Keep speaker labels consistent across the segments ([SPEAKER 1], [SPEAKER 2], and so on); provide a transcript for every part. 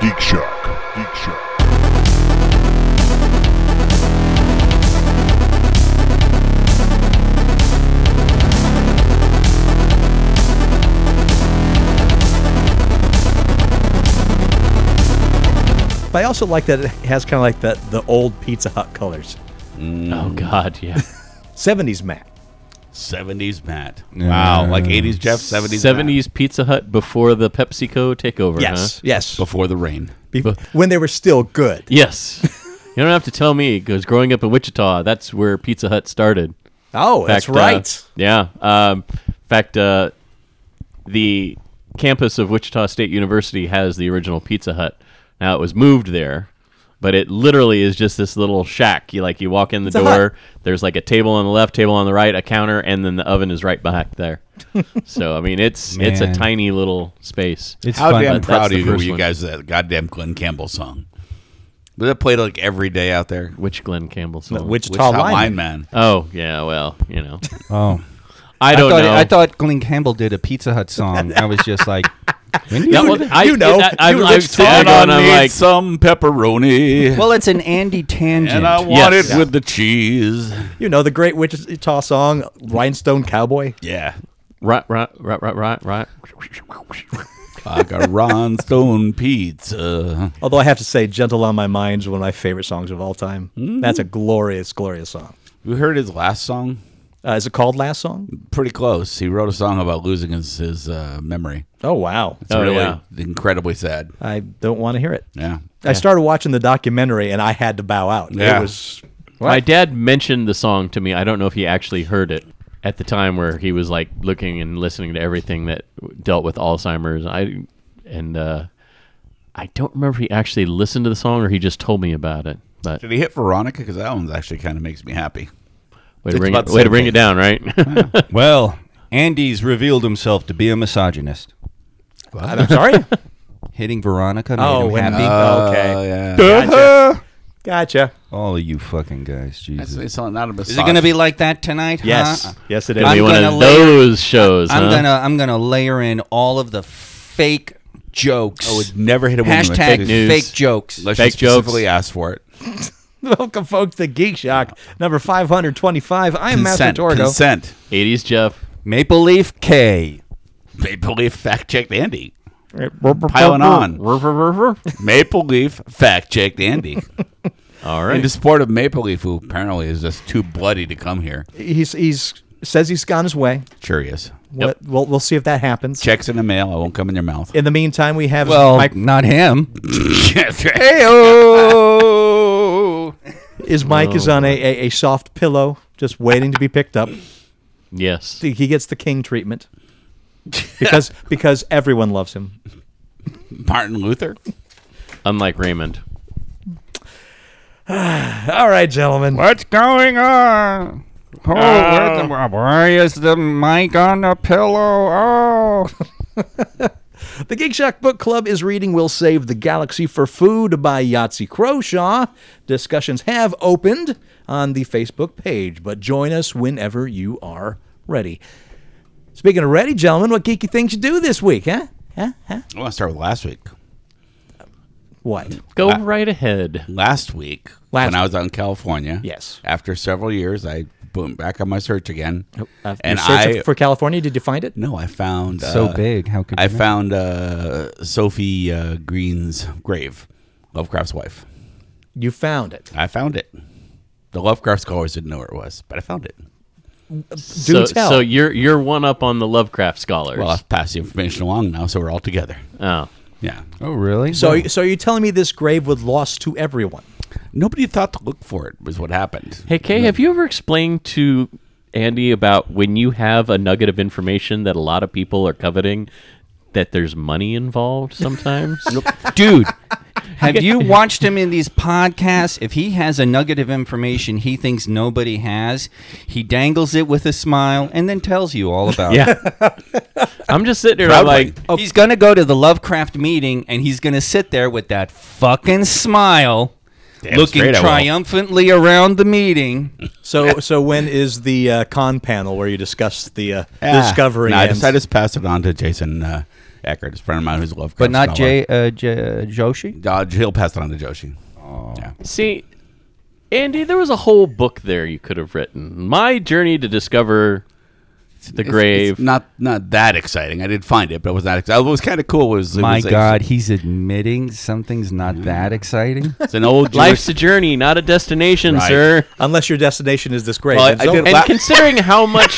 [SPEAKER 1] Geek Shock. Geek Shock.
[SPEAKER 2] But I also like that it has kind of like the, the old Pizza Hut colors.
[SPEAKER 3] Oh God, yeah.
[SPEAKER 2] 70s Mac.
[SPEAKER 4] 70s Matt. Wow. Like 80s Jeff, 70s Matt.
[SPEAKER 3] 70s Pizza Hut before the PepsiCo takeover.
[SPEAKER 2] Yes,
[SPEAKER 3] huh?
[SPEAKER 2] yes.
[SPEAKER 4] Before the rain.
[SPEAKER 2] Be- when they were still good.
[SPEAKER 3] Yes. you don't have to tell me because growing up in Wichita, that's where Pizza Hut started.
[SPEAKER 2] Oh,
[SPEAKER 3] In
[SPEAKER 2] that's
[SPEAKER 3] fact, uh,
[SPEAKER 2] right.
[SPEAKER 3] yeah. Um, in fact, uh, the campus of Wichita State University has the original Pizza Hut. Now it was moved there, but it literally is just this little shack. You like you walk in the
[SPEAKER 2] a
[SPEAKER 3] door.
[SPEAKER 2] hut.
[SPEAKER 3] There's like a table on the left, table on the right, a counter, and then the oven is right back there. so I mean, it's it's a
[SPEAKER 5] Man.
[SPEAKER 3] tiny little space.
[SPEAKER 5] It's
[SPEAKER 4] How
[SPEAKER 5] fun.
[SPEAKER 4] damn
[SPEAKER 3] That- that's
[SPEAKER 4] proud
[SPEAKER 3] the
[SPEAKER 4] of you were
[SPEAKER 3] first
[SPEAKER 4] you
[SPEAKER 3] one.
[SPEAKER 4] guys of that goddamn Glenn Campbell song. But that played like every day out there.
[SPEAKER 3] Which Glenn Campbell song?
[SPEAKER 2] Wichita
[SPEAKER 4] Wichita
[SPEAKER 2] lineman.
[SPEAKER 4] lineman.
[SPEAKER 3] Oh yeah, well you know,
[SPEAKER 5] oh.
[SPEAKER 3] I
[SPEAKER 5] I,
[SPEAKER 3] don't
[SPEAKER 5] thought,
[SPEAKER 3] know.
[SPEAKER 5] I thought Glenn Campbell did a Pizza Hut song. I was just like, when do
[SPEAKER 3] Yeah,
[SPEAKER 5] you-
[SPEAKER 3] well, I,
[SPEAKER 2] you know,
[SPEAKER 3] I, I,
[SPEAKER 2] you
[SPEAKER 3] I'm
[SPEAKER 2] rich
[SPEAKER 3] sitting there going, I'm like,
[SPEAKER 4] some pepperoni.
[SPEAKER 5] well, it's an Andy tangent.
[SPEAKER 4] and I want
[SPEAKER 3] Yes.
[SPEAKER 4] it with the cheese.
[SPEAKER 2] You know, the great Wichita song, Rhinestone Cowboy.
[SPEAKER 4] Yeah.
[SPEAKER 3] right, right, right, right, right, right.
[SPEAKER 4] Like a rhinestone pizza.
[SPEAKER 2] Although I have to say, Gentle on My Mind is one of my favorite songs of all time. That's a glorious, glorious song.
[SPEAKER 4] You heard his last song?
[SPEAKER 2] Uh, is it called Last Song?
[SPEAKER 4] Pretty close. He wrote a song about losing his, his uh, memory.
[SPEAKER 2] Oh, wow.
[SPEAKER 4] It's
[SPEAKER 3] Oh,
[SPEAKER 4] really
[SPEAKER 3] yeah.
[SPEAKER 4] incredibly sad.
[SPEAKER 2] I don't want to hear it.
[SPEAKER 4] Yeah.
[SPEAKER 2] I started watching the documentary and I had to bow out.
[SPEAKER 4] Yeah.
[SPEAKER 2] It was
[SPEAKER 3] My dad mentioned the song to me. I don't know if he actually heard it at the time where he was like looking and listening to everything that w- dealt with Alzheimer's. I and uh, I don't remember if he actually listened to the song or he just told me about it. But
[SPEAKER 4] Did he hit Veronica? Because that one actually kind of makes me happy.
[SPEAKER 3] way to
[SPEAKER 4] It's
[SPEAKER 3] bring
[SPEAKER 4] about
[SPEAKER 3] it,
[SPEAKER 4] the
[SPEAKER 3] way to
[SPEAKER 4] same
[SPEAKER 3] bring
[SPEAKER 4] thing.
[SPEAKER 3] it down, right?
[SPEAKER 5] well, Andy's revealed himself to be a misogynist.
[SPEAKER 2] I'm sorry.
[SPEAKER 5] Hitting Veronica made
[SPEAKER 2] Oh,
[SPEAKER 5] him
[SPEAKER 2] when-
[SPEAKER 5] happy.
[SPEAKER 2] Uh, Okay.
[SPEAKER 4] Oh, yeah.
[SPEAKER 2] Gotcha. gotcha.
[SPEAKER 5] All of you fucking guys, Jesus.
[SPEAKER 4] It's not a massage.
[SPEAKER 5] Is it gonna be like that tonight?
[SPEAKER 2] Yes.
[SPEAKER 5] huh?
[SPEAKER 2] Yes, it
[SPEAKER 3] Gonna
[SPEAKER 2] is.
[SPEAKER 3] be
[SPEAKER 5] I'm
[SPEAKER 3] one
[SPEAKER 5] gonna
[SPEAKER 3] of
[SPEAKER 5] layer-
[SPEAKER 3] those shows.
[SPEAKER 5] I'm
[SPEAKER 3] huh?
[SPEAKER 5] gonna I'm gonna layer in all of the fake jokes.
[SPEAKER 4] I would never hit a woman Oh, with
[SPEAKER 5] Hashtag
[SPEAKER 4] fake
[SPEAKER 3] news.
[SPEAKER 5] fake jokes.
[SPEAKER 4] Unless
[SPEAKER 3] Fake
[SPEAKER 4] you
[SPEAKER 3] jokes.
[SPEAKER 4] specifically asked for it.
[SPEAKER 2] Welcome, folks, to Geek Shock number 525. I'm Master
[SPEAKER 4] Consent.
[SPEAKER 2] Torgo.
[SPEAKER 4] Consent.
[SPEAKER 3] 80s Jeff.
[SPEAKER 5] Maple Leaf K.
[SPEAKER 4] Maple Leaf fact checked Andy. Piling on.
[SPEAKER 3] All
[SPEAKER 4] Maple Leaf fact checked Andy.
[SPEAKER 3] right.
[SPEAKER 4] In support of Maple Leaf, who apparently is just too bloody to come here.
[SPEAKER 2] He's he's says he's gone his way.
[SPEAKER 4] Sure he is.
[SPEAKER 2] We'll, we'll, we'll see if that happens.
[SPEAKER 4] Checks in the mail. I won't come in your mouth.
[SPEAKER 2] In the meantime, we have
[SPEAKER 5] Well,
[SPEAKER 2] Mike,
[SPEAKER 5] not him.
[SPEAKER 2] his mic is on a, a, a soft pillow, just waiting to be picked up.
[SPEAKER 3] yes.
[SPEAKER 2] He gets the king treatment because because everyone loves him.
[SPEAKER 4] Martin Luther.
[SPEAKER 3] Unlike Raymond.
[SPEAKER 2] All right, gentlemen.
[SPEAKER 5] What's going on? Oh, where the, why is the mic on the pillow? Oh,
[SPEAKER 2] The Geek Shock Book Club is reading We'll Save the Galaxy for Food by Yahtzee Croshaw. Discussions have opened on the Facebook page, but join us whenever you are ready. Speaking of ready, gentlemen, what geeky things you do this week, huh? Huh? Huh?
[SPEAKER 4] I want to start with last week.
[SPEAKER 2] What?
[SPEAKER 3] Go right ahead.
[SPEAKER 4] last week
[SPEAKER 2] Last
[SPEAKER 4] when I was out in California.
[SPEAKER 2] Yes.
[SPEAKER 4] After several years, I boom back on my search again,
[SPEAKER 2] Uh,
[SPEAKER 4] and
[SPEAKER 2] your search
[SPEAKER 4] I
[SPEAKER 2] for California, did you find it?
[SPEAKER 4] no, I found
[SPEAKER 5] So
[SPEAKER 4] uh,
[SPEAKER 5] big, how could
[SPEAKER 4] I
[SPEAKER 5] you not?
[SPEAKER 4] found uh, Sophie uh, Green's grave, Lovecraft's wife.
[SPEAKER 2] You found it.
[SPEAKER 4] I found it. The Lovecraft scholars didn't know where it was, but I found it.
[SPEAKER 3] so,
[SPEAKER 2] tell.
[SPEAKER 3] so you're you're one up on the Lovecraft scholars.
[SPEAKER 4] Well, I've passed the information along now, so we're all together.
[SPEAKER 3] oh.
[SPEAKER 4] Yeah.
[SPEAKER 5] oh really?
[SPEAKER 2] So, so you're telling me this grave was lost to everyone?
[SPEAKER 4] Nobody thought to look for it was what happened.
[SPEAKER 3] Hey Kay, have you ever explained to Andy about when you have a nugget of information that a lot of people are coveting that there's money involved sometimes?
[SPEAKER 5] dude, have you watched him in these podcasts? If he has a nugget of information he thinks nobody has, he dangles it with a smile and then tells you all about it.
[SPEAKER 3] Yeah. I'm just sitting here I'm
[SPEAKER 4] Proudly.
[SPEAKER 3] like
[SPEAKER 5] He's going to go to the Lovecraft meeting and he's going to sit there with that fucking smile,
[SPEAKER 4] Damn
[SPEAKER 5] looking
[SPEAKER 4] straight I will.
[SPEAKER 5] triumphantly around the meeting.
[SPEAKER 2] So, so when is the uh, con panel where you discuss the uh,
[SPEAKER 4] Ah,
[SPEAKER 2] discovery?
[SPEAKER 4] no, I
[SPEAKER 2] and-
[SPEAKER 4] just I just passed it on to Jason uh, Eckert, is a friend of mine who's a Lovecraft.
[SPEAKER 5] but
[SPEAKER 4] scholar.
[SPEAKER 5] not Jay, uh, J- uh, Joshi.
[SPEAKER 4] Uh, he'll pass it on to Joshi. Yeah.
[SPEAKER 3] See, Andy, there was a whole book there you could have written. My journey to discover the
[SPEAKER 4] It's-
[SPEAKER 3] grave.
[SPEAKER 4] it's not not that exciting. I did find it, but it was not. Exciting. What was kind of cool was it
[SPEAKER 5] My
[SPEAKER 4] was like-
[SPEAKER 5] God, he's admitting something's not that exciting.
[SPEAKER 4] It's an old
[SPEAKER 3] Life's
[SPEAKER 4] Jewish.
[SPEAKER 3] a journey, not a destination,
[SPEAKER 4] Right.
[SPEAKER 3] sir.
[SPEAKER 2] Unless your destination is this grave.
[SPEAKER 4] Well,
[SPEAKER 2] And
[SPEAKER 4] I
[SPEAKER 2] so-
[SPEAKER 4] did-
[SPEAKER 3] And
[SPEAKER 4] La-
[SPEAKER 3] considering how much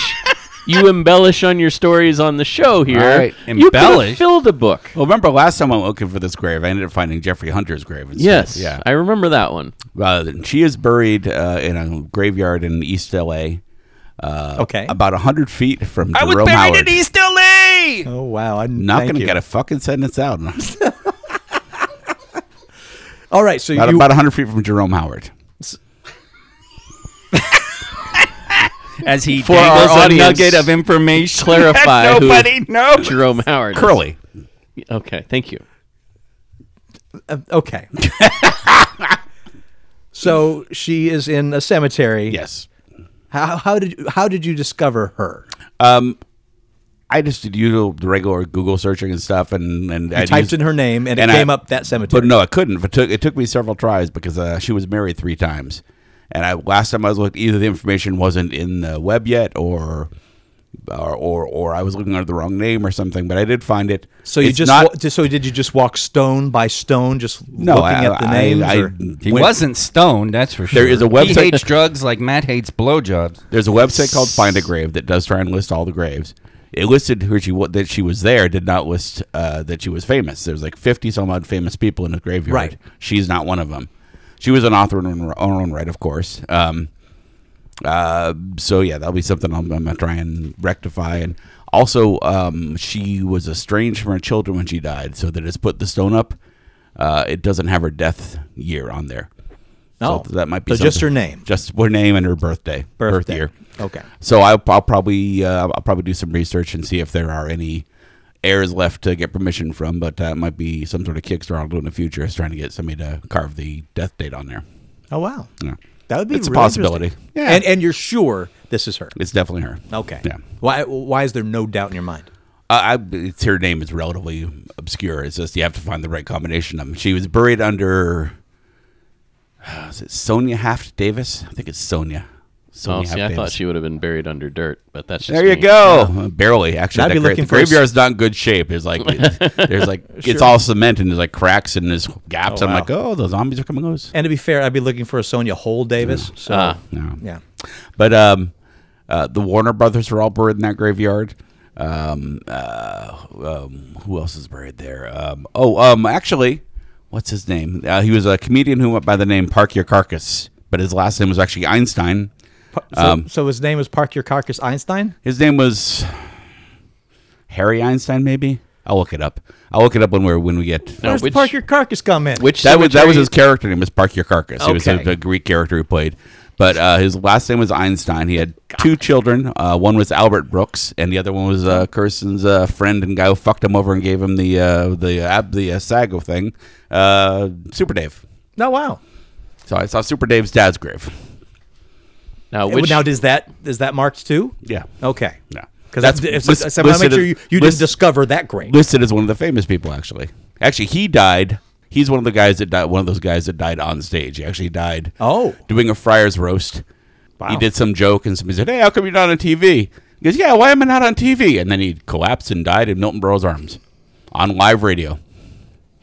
[SPEAKER 3] you embellish on your stories on the show here,
[SPEAKER 4] All right,
[SPEAKER 3] you could have
[SPEAKER 5] embellish?
[SPEAKER 3] filled a book.
[SPEAKER 4] Well, remember last time I went looking for this grave, I ended up finding Jeffrey Hunter's grave. instead.
[SPEAKER 3] Yes,
[SPEAKER 4] yeah.
[SPEAKER 3] I remember that one.
[SPEAKER 4] Uh, and she is buried uh, in a graveyard in East L.A. Uh,
[SPEAKER 2] Okay.
[SPEAKER 4] About hundred feet from Jerome Howard.
[SPEAKER 5] East LA.
[SPEAKER 2] oh wow! I'm
[SPEAKER 4] Not
[SPEAKER 2] thank
[SPEAKER 4] going to
[SPEAKER 2] you.
[SPEAKER 4] get a fucking sentence out. about,
[SPEAKER 2] All right, so you
[SPEAKER 4] about hundred feet from Jerome Howard.
[SPEAKER 5] As he
[SPEAKER 3] For our
[SPEAKER 5] dangles a
[SPEAKER 3] audience,
[SPEAKER 5] nugget of information.
[SPEAKER 3] clarify
[SPEAKER 5] that
[SPEAKER 3] who-
[SPEAKER 5] nobody knows.
[SPEAKER 3] Jerome Howard. is.
[SPEAKER 4] Curly.
[SPEAKER 3] Okay, thank you.
[SPEAKER 2] uh, okay. so she is in a cemetery.
[SPEAKER 4] Yes.
[SPEAKER 2] How, how did you, how did you discover her?
[SPEAKER 4] Um, I just did usual the regular Google searching and stuff, and and I
[SPEAKER 2] Typed in her name and,
[SPEAKER 4] and
[SPEAKER 2] it
[SPEAKER 4] I-
[SPEAKER 2] came up that cemetery.
[SPEAKER 4] But no, I couldn't. It took it took me several tries because uh, she was married three times, and I last time I was looking, either the information wasn't in the web yet, or or or, or I was looking under the wrong name or something. But I did find it.
[SPEAKER 2] so you
[SPEAKER 4] It's
[SPEAKER 2] just,
[SPEAKER 4] not-
[SPEAKER 2] wa- just so did you just walk stone by stone, just
[SPEAKER 4] no,
[SPEAKER 2] looking
[SPEAKER 4] I,
[SPEAKER 2] at the
[SPEAKER 4] I-
[SPEAKER 2] names?
[SPEAKER 4] I-
[SPEAKER 2] or-
[SPEAKER 5] He
[SPEAKER 4] went-
[SPEAKER 5] wasn't stoned, that's for sure.
[SPEAKER 4] There is a
[SPEAKER 5] He
[SPEAKER 4] website-
[SPEAKER 5] hates drugs like Matt hates blowjobs.
[SPEAKER 4] There's a website called Find a Grave that does try and list all the graves. It listed who she wa- that she was there, did not list uh, that she was famous. There's like 50 some odd famous people in the graveyard.
[SPEAKER 2] Right.
[SPEAKER 4] She's not one of them. She was an author in her own right, of course. Um, uh, so yeah, that'll be something I'm, I'm gonna try and rectify. And also, um, she was estranged from her children when she died, so that it's put the stone up. Uh, it doesn't have her death year on there.
[SPEAKER 2] no,
[SPEAKER 4] So that might be
[SPEAKER 2] Oh. so just her
[SPEAKER 4] something-
[SPEAKER 2] name,
[SPEAKER 4] Just her name and her birthday, birth
[SPEAKER 2] birthday. Oh.
[SPEAKER 4] year.
[SPEAKER 2] Okay,
[SPEAKER 4] So I'll, I'll probably uh, I'll probably do some research and see if there are any heirs left to get permission from. But that might be some sort of Kickstarter I'll do in the future, is trying to get somebody to carve the death date on there.
[SPEAKER 2] oh wow,
[SPEAKER 4] Yeah.
[SPEAKER 2] that would be
[SPEAKER 4] It's a
[SPEAKER 2] really
[SPEAKER 4] possibility.
[SPEAKER 2] interesting.
[SPEAKER 4] Yeah.
[SPEAKER 2] and and you're sure this is her?
[SPEAKER 4] It's definitely her.
[SPEAKER 2] Okay,
[SPEAKER 4] Yeah.
[SPEAKER 2] Why why is there no doubt in your mind?
[SPEAKER 4] I, I, it's her name is relatively obscure. It's just you have to find the right combination of them. She was buried under. uh, Is it Sonia Haft Davis? I think it's Sonia.
[SPEAKER 3] Well,
[SPEAKER 4] Sonia
[SPEAKER 3] Oh, see, I thought she would have been buried under dirt, but that's just
[SPEAKER 4] There you
[SPEAKER 3] me.
[SPEAKER 4] go. barely, actually.
[SPEAKER 2] I'd
[SPEAKER 4] that
[SPEAKER 2] be
[SPEAKER 4] gra-
[SPEAKER 2] looking
[SPEAKER 4] the
[SPEAKER 2] for a s-
[SPEAKER 4] graveyard's not in good shape. There's like, there's like, it's all cement and there's like cracks and there's gaps.
[SPEAKER 2] Oh,
[SPEAKER 4] I'm
[SPEAKER 2] wow.
[SPEAKER 4] like, oh, the zombies are coming loose.
[SPEAKER 2] And to be fair, I'd be looking for a Sonia Hole Davis. So
[SPEAKER 3] Ah.
[SPEAKER 4] No.
[SPEAKER 2] yeah,
[SPEAKER 4] But um, uh, the Warner brothers are all buried in that graveyard. Um, uh, um, who else is buried there? Um, oh, um, actually, what's his name? Uh, he was a comedian who went by the name Park Your Carcass, but his last name was actually Einstein.
[SPEAKER 2] Pa- so, so his name was Park Your Carcass Einstein.
[SPEAKER 4] His name was Harry Einstein, maybe. I'll look it up. I'll look it up when we are when we get.
[SPEAKER 3] No,
[SPEAKER 2] Where's
[SPEAKER 3] which-
[SPEAKER 2] the Park Your Carcass come in?
[SPEAKER 3] Which
[SPEAKER 4] that was that was
[SPEAKER 3] cemetery-
[SPEAKER 4] his character name was Park Your Carcass. He was
[SPEAKER 2] Okay.
[SPEAKER 4] a, a Greek character who played, but uh, his last name was Einstein. He had two children. Uh, one was Albert Brooks, and the other one was uh, Kirsten's uh, friend and guy who fucked him over and gave him the uh, the ab the uh, Sago thing, uh, Super Dave.
[SPEAKER 2] No, wow.
[SPEAKER 4] So I saw Super Dave's dad's grave.
[SPEAKER 3] Now, Uh, which,
[SPEAKER 2] now does that is that marked too?
[SPEAKER 4] Yeah.
[SPEAKER 2] Okay.
[SPEAKER 4] Yeah.
[SPEAKER 2] Because
[SPEAKER 4] That's
[SPEAKER 2] that's Oh. if,
[SPEAKER 4] lis-
[SPEAKER 2] so I want to
[SPEAKER 4] listed
[SPEAKER 2] make sure
[SPEAKER 4] as-
[SPEAKER 2] you, you
[SPEAKER 4] list-
[SPEAKER 2] didn't discover that grave.
[SPEAKER 4] listed as one of the famous people actually actually he died he's one of the guys that died one of those guys that died on stage he actually died
[SPEAKER 2] Oh.
[SPEAKER 4] doing a friar's roast
[SPEAKER 2] Wow.
[SPEAKER 4] he did some joke and somebody said hey how come you're not on tv he goes yeah why am i not on tv and then he collapsed and died in milton burrow's arms on live radio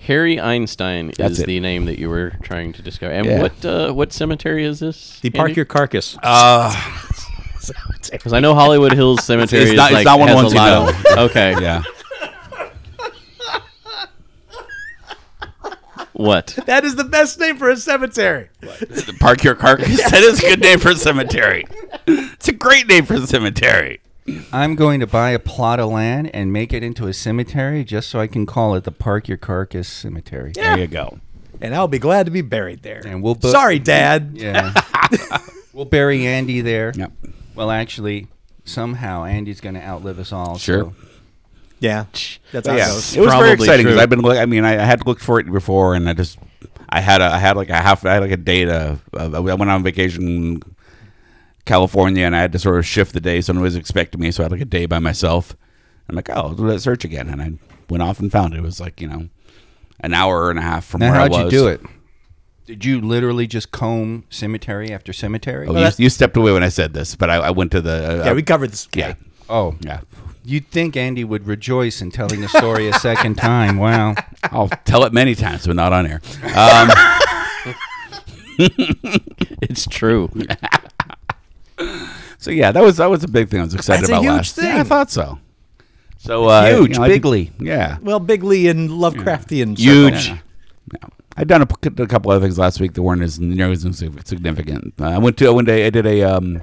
[SPEAKER 3] Harry Einstein
[SPEAKER 4] That's
[SPEAKER 3] is
[SPEAKER 4] it.
[SPEAKER 3] the name that you were trying to discover. And
[SPEAKER 4] Yeah.
[SPEAKER 3] what uh, what cemetery is this?
[SPEAKER 2] the Park
[SPEAKER 3] Andy?
[SPEAKER 2] Your Carcass.
[SPEAKER 3] Because I know Hollywood Hills Cemetery
[SPEAKER 4] It's
[SPEAKER 3] is
[SPEAKER 4] not- it's
[SPEAKER 3] like
[SPEAKER 4] not one
[SPEAKER 3] has
[SPEAKER 4] once
[SPEAKER 3] a
[SPEAKER 4] you
[SPEAKER 3] lot of- okay,
[SPEAKER 4] yeah
[SPEAKER 3] what?
[SPEAKER 2] that is the best name for a cemetery.
[SPEAKER 4] park your carcass that is a good name for a cemetery it's a great name for a cemetery
[SPEAKER 5] I'm going to buy a plot of land and make it into a cemetery just so I can call it the Park Your Carcass Cemetery.
[SPEAKER 4] there you go
[SPEAKER 2] And I'll be glad to be buried there.
[SPEAKER 5] And we'll bu-
[SPEAKER 2] Sorry, Dad.
[SPEAKER 5] Yeah. we'll bury Andy there.
[SPEAKER 4] Yep.
[SPEAKER 5] Well, actually, somehow Andy's going to outlive us all.
[SPEAKER 4] Sure.
[SPEAKER 5] so-
[SPEAKER 2] Yeah. That's how
[SPEAKER 4] yeah,
[SPEAKER 2] it goes.
[SPEAKER 4] it was very
[SPEAKER 3] probably
[SPEAKER 4] exciting because
[SPEAKER 3] true.
[SPEAKER 4] I've been. look- I mean, I, I had looked for it before, and I just, I had a, I had like a half, I had like a day to. Uh, I went on vacation, in California, and I had to sort of shift the day. So nobody was expecting me, so I had like a day by myself. I'm like, oh, I'll do that search again, and I went off and found it. It was like you know, an hour and a half from
[SPEAKER 5] Now,
[SPEAKER 4] where
[SPEAKER 5] how'd
[SPEAKER 4] I
[SPEAKER 5] you
[SPEAKER 4] was.
[SPEAKER 5] do it? Did you literally just comb cemetery after cemetery?
[SPEAKER 4] Oh,
[SPEAKER 5] Oh,
[SPEAKER 4] you, you stepped away when I said this, but I, I went to the. Uh,
[SPEAKER 2] Yeah, we covered this.
[SPEAKER 4] yeah, yeah.
[SPEAKER 5] Uh, oh, you'd think Andy would rejoice in telling the story a second time. Wow.
[SPEAKER 4] I'll tell it many times, but not on air.
[SPEAKER 3] It's true.
[SPEAKER 4] So yeah, that was that was a big thing. I was excited
[SPEAKER 2] That's a
[SPEAKER 4] about
[SPEAKER 2] huge
[SPEAKER 4] last. Yeah, I
[SPEAKER 2] thing.
[SPEAKER 4] thought so. So uh,
[SPEAKER 5] huge,
[SPEAKER 4] I did-
[SPEAKER 5] bigly.
[SPEAKER 4] yeah,
[SPEAKER 2] Well, Bigley and Lovecraftian.
[SPEAKER 4] huge.
[SPEAKER 2] circles.
[SPEAKER 4] Yeah. I'd done a, p- a couple other things last week that weren't as nearly as significant. Uh, I went to one day. I did a um,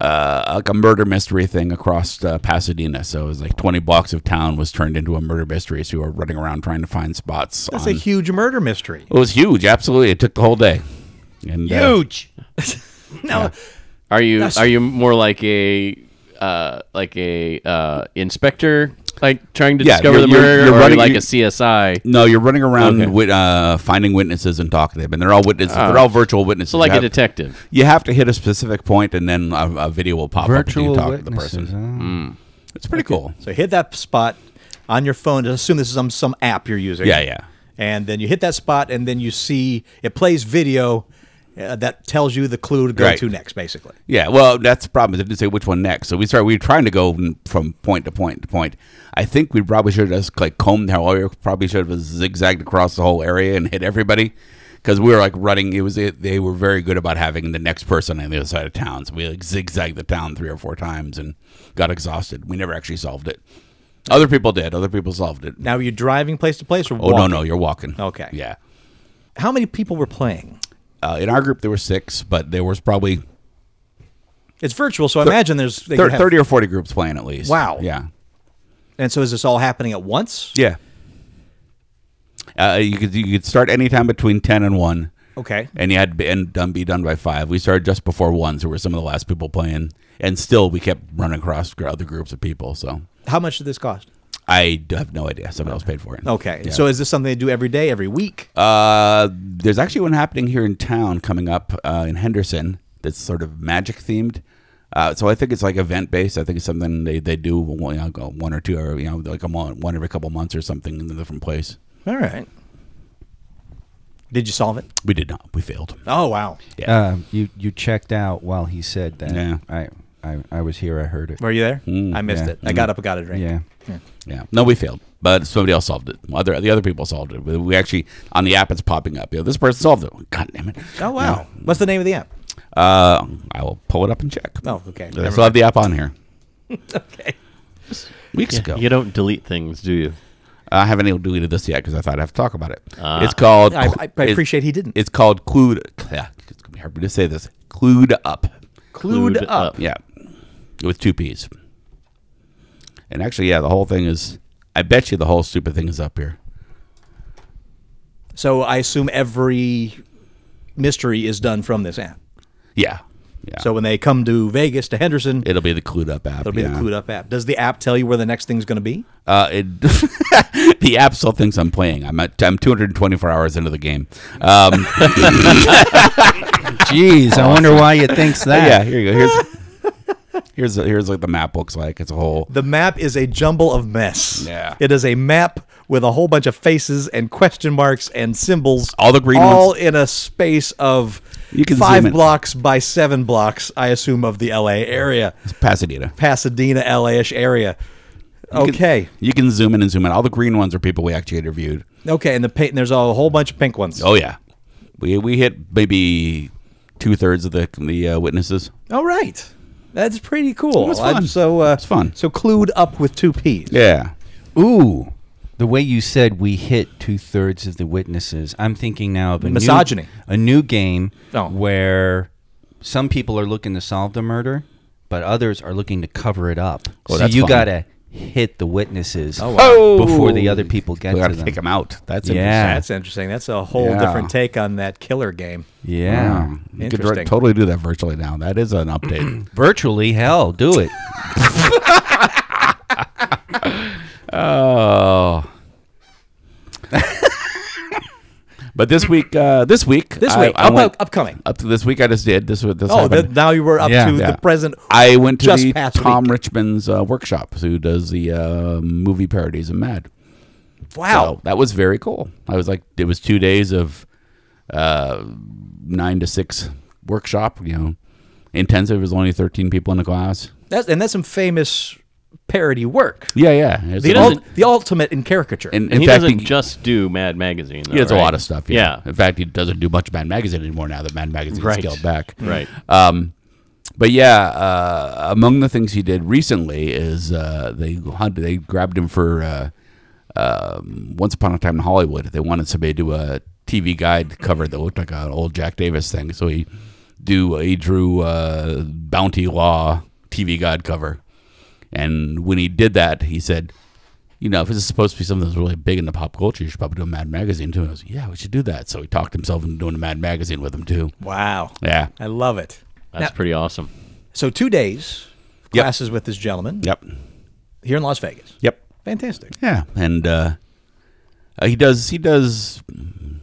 [SPEAKER 4] uh, like a murder mystery thing across uh, Pasadena. So it was like twenty blocks of town was turned into a murder mystery. So we were running around trying to find spots.
[SPEAKER 2] That's
[SPEAKER 4] on-
[SPEAKER 2] a huge murder mystery.
[SPEAKER 4] It was huge. Absolutely, it took the whole day. And, uh,
[SPEAKER 5] Huge.
[SPEAKER 2] Now,
[SPEAKER 3] Are you
[SPEAKER 2] That's-
[SPEAKER 3] are you more like a uh, like a uh, inspector, like trying to
[SPEAKER 4] Yeah,
[SPEAKER 3] discover
[SPEAKER 4] you're-
[SPEAKER 3] the
[SPEAKER 4] you're-
[SPEAKER 3] murder,
[SPEAKER 4] you're
[SPEAKER 3] or
[SPEAKER 4] running-
[SPEAKER 3] like
[SPEAKER 4] you-
[SPEAKER 3] a CSI?
[SPEAKER 4] No, you're running around
[SPEAKER 3] Okay. Ah.
[SPEAKER 4] wit uh, finding witnesses and talking to them, and they're all witnesses. they're all virtual witnesses.
[SPEAKER 3] So like
[SPEAKER 4] you
[SPEAKER 3] a
[SPEAKER 4] have,
[SPEAKER 3] detective.
[SPEAKER 4] you have to hit a specific point, and then a, a video will pop
[SPEAKER 5] Virtual
[SPEAKER 4] up and you talk
[SPEAKER 5] witnesses.
[SPEAKER 4] to the person. Hmm.
[SPEAKER 5] huh?
[SPEAKER 4] It's pretty cool.
[SPEAKER 2] so hit that spot on your phone. Just assume this is some some app you're using.
[SPEAKER 4] Yeah, yeah.
[SPEAKER 2] And then you hit that spot, and then you see it plays video uh, that tells you the clue to go
[SPEAKER 4] Right.
[SPEAKER 2] to next, basically.
[SPEAKER 4] Yeah, well, that's the problem. They didn't say which one next, so we started. We were trying to go n- from point to point to point. I think we probably should have just like combed how we probably should have zigzagged across the whole area and hit everybody because we were like running. It was it, they were very good about having the next person on the other side of town. So we like zigzagged the town three or four times and got exhausted. We never actually solved it. Other people did. Other people solved it.
[SPEAKER 2] Now, are you driving place to place or
[SPEAKER 4] Oh no,
[SPEAKER 2] walking?
[SPEAKER 4] no, you're walking.
[SPEAKER 2] Okay.
[SPEAKER 4] Yeah.
[SPEAKER 2] How many people were playing?
[SPEAKER 4] Uh, in our group, there were six, but there was probably
[SPEAKER 2] It's virtual, so I imagine there's they
[SPEAKER 4] thir-
[SPEAKER 2] could have-
[SPEAKER 4] thirty or forty groups playing at least.
[SPEAKER 2] Wow.
[SPEAKER 4] Yeah.
[SPEAKER 2] And so is this all happening at once?
[SPEAKER 4] Yeah. Uh, you could you could start anytime between ten and one,
[SPEAKER 2] Okay.
[SPEAKER 4] and you had to be, and done be done by five. We started just before one, so we were some of the last people playing, and still we kept running across gr- other groups of people. So
[SPEAKER 2] How much did this cost?
[SPEAKER 4] I d- have no idea. Someone else paid for it.
[SPEAKER 2] Okay.
[SPEAKER 4] Yeah.
[SPEAKER 2] So is this something they do every day, every week?
[SPEAKER 4] uh, there's actually one happening here in town coming up uh, in Henderson that's sort of magic themed. Uh, so I think it's like event based. I think it's something they, they do one, you know, one or two or you know like a mon- one every couple months or something in a different place.
[SPEAKER 2] all right. Did you solve it?
[SPEAKER 4] We did not. We failed.
[SPEAKER 2] Oh wow.
[SPEAKER 4] Yeah.
[SPEAKER 5] Uh, you you checked out while he said that.
[SPEAKER 4] Yeah.
[SPEAKER 5] I, I, I was here. I heard it.
[SPEAKER 2] Were you there? I missed
[SPEAKER 5] yeah.
[SPEAKER 2] it. I got up and got a drink.
[SPEAKER 5] Yeah.
[SPEAKER 4] Hmm, Yeah. No, we failed, but somebody else solved it. Other the other people solved it. We- We actually on the app it's popping up. You know, this person solved it. God damn it.
[SPEAKER 2] Oh wow. What's the name of the app?
[SPEAKER 4] No. Uh, I will pull it up and check.
[SPEAKER 2] Oh, okay.
[SPEAKER 4] I
[SPEAKER 2] Never
[SPEAKER 4] still have the app on here.
[SPEAKER 2] Okay.
[SPEAKER 4] Weeks ago,
[SPEAKER 3] You don't delete things, do you?
[SPEAKER 4] I haven't even deleted this yet because I thought I'd have to talk about it.
[SPEAKER 3] Uh,
[SPEAKER 4] it's called.
[SPEAKER 2] I, I, I
[SPEAKER 4] it-
[SPEAKER 2] appreciate he didn't.
[SPEAKER 4] It's called Clued. Yeah, it's gonna be hard for me to say this. Clued up.
[SPEAKER 2] Clued,
[SPEAKER 3] Clued
[SPEAKER 2] up.
[SPEAKER 3] Up.
[SPEAKER 4] Yeah, with two P's. And actually, yeah, the whole thing is. I bet you the whole stupid thing is up here.
[SPEAKER 2] So I assume every mystery is done from this app.
[SPEAKER 4] Yeah. Yeah.
[SPEAKER 2] So when they come to Vegas to Henderson,
[SPEAKER 4] It'll be the clued up app.
[SPEAKER 2] it'll be the
[SPEAKER 4] yeah.
[SPEAKER 2] clued up app. Does the app tell you where the next thing's going to be?
[SPEAKER 4] Uh, it, the app still thinks I'm playing. I'm at I'm 224 hours into the game. Um,
[SPEAKER 5] Jeez, I wonder why you thinks that.
[SPEAKER 4] yeah, here you go. Here's here's here's like the map looks like. It's a whole.
[SPEAKER 2] The map is a jumble of mess.
[SPEAKER 4] Yeah.
[SPEAKER 2] It is a map with a whole bunch of faces and question marks and symbols.
[SPEAKER 4] All the green
[SPEAKER 2] All
[SPEAKER 4] ones.
[SPEAKER 2] in a space of
[SPEAKER 4] You can zoom
[SPEAKER 2] five
[SPEAKER 4] in.
[SPEAKER 2] blocks by seven blocks, I assume, of the LA area.
[SPEAKER 4] Pasadena.
[SPEAKER 2] Pasadena, LA ish area.
[SPEAKER 4] You can-
[SPEAKER 2] Okay.
[SPEAKER 4] you can zoom in and zoom out. All the green ones are people we actually interviewed.
[SPEAKER 2] Okay. And the paint, and there's a whole bunch of pink ones.
[SPEAKER 4] Oh yeah, we we hit maybe two thirds of the the uh, witnesses.
[SPEAKER 2] All right. That's pretty cool.
[SPEAKER 4] was
[SPEAKER 2] I'm
[SPEAKER 4] fun.
[SPEAKER 2] so uh,
[SPEAKER 4] It's fun.
[SPEAKER 2] So clued up with two P's.
[SPEAKER 4] Yeah.
[SPEAKER 5] Ooh. The way you said we hit two thirds of the witnesses, I'm thinking now of a
[SPEAKER 2] Misogyny.
[SPEAKER 5] new, a new game
[SPEAKER 2] Oh.
[SPEAKER 5] where some people are looking to solve the murder, but others are looking to cover it up.
[SPEAKER 4] Oh,
[SPEAKER 5] so
[SPEAKER 4] that's
[SPEAKER 5] you
[SPEAKER 4] fun.
[SPEAKER 5] gotta hit the witnesses
[SPEAKER 4] wow.
[SPEAKER 5] before the other people get
[SPEAKER 4] Oh. We got
[SPEAKER 5] to
[SPEAKER 4] to
[SPEAKER 5] them.
[SPEAKER 4] take them out. That's
[SPEAKER 5] Yeah.
[SPEAKER 4] interesting.
[SPEAKER 2] That's interesting. That's a whole
[SPEAKER 4] Yeah.
[SPEAKER 2] different take on that killer game.
[SPEAKER 5] Yeah.
[SPEAKER 4] You could
[SPEAKER 2] Interesting.
[SPEAKER 4] totally do that virtually now. That is an update.
[SPEAKER 5] Virtually, hell, do it.
[SPEAKER 4] Oh. But this week, uh, this week,
[SPEAKER 2] This
[SPEAKER 4] I-
[SPEAKER 2] week,
[SPEAKER 4] I
[SPEAKER 2] up-
[SPEAKER 4] went-
[SPEAKER 2] upcoming.
[SPEAKER 4] up to this week, I just did this. was- this
[SPEAKER 2] Oh,
[SPEAKER 4] happened.
[SPEAKER 2] that now you were up
[SPEAKER 5] Yeah.
[SPEAKER 2] to
[SPEAKER 4] Yeah.
[SPEAKER 2] the present.
[SPEAKER 4] I went to
[SPEAKER 2] just
[SPEAKER 4] the
[SPEAKER 2] past
[SPEAKER 4] Tom
[SPEAKER 2] week.
[SPEAKER 4] Richmond's uh, workshop, who does the uh, movie parodies of Mad.
[SPEAKER 2] Wow.
[SPEAKER 4] So that was very cool. I was like, it was two days of uh, nine to six workshop. You know, intensive. It was only thirteen people in the class.
[SPEAKER 2] That's, and that's some famous parody work.
[SPEAKER 4] Yeah, yeah. It's
[SPEAKER 3] He
[SPEAKER 4] a-
[SPEAKER 2] Ul-
[SPEAKER 3] doesn't-
[SPEAKER 2] the ultimate in caricature.
[SPEAKER 4] in, in
[SPEAKER 3] And he
[SPEAKER 4] fact,
[SPEAKER 3] doesn't
[SPEAKER 4] he,
[SPEAKER 3] just do Mad Magazine. Though,
[SPEAKER 4] he does a
[SPEAKER 3] right?
[SPEAKER 4] lot of stuff. Yeah.
[SPEAKER 3] Yeah.
[SPEAKER 4] In fact, he doesn't do much Mad Magazine anymore now that Mad Magazine's
[SPEAKER 3] Right.
[SPEAKER 4] scaled back.
[SPEAKER 3] Right.
[SPEAKER 4] Um, but yeah, uh, among the things he did recently is uh, they hunted, they grabbed him for uh, um, Once Upon a Time in Hollywood. They wanted somebody to do a TV guide cover that looked like an old Jack Davis thing. So he do he drew uh, Bounty Law TV guide cover, and when he did that, he said. You know, if this is supposed to be something that's really big in the pop culture, you should probably do a Mad Magazine too. And I was, yeah, we should do that. So he talked himself into doing a Mad Magazine with him too.
[SPEAKER 2] wow.
[SPEAKER 4] Yeah.
[SPEAKER 2] I love it.
[SPEAKER 3] That's
[SPEAKER 2] Now-
[SPEAKER 3] pretty awesome.
[SPEAKER 2] So two days of
[SPEAKER 4] Yep.
[SPEAKER 2] classes with this gentleman
[SPEAKER 4] Yep.
[SPEAKER 2] here in Las Vegas.
[SPEAKER 4] Yep.
[SPEAKER 2] Fantastic.
[SPEAKER 4] Yeah, and uh, uh, he does he does mm,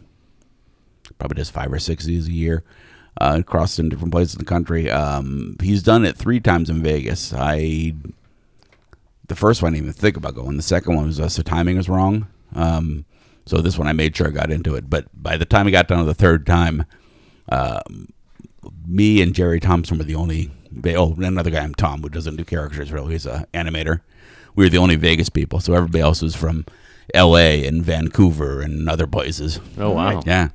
[SPEAKER 4] probably does five or six of these a year, uh, across in different places in the country. Um, he's done it three times in Vegas. I the first one I didn't even think about going. The second one was just the timing was wrong. Um, so this one I made sure I got into it. But by the time I got down to the third time, um, me and Jerry Thompson were the only. Oh, and another guy, I'm Tom, who doesn't do characters really. He's an animator. We were the only Vegas people, so everybody else was from L.A. and Vancouver and other places.
[SPEAKER 3] Oh wow.
[SPEAKER 4] Yeah,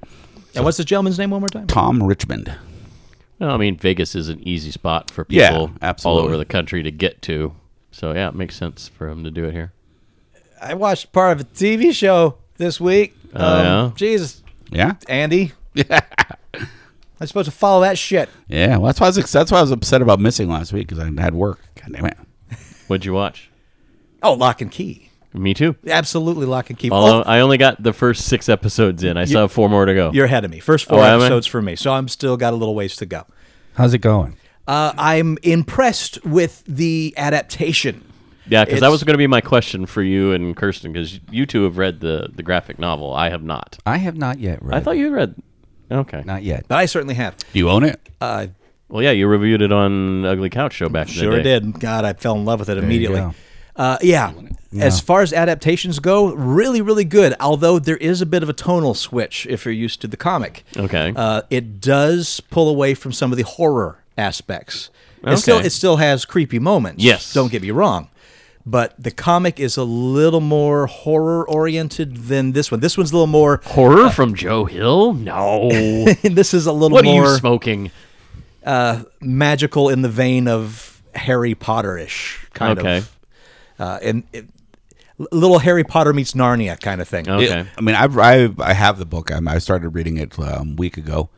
[SPEAKER 2] and what's this gentleman's name one more time?
[SPEAKER 4] Tom Richmond.
[SPEAKER 3] Well, I mean, Vegas is an easy spot for
[SPEAKER 4] Yeah,
[SPEAKER 3] people all
[SPEAKER 4] absolutely.
[SPEAKER 3] over the country to get to. So yeah, it makes sense for him to do it here.
[SPEAKER 2] I watched part of a TV show this week. Um,
[SPEAKER 3] Oh, yeah?
[SPEAKER 2] Jesus,
[SPEAKER 4] Yeah,
[SPEAKER 2] Andy. I'm supposed to follow that shit.
[SPEAKER 4] yeah. Well, that's why I was ex- that's why I was upset about missing last week because I had work. God damn it.
[SPEAKER 3] What'd you watch?
[SPEAKER 2] Oh, lock and key.
[SPEAKER 3] Me too.
[SPEAKER 2] Absolutely lock and key.
[SPEAKER 3] Although
[SPEAKER 2] Oh,
[SPEAKER 3] I only got the first six episodes in, I still have four more to go.
[SPEAKER 2] you're ahead of me. First four
[SPEAKER 3] Oh, am I?
[SPEAKER 2] episodes for me. So I'm still got a little ways to go.
[SPEAKER 5] How's it going?
[SPEAKER 2] Uh, I'm impressed with the adaptation.
[SPEAKER 3] yeah, because that
[SPEAKER 2] it's-
[SPEAKER 3] was going to be my question for you and Kirsten, because you two have read the the graphic novel. I have not.
[SPEAKER 5] I have not yet read.
[SPEAKER 3] I thought you had read. Okay.
[SPEAKER 5] not yet.
[SPEAKER 2] But I certainly have.
[SPEAKER 4] Do you own it?
[SPEAKER 2] Uh,
[SPEAKER 3] Well, yeah, you reviewed it on Ugly Couch Show back in the
[SPEAKER 2] sure
[SPEAKER 3] day.
[SPEAKER 2] did. God, I fell in love with it immediately.
[SPEAKER 5] go.
[SPEAKER 2] Uh, yeah. As far as adaptations go, really, really good. Although there is a bit of a tonal switch if you're used to the comic.
[SPEAKER 3] Okay.
[SPEAKER 2] Uh, it does pull away from some of the horror aspects. It still
[SPEAKER 3] Okay.
[SPEAKER 2] it still has creepy moments.
[SPEAKER 3] Yes.
[SPEAKER 2] Don't get me wrong. But the comic is a little more horror oriented than this one. This one's a little more
[SPEAKER 3] Horror from Joe Hill? No.
[SPEAKER 2] this is a little
[SPEAKER 3] what are
[SPEAKER 2] more
[SPEAKER 3] you smoking?
[SPEAKER 2] magical in the vein of Harry Potter-ish kind
[SPEAKER 3] Okay.
[SPEAKER 2] of, uh, and it, little Harry Potter meets Narnia kind of thing.
[SPEAKER 3] Okay.
[SPEAKER 4] It- I mean, I've, I've I have the book. I'm, I started reading it um, a week ago,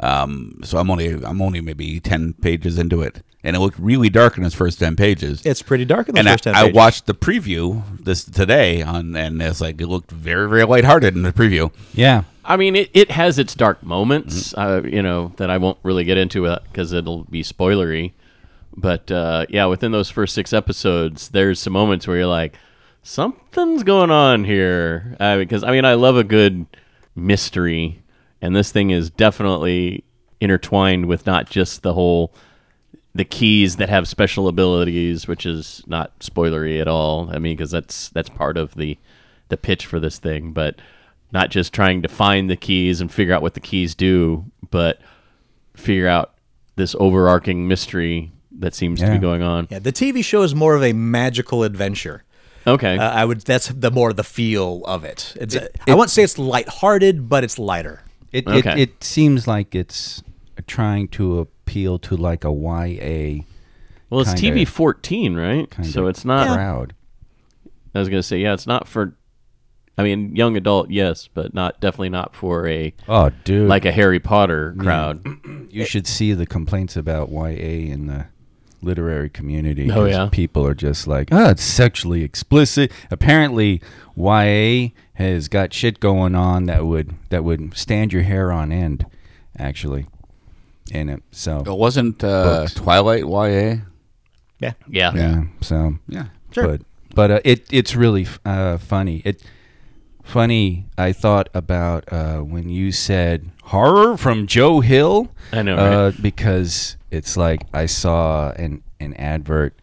[SPEAKER 4] um, so I'm only I'm only maybe ten pages into it, and it looked really dark in its first ten pages.
[SPEAKER 2] It's pretty dark in the
[SPEAKER 4] and
[SPEAKER 2] first
[SPEAKER 4] I,
[SPEAKER 2] ten
[SPEAKER 4] I
[SPEAKER 2] pages.
[SPEAKER 4] watched the preview this today on, and it's like it looked very very lighthearted in the preview.
[SPEAKER 5] Yeah.
[SPEAKER 3] I mean, it, it has its dark moments, uh, you know, that I won't really get into because it'll be spoilery. But uh, yeah, within those first six episodes, there's some moments where you're like, something's going on here. Uh, because, I mean, I love a good mystery, and this thing is definitely intertwined with not just the whole the keys that have special abilities, which is not spoilery at all. I mean, because that's that's part of the the pitch for this thing, but not just trying to find the keys and figure out what the keys do, but figure out this overarching mystery that seems to
[SPEAKER 5] Yeah.
[SPEAKER 3] be going on.
[SPEAKER 2] yeah, the TV show is more of a magical adventure.
[SPEAKER 3] Okay,
[SPEAKER 2] Uh, I would that's the more the feel of it. It's a- I won't say it's lighthearted, but it's lighter.
[SPEAKER 5] It, it
[SPEAKER 3] Okay.
[SPEAKER 5] it seems like it's trying to appeal to like a YA
[SPEAKER 3] well, it's
[SPEAKER 5] kinda-
[SPEAKER 3] TV fourteen, right? So it's not.
[SPEAKER 5] crowd.
[SPEAKER 3] I was gonna say, yeah, it's not for. I mean, young adult, yes, but not definitely not for a
[SPEAKER 5] Oh, dude!
[SPEAKER 3] like a Harry Potter crowd.
[SPEAKER 5] you should see the complaints about YA in the literary community.
[SPEAKER 3] Oh,
[SPEAKER 5] 'cause
[SPEAKER 3] yeah?
[SPEAKER 5] people are just like, oh, it's sexually explicit. Apparently, YA has got shit going on that would that would stand your hair on end, actually. In it, so
[SPEAKER 4] It wasn't uh,
[SPEAKER 5] Books.
[SPEAKER 4] Twilight YA.
[SPEAKER 2] Yeah,
[SPEAKER 3] Yeah.
[SPEAKER 5] yeah, so
[SPEAKER 4] Yeah,
[SPEAKER 5] But but uh, it it's really f- uh, funny. It funny. I thought about uh, when you said horror from Joe Hill.
[SPEAKER 3] I know,
[SPEAKER 5] uh,
[SPEAKER 3] right?
[SPEAKER 5] because it's like I saw an an advert,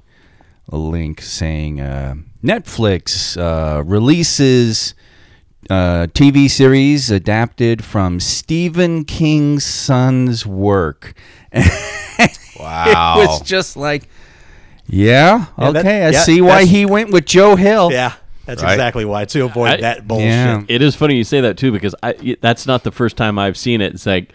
[SPEAKER 5] a link saying uh, Netflix uh, releases uh, TV series adapted from Stephen King's son's work.
[SPEAKER 4] Wow.
[SPEAKER 3] Oh.
[SPEAKER 4] Oh,
[SPEAKER 5] It was just like, yeah,
[SPEAKER 2] Yeah, that-
[SPEAKER 5] okay, I
[SPEAKER 2] yeah,
[SPEAKER 5] see why
[SPEAKER 2] that's-
[SPEAKER 5] he went with Joe Hill.
[SPEAKER 2] Yeah, that's
[SPEAKER 4] Right.
[SPEAKER 2] exactly why to avoid
[SPEAKER 3] I-
[SPEAKER 2] that bullshit.
[SPEAKER 5] Yeah.
[SPEAKER 3] It is funny you say that too because I y- that's not the first time I've seen it. It's like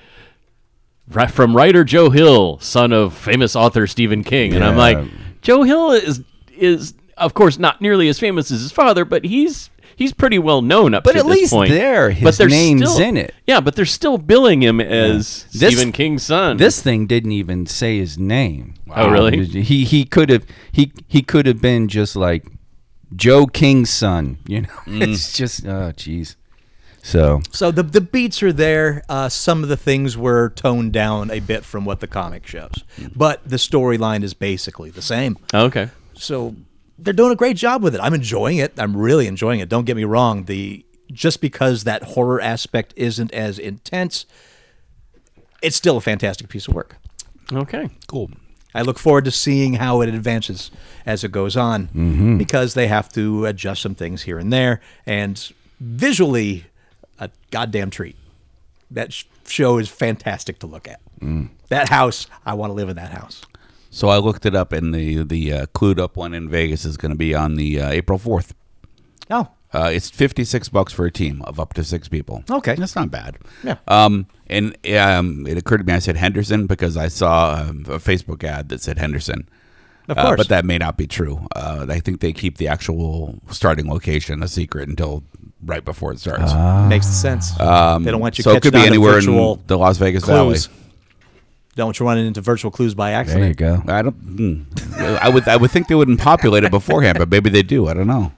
[SPEAKER 3] ri- from writer Joe Hill, son of famous author Stephen King, and I'm
[SPEAKER 5] Yeah.
[SPEAKER 3] like Joe Hill is is of course not nearly as famous as his father, but he's he's pretty well known up
[SPEAKER 5] But
[SPEAKER 3] to
[SPEAKER 5] at
[SPEAKER 3] this
[SPEAKER 5] least
[SPEAKER 3] point.
[SPEAKER 5] there, his
[SPEAKER 3] they're
[SPEAKER 5] name's in it.
[SPEAKER 3] Yeah, but they're still billing him as
[SPEAKER 5] This-
[SPEAKER 3] Stephen King's son.
[SPEAKER 5] This thing didn't even say his name.
[SPEAKER 3] Oh, really?
[SPEAKER 5] He he could have he he could have been just like Joe King's son. You know, it's
[SPEAKER 3] Mm.
[SPEAKER 5] just oh jeez. So
[SPEAKER 2] So the the beats are there. Uh, some of the things were toned down a bit from what the comic shows, but the storyline is basically the same.
[SPEAKER 3] Oh, okay.
[SPEAKER 2] So they're doing a great job with it. I'm enjoying it. I'm really enjoying it. Don't get me wrong. The just because that horror aspect isn't as intense, it's still a fantastic piece of work.
[SPEAKER 3] Okay.
[SPEAKER 4] cool.
[SPEAKER 2] I look forward to seeing how it advances as it goes on
[SPEAKER 4] Mm-hmm.
[SPEAKER 2] because they have to adjust some things here and there. And visually, a goddamn treat. That sh- show is fantastic to look at.
[SPEAKER 4] Mm.
[SPEAKER 2] That house, I want to live in that house.
[SPEAKER 4] So I looked it up, and the the uh, clued up one in Vegas is going to be on the uh, April fourth.
[SPEAKER 2] Oh,
[SPEAKER 4] Uh, it's fifty six bucks for a team of up to six people.
[SPEAKER 2] Okay.
[SPEAKER 4] that's not bad.
[SPEAKER 2] Yeah.
[SPEAKER 4] Um, and um, it occurred to me I said Henderson because I saw um, a Facebook ad that said Henderson.
[SPEAKER 2] Of
[SPEAKER 4] Uh,
[SPEAKER 2] course.
[SPEAKER 4] but that may not be true. Uh, I think they keep the actual starting location a secret until right before it starts. Um,
[SPEAKER 2] makes sense. Ah. they don't want you
[SPEAKER 4] so it
[SPEAKER 2] catching
[SPEAKER 4] could be
[SPEAKER 2] on to
[SPEAKER 4] anywhere in
[SPEAKER 2] virtual
[SPEAKER 4] the Las Vegas
[SPEAKER 2] clues.
[SPEAKER 4] Valley.
[SPEAKER 2] Don't want you running into virtual clues by accident.
[SPEAKER 5] there you go.
[SPEAKER 4] I don't. hmm. I would. I would think they wouldn't populate it beforehand, but maybe they do. I don't know.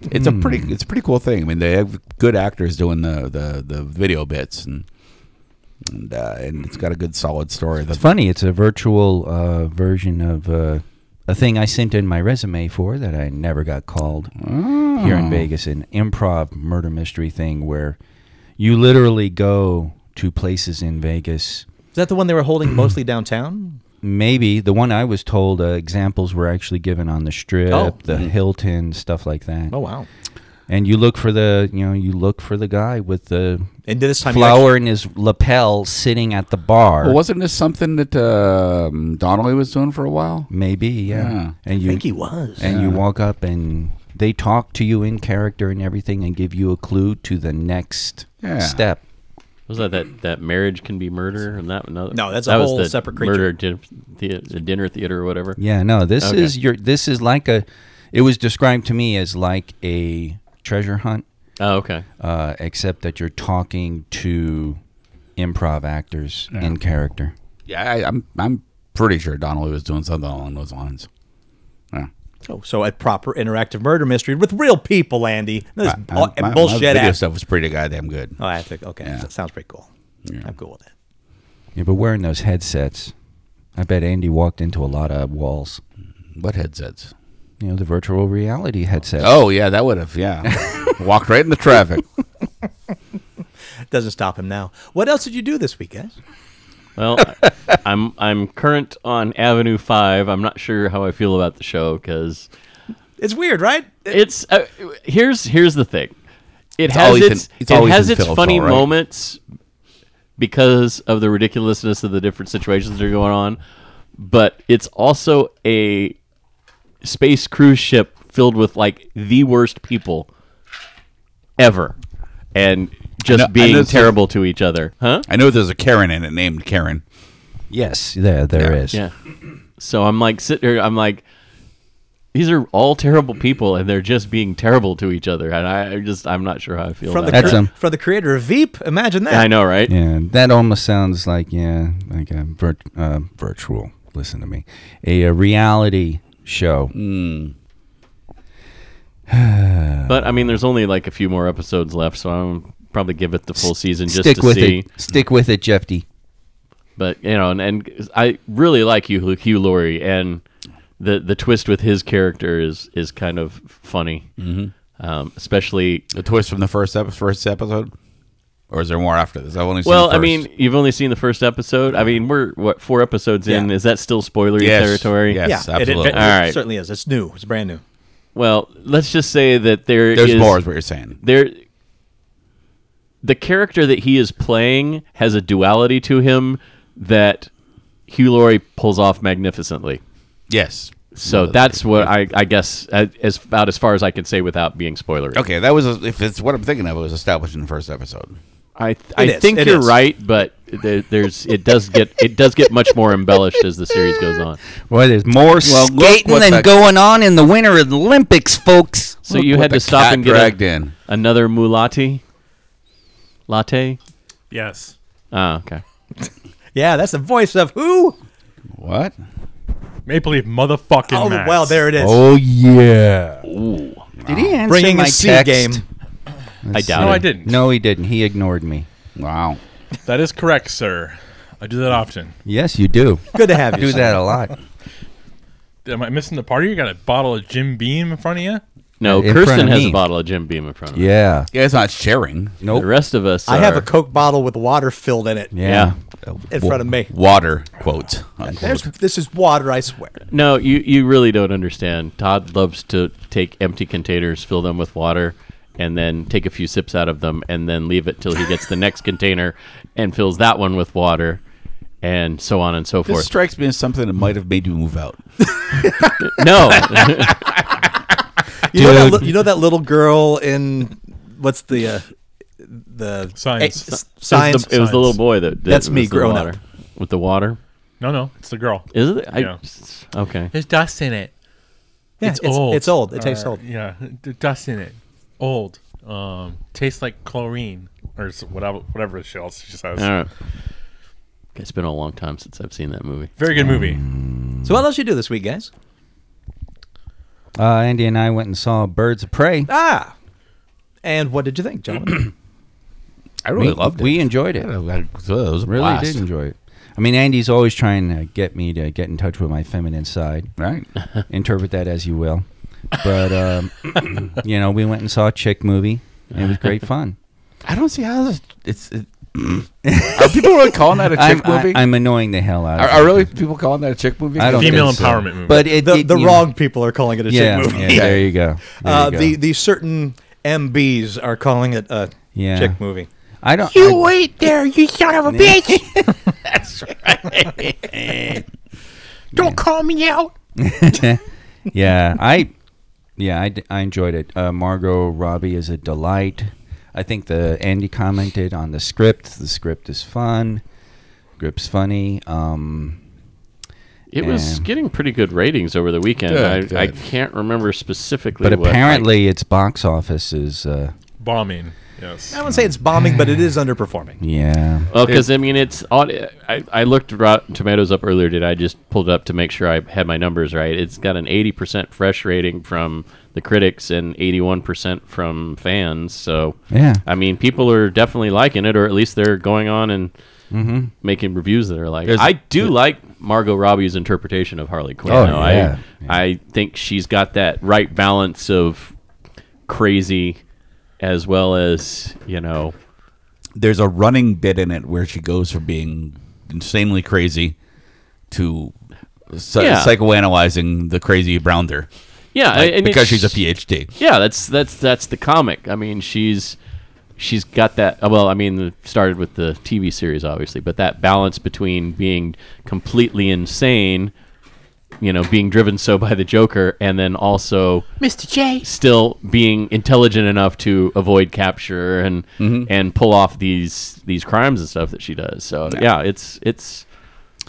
[SPEAKER 4] It's a pretty. It's a pretty cool thing. I mean, they have good actors doing the the, the video bits, and and, uh, and it's got a good solid story.
[SPEAKER 5] It's
[SPEAKER 4] The,
[SPEAKER 5] funny. It's a virtual uh, version of uh, a thing I sent in my resume for that I never got called
[SPEAKER 3] Oh.
[SPEAKER 5] here in Vegas. An improv murder mystery thing where you literally go to places in Vegas.
[SPEAKER 2] Is that the one they were holding mostly downtown?
[SPEAKER 5] Maybe the one I was told uh, examples were actually given on the strip,
[SPEAKER 2] Oh.
[SPEAKER 5] the Hilton, stuff like that.
[SPEAKER 2] Oh wow!
[SPEAKER 5] And you look for the you know you look for the guy with the
[SPEAKER 2] And this time, you
[SPEAKER 5] flower in his lapel sitting at the bar.
[SPEAKER 4] well, wasn't this something that um, Donnelly was doing for a while?
[SPEAKER 5] Maybe yeah.
[SPEAKER 4] Yeah.
[SPEAKER 5] And
[SPEAKER 2] actually- I
[SPEAKER 5] you
[SPEAKER 2] think he was.
[SPEAKER 5] and you walk up and they talk to you in character and everything and give you a clue to the next
[SPEAKER 4] Yeah.
[SPEAKER 5] step.
[SPEAKER 3] Was that, that that marriage can be murder and that another?
[SPEAKER 2] No, that's a
[SPEAKER 3] that was
[SPEAKER 2] whole
[SPEAKER 3] the
[SPEAKER 2] separate
[SPEAKER 3] Murder din- the, the dinner theater or whatever.
[SPEAKER 5] Yeah, no, this
[SPEAKER 3] Okay.
[SPEAKER 5] is your this is like a it was described to me as like a treasure hunt
[SPEAKER 3] Oh, okay.
[SPEAKER 5] uh, except that you're talking to improv actors in character.
[SPEAKER 4] Yeah, I, I'm. I'm pretty sure Donnelly was doing something along those lines. Yeah.
[SPEAKER 2] Oh, so a proper interactive murder mystery with real people, Andy. This
[SPEAKER 4] I-
[SPEAKER 2] bu-
[SPEAKER 4] I- my- my
[SPEAKER 2] bullshit
[SPEAKER 4] video
[SPEAKER 2] ass.
[SPEAKER 4] stuff was pretty goddamn good.
[SPEAKER 2] Oh, I think okay,
[SPEAKER 4] Yeah.
[SPEAKER 2] that sounds pretty cool. I'm cool with it.
[SPEAKER 5] Yeah, but wearing those headsets, I bet Andy walked into a lot of walls.
[SPEAKER 4] What headsets?
[SPEAKER 5] You know, the virtual reality headsets.
[SPEAKER 4] Oh yeah, that would have yeah. Walked right into traffic.
[SPEAKER 2] It doesn't stop him now. What else did you do this week, guys?
[SPEAKER 3] Well, I- I'm I'm current on Avenue Five. I'm not sure how I feel about the show because
[SPEAKER 2] It's weird, right?
[SPEAKER 3] it's uh, here's here's the thing. It
[SPEAKER 4] all
[SPEAKER 3] has
[SPEAKER 4] Ethan-
[SPEAKER 3] its,
[SPEAKER 4] it's all
[SPEAKER 3] it has
[SPEAKER 4] Ethan
[SPEAKER 3] its
[SPEAKER 4] Phillips,
[SPEAKER 3] funny
[SPEAKER 4] all right.
[SPEAKER 3] moments because of the ridiculousness of the different situations that are going on, but it's also a space cruise ship filled with like the worst people ever, and just
[SPEAKER 4] I know- I know
[SPEAKER 3] being
[SPEAKER 4] it's-
[SPEAKER 3] terrible to each other, huh?
[SPEAKER 4] I know there's a Karen in it named Karen.
[SPEAKER 5] Yes, there there
[SPEAKER 4] Yeah.
[SPEAKER 5] is.
[SPEAKER 3] Yeah. So I'm like sitting here. I'm like, these are all terrible people, and they're just being terrible to each other. And I I just, I'm not sure how I feel.
[SPEAKER 2] From the
[SPEAKER 3] about
[SPEAKER 5] That's
[SPEAKER 2] cre-
[SPEAKER 5] him.
[SPEAKER 2] from the creator of Veep. Imagine
[SPEAKER 3] it.
[SPEAKER 2] that.
[SPEAKER 3] I know, right?
[SPEAKER 5] Yeah, that almost sounds like yeah, like a vir- uh, virtual. Listen to me, a, uh reality show.
[SPEAKER 3] But I mean, there's only like a few more episodes left, so I'm probably give it the full season just
[SPEAKER 5] Stick
[SPEAKER 3] to
[SPEAKER 5] with
[SPEAKER 3] see.
[SPEAKER 5] it. Stick with it, Jeffy.
[SPEAKER 3] But you know, and, and I really like Hugh, Hugh Laurie, and the the twist with his character is is kind of funny. Mm-hmm. um, especially
[SPEAKER 4] The twist from the first ep- first episode, or is there more after this? I've only seen
[SPEAKER 3] well i
[SPEAKER 4] the first.
[SPEAKER 3] mean you've only seen the first episode i mean we're what four episodes in
[SPEAKER 2] Yeah.
[SPEAKER 3] is that still spoilery
[SPEAKER 4] Yes.
[SPEAKER 3] territory
[SPEAKER 4] Yes.
[SPEAKER 2] yeah, it-
[SPEAKER 4] absolutely.
[SPEAKER 2] It, it
[SPEAKER 3] All right.
[SPEAKER 2] certainly is. It's new. It's brand new.
[SPEAKER 3] well let's just say that there
[SPEAKER 4] there's
[SPEAKER 3] is-
[SPEAKER 4] more, is what you're saying.
[SPEAKER 3] there the character that he is playing has a duality to him that Hugh Laurie pulls off magnificently.
[SPEAKER 4] Yes.
[SPEAKER 3] So that's what I, I guess a- as about as far as I can say without being spoilery.
[SPEAKER 4] Okay, that was if it's what I'm thinking of. It was established in the first episode.
[SPEAKER 3] I I
[SPEAKER 2] It is,
[SPEAKER 3] think
[SPEAKER 2] it
[SPEAKER 3] you're
[SPEAKER 2] is.
[SPEAKER 3] right, but there, there's it does get it does get much more embellished as the series goes on.
[SPEAKER 5] Well, there's more
[SPEAKER 4] look
[SPEAKER 5] skating
[SPEAKER 4] what
[SPEAKER 5] than
[SPEAKER 4] the-
[SPEAKER 5] going on in the Winter Olympics, folks.
[SPEAKER 3] So you had to stop and get a-
[SPEAKER 4] dragged in.
[SPEAKER 3] another mulati latte.
[SPEAKER 6] Yes.
[SPEAKER 3] Ah, okay.
[SPEAKER 2] Yeah, that's the voice of who?
[SPEAKER 4] What?
[SPEAKER 6] Maple Leaf motherfucking
[SPEAKER 2] Oh,
[SPEAKER 6] Max.
[SPEAKER 2] well, there it is.
[SPEAKER 5] Oh yeah. Did he answer
[SPEAKER 2] Bringing
[SPEAKER 5] my
[SPEAKER 2] a C
[SPEAKER 5] text?
[SPEAKER 2] game.
[SPEAKER 3] I doubt
[SPEAKER 6] No,
[SPEAKER 3] it.
[SPEAKER 6] I didn't.
[SPEAKER 5] No, he didn't. He ignored me.
[SPEAKER 4] Wow.
[SPEAKER 6] That is correct, sir. I do that often.
[SPEAKER 5] Yes, you do.
[SPEAKER 2] Good to have you.
[SPEAKER 5] do
[SPEAKER 2] son.
[SPEAKER 5] that a lot.
[SPEAKER 6] Am I missing the party? You got a bottle of Jim Beam in front of you?
[SPEAKER 3] No,
[SPEAKER 5] In front
[SPEAKER 3] Kirsten
[SPEAKER 5] of
[SPEAKER 3] has
[SPEAKER 5] me.
[SPEAKER 3] a bottle of Jim Beam in front of her.
[SPEAKER 5] Yeah.
[SPEAKER 4] Yeah, it's not sharing.
[SPEAKER 5] Nope.
[SPEAKER 3] The rest of us.
[SPEAKER 2] I have a
[SPEAKER 3] are-
[SPEAKER 2] Coke bottle with water filled in it
[SPEAKER 5] yeah.
[SPEAKER 3] yeah.
[SPEAKER 2] in front of me.
[SPEAKER 4] Water quote. unquote.
[SPEAKER 2] There's, this is water, I swear.
[SPEAKER 3] No, you, you really don't understand. Todd loves to take empty containers, fill them with water, and then take a few sips out of them, and then leave it till he gets the next container and fills that one with water, and so on and so
[SPEAKER 4] This
[SPEAKER 3] forth.
[SPEAKER 4] strikes me as something that might have made you move out.
[SPEAKER 3] no,
[SPEAKER 2] You know, that li- you know that little girl in what's the uh, the
[SPEAKER 6] Science.
[SPEAKER 2] eh, s- science.
[SPEAKER 3] it was the little boy that. that
[SPEAKER 2] That's me
[SPEAKER 3] was the
[SPEAKER 2] grown
[SPEAKER 3] water.
[SPEAKER 2] up.
[SPEAKER 3] with the water.
[SPEAKER 6] No, no, it's the girl.
[SPEAKER 3] Is it? I,
[SPEAKER 6] Yeah.
[SPEAKER 3] Okay.
[SPEAKER 6] There's dust in it.
[SPEAKER 2] Yeah, it's, it's old. It tastes
[SPEAKER 6] Or,
[SPEAKER 2] old.
[SPEAKER 6] Yeah, d- dust in it. Old. Um, tastes like chlorine or s- whatever. Whatever she else she says.
[SPEAKER 3] All right. It's been a long time since I've seen that movie.
[SPEAKER 6] Very good movie.
[SPEAKER 2] So what else you do this week, guys?
[SPEAKER 5] Uh, Andy and I went and saw Birds of Prey.
[SPEAKER 2] Ah, and what did you think, gentlemen?
[SPEAKER 4] I really
[SPEAKER 5] we,
[SPEAKER 4] loved it.
[SPEAKER 5] We enjoyed it. Really did enjoy it. I mean, Andy's always trying to get me to get in touch with my feminine side.
[SPEAKER 4] Right.
[SPEAKER 5] Interpret that as you will. But um, you know, we went and saw a chick movie. And it was great fun.
[SPEAKER 4] I don't see how this, it's. It, are people really calling that a
[SPEAKER 5] I'm,
[SPEAKER 4] chick movie?
[SPEAKER 5] I, am annoying the hell out
[SPEAKER 4] are,
[SPEAKER 5] of
[SPEAKER 4] are really people calling that a chick movie?
[SPEAKER 5] I don't
[SPEAKER 6] Female
[SPEAKER 5] think so.
[SPEAKER 6] empowerment movie.
[SPEAKER 5] But it,
[SPEAKER 2] The,
[SPEAKER 5] it-
[SPEAKER 2] the
[SPEAKER 5] you-
[SPEAKER 2] wrong people are calling it a
[SPEAKER 5] yeah,
[SPEAKER 2] chick movie.
[SPEAKER 5] yeah, there you go. There
[SPEAKER 2] uh,
[SPEAKER 5] you go.
[SPEAKER 2] the the certain MBs are calling it a
[SPEAKER 5] Yeah.
[SPEAKER 2] chick movie.
[SPEAKER 5] I don't. I-
[SPEAKER 4] wait there, you son of a bitch! Don't call me out.
[SPEAKER 5] yeah, I, yeah, I, d- I enjoyed it. Uh, Margot Robbie is a delight. I think the Andy commented on the script. The script is fun. Script's funny. Um,
[SPEAKER 3] It was
[SPEAKER 5] Um,
[SPEAKER 3] getting pretty good ratings over the weekend.
[SPEAKER 4] Good,
[SPEAKER 3] I, I
[SPEAKER 4] good.
[SPEAKER 3] can't remember specifically,
[SPEAKER 5] but
[SPEAKER 3] what, like,
[SPEAKER 5] apparently, its box office is uh,
[SPEAKER 6] Bombing. Yes.
[SPEAKER 2] I wouldn't say it's bombing, but it is underperforming.
[SPEAKER 5] yeah.
[SPEAKER 3] Well, because I mean, it's aud- I, I looked Rotten Tomatoes up earlier. Did I just pulled it up to make sure I had my numbers right? It's got an eighty percent fresh rating from the critics and eighty-one percent from fans. So
[SPEAKER 5] Yeah.
[SPEAKER 3] I mean, people are definitely liking it, or at least they're going on and making reviews that are like. I do like Margot Robbie's interpretation of Harley Quinn.
[SPEAKER 5] Oh,
[SPEAKER 3] though.
[SPEAKER 5] yeah.
[SPEAKER 3] I I think she's got that right balance of crazy, as well as you know.
[SPEAKER 4] There's a running bit in it where she goes from being insanely crazy to psy-
[SPEAKER 3] Yeah.
[SPEAKER 4] psychoanalyzing the crazy Brownder
[SPEAKER 3] Yeah,
[SPEAKER 4] like,
[SPEAKER 3] and
[SPEAKER 4] because she's
[SPEAKER 3] it's-
[SPEAKER 4] a PhD.
[SPEAKER 3] Yeah, that's that's that's the comic. I mean, she's she's got that. uh, Well, I mean, it started with the TV series, obviously, but that balance between being completely insane, you know, being driven so by the Joker, and then also Mr. J still being intelligent enough to avoid capture and and pull off these these crimes and stuff that she does. So yeah, it's it's.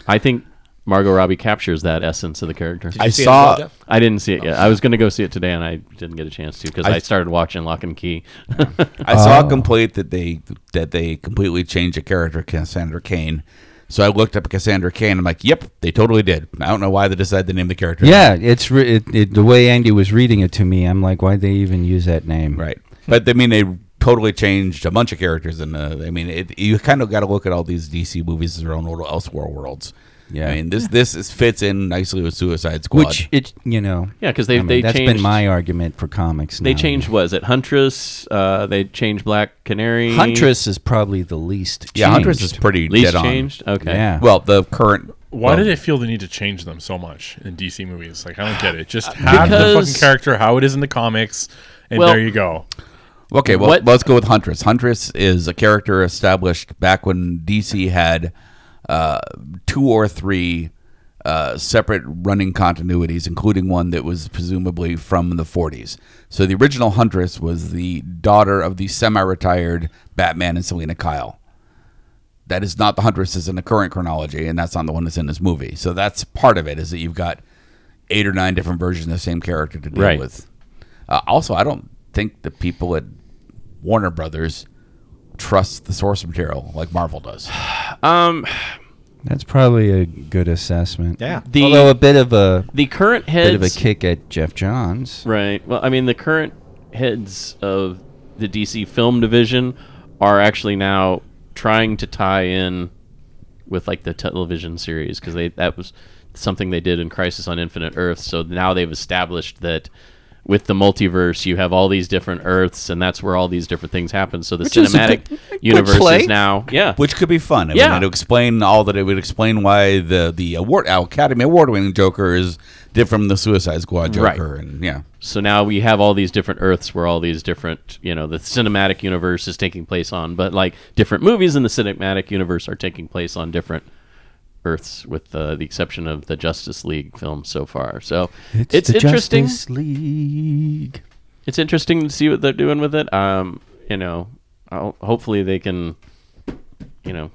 [SPEAKER 3] I think Margot Robbie captures that essence of the character.
[SPEAKER 4] I
[SPEAKER 2] see it as
[SPEAKER 4] saw.
[SPEAKER 2] well, Jeff?
[SPEAKER 3] I didn't see it yet. I was going to go see it today, and I didn't get a chance to because I, started watching Lock and Key.
[SPEAKER 4] I saw a complaint that they that they completely changed the character Cassandra Kane. So I looked up Cassandra Kane. I'm like, yep, they totally did. I don't know why they decided to name the character.
[SPEAKER 5] Yeah, it's re- it, it, the way Andy was reading it to me. I'm like, why'd they even use that name?
[SPEAKER 4] Right. But I mean, they totally changed a bunch of characters, and uh, I mean, it, you kind of got to look at all these DC movies as their own little elsewhere worlds.
[SPEAKER 5] Yeah.
[SPEAKER 4] I mean this this is, fits in nicely with Suicide Squad.
[SPEAKER 5] Which it you know
[SPEAKER 3] Yeah, 'cause they-
[SPEAKER 5] I mean,
[SPEAKER 3] they
[SPEAKER 5] that's
[SPEAKER 3] changed-
[SPEAKER 5] been my argument for comics.
[SPEAKER 3] They
[SPEAKER 5] now.
[SPEAKER 3] changed what is it? Huntress. Uh, they changed Black Canary.
[SPEAKER 5] Huntress is probably the least.
[SPEAKER 4] yeah, Huntress is
[SPEAKER 5] changed.
[SPEAKER 4] pretty
[SPEAKER 3] Least
[SPEAKER 4] dead on.
[SPEAKER 3] changed. Okay.
[SPEAKER 5] Yeah.
[SPEAKER 4] Well, the current.
[SPEAKER 6] Why
[SPEAKER 4] well,
[SPEAKER 6] did it feel the need to change them so much in DC movies? Like, I don't get it. Just have the
[SPEAKER 3] because-
[SPEAKER 6] fucking character how it is in the comics, and
[SPEAKER 3] Well-
[SPEAKER 6] there you go.
[SPEAKER 4] Okay, well,
[SPEAKER 3] What-
[SPEAKER 4] let's go with Huntress. Huntress is a character established back when DC had uh, two or three uh, separate running continuities, including one that was presumably from the 40s. So the original Huntress was the daughter of the semi retired Batman and Selina Kyle. That is not the Huntress that's in the current chronology, and that's not the one that's in this movie. So that's part of it is that you've got eight or nine different versions of the same character to deal
[SPEAKER 3] Right.
[SPEAKER 4] with. Uh, also, I don't think the people at Warner Brothers trust the source material like Marvel does.
[SPEAKER 3] Um,
[SPEAKER 5] That's probably a good assessment.
[SPEAKER 2] Yeah.
[SPEAKER 3] The-
[SPEAKER 5] Although a bit of a
[SPEAKER 3] the current heads.
[SPEAKER 5] bit of a kick at Jeff Johns.
[SPEAKER 3] Right. Well, I mean, the current heads of the DC film division are actually now trying to tie in with like the television series because they that was something they did in Crisis on Infinite Earths. So now they've established that with the multiverse, you have all these different Earths, and that's where all these different things happen. So the
[SPEAKER 5] is a
[SPEAKER 3] cinematic
[SPEAKER 5] good- good
[SPEAKER 3] universe
[SPEAKER 5] play.
[SPEAKER 3] is now, yeah,
[SPEAKER 4] Which could be fun. I
[SPEAKER 3] Yeah.
[SPEAKER 4] mean, it would explain all that. It would explain why the the award uh, Academy Award winning Joker is different from the Suicide Squad
[SPEAKER 3] Right.
[SPEAKER 4] Joker, and yeah,
[SPEAKER 3] So now we have all these different Earths where all these different, you know, the cinematic universe is taking place on, but like different movies in the cinematic universe are taking place on different Earths, with uh, the exception of the Justice League film so far. So it's,
[SPEAKER 5] the
[SPEAKER 3] interesting.
[SPEAKER 5] Justice League.
[SPEAKER 3] It's interesting to see what they're doing with it. Um, you know, I'll, hopefully they can, you know,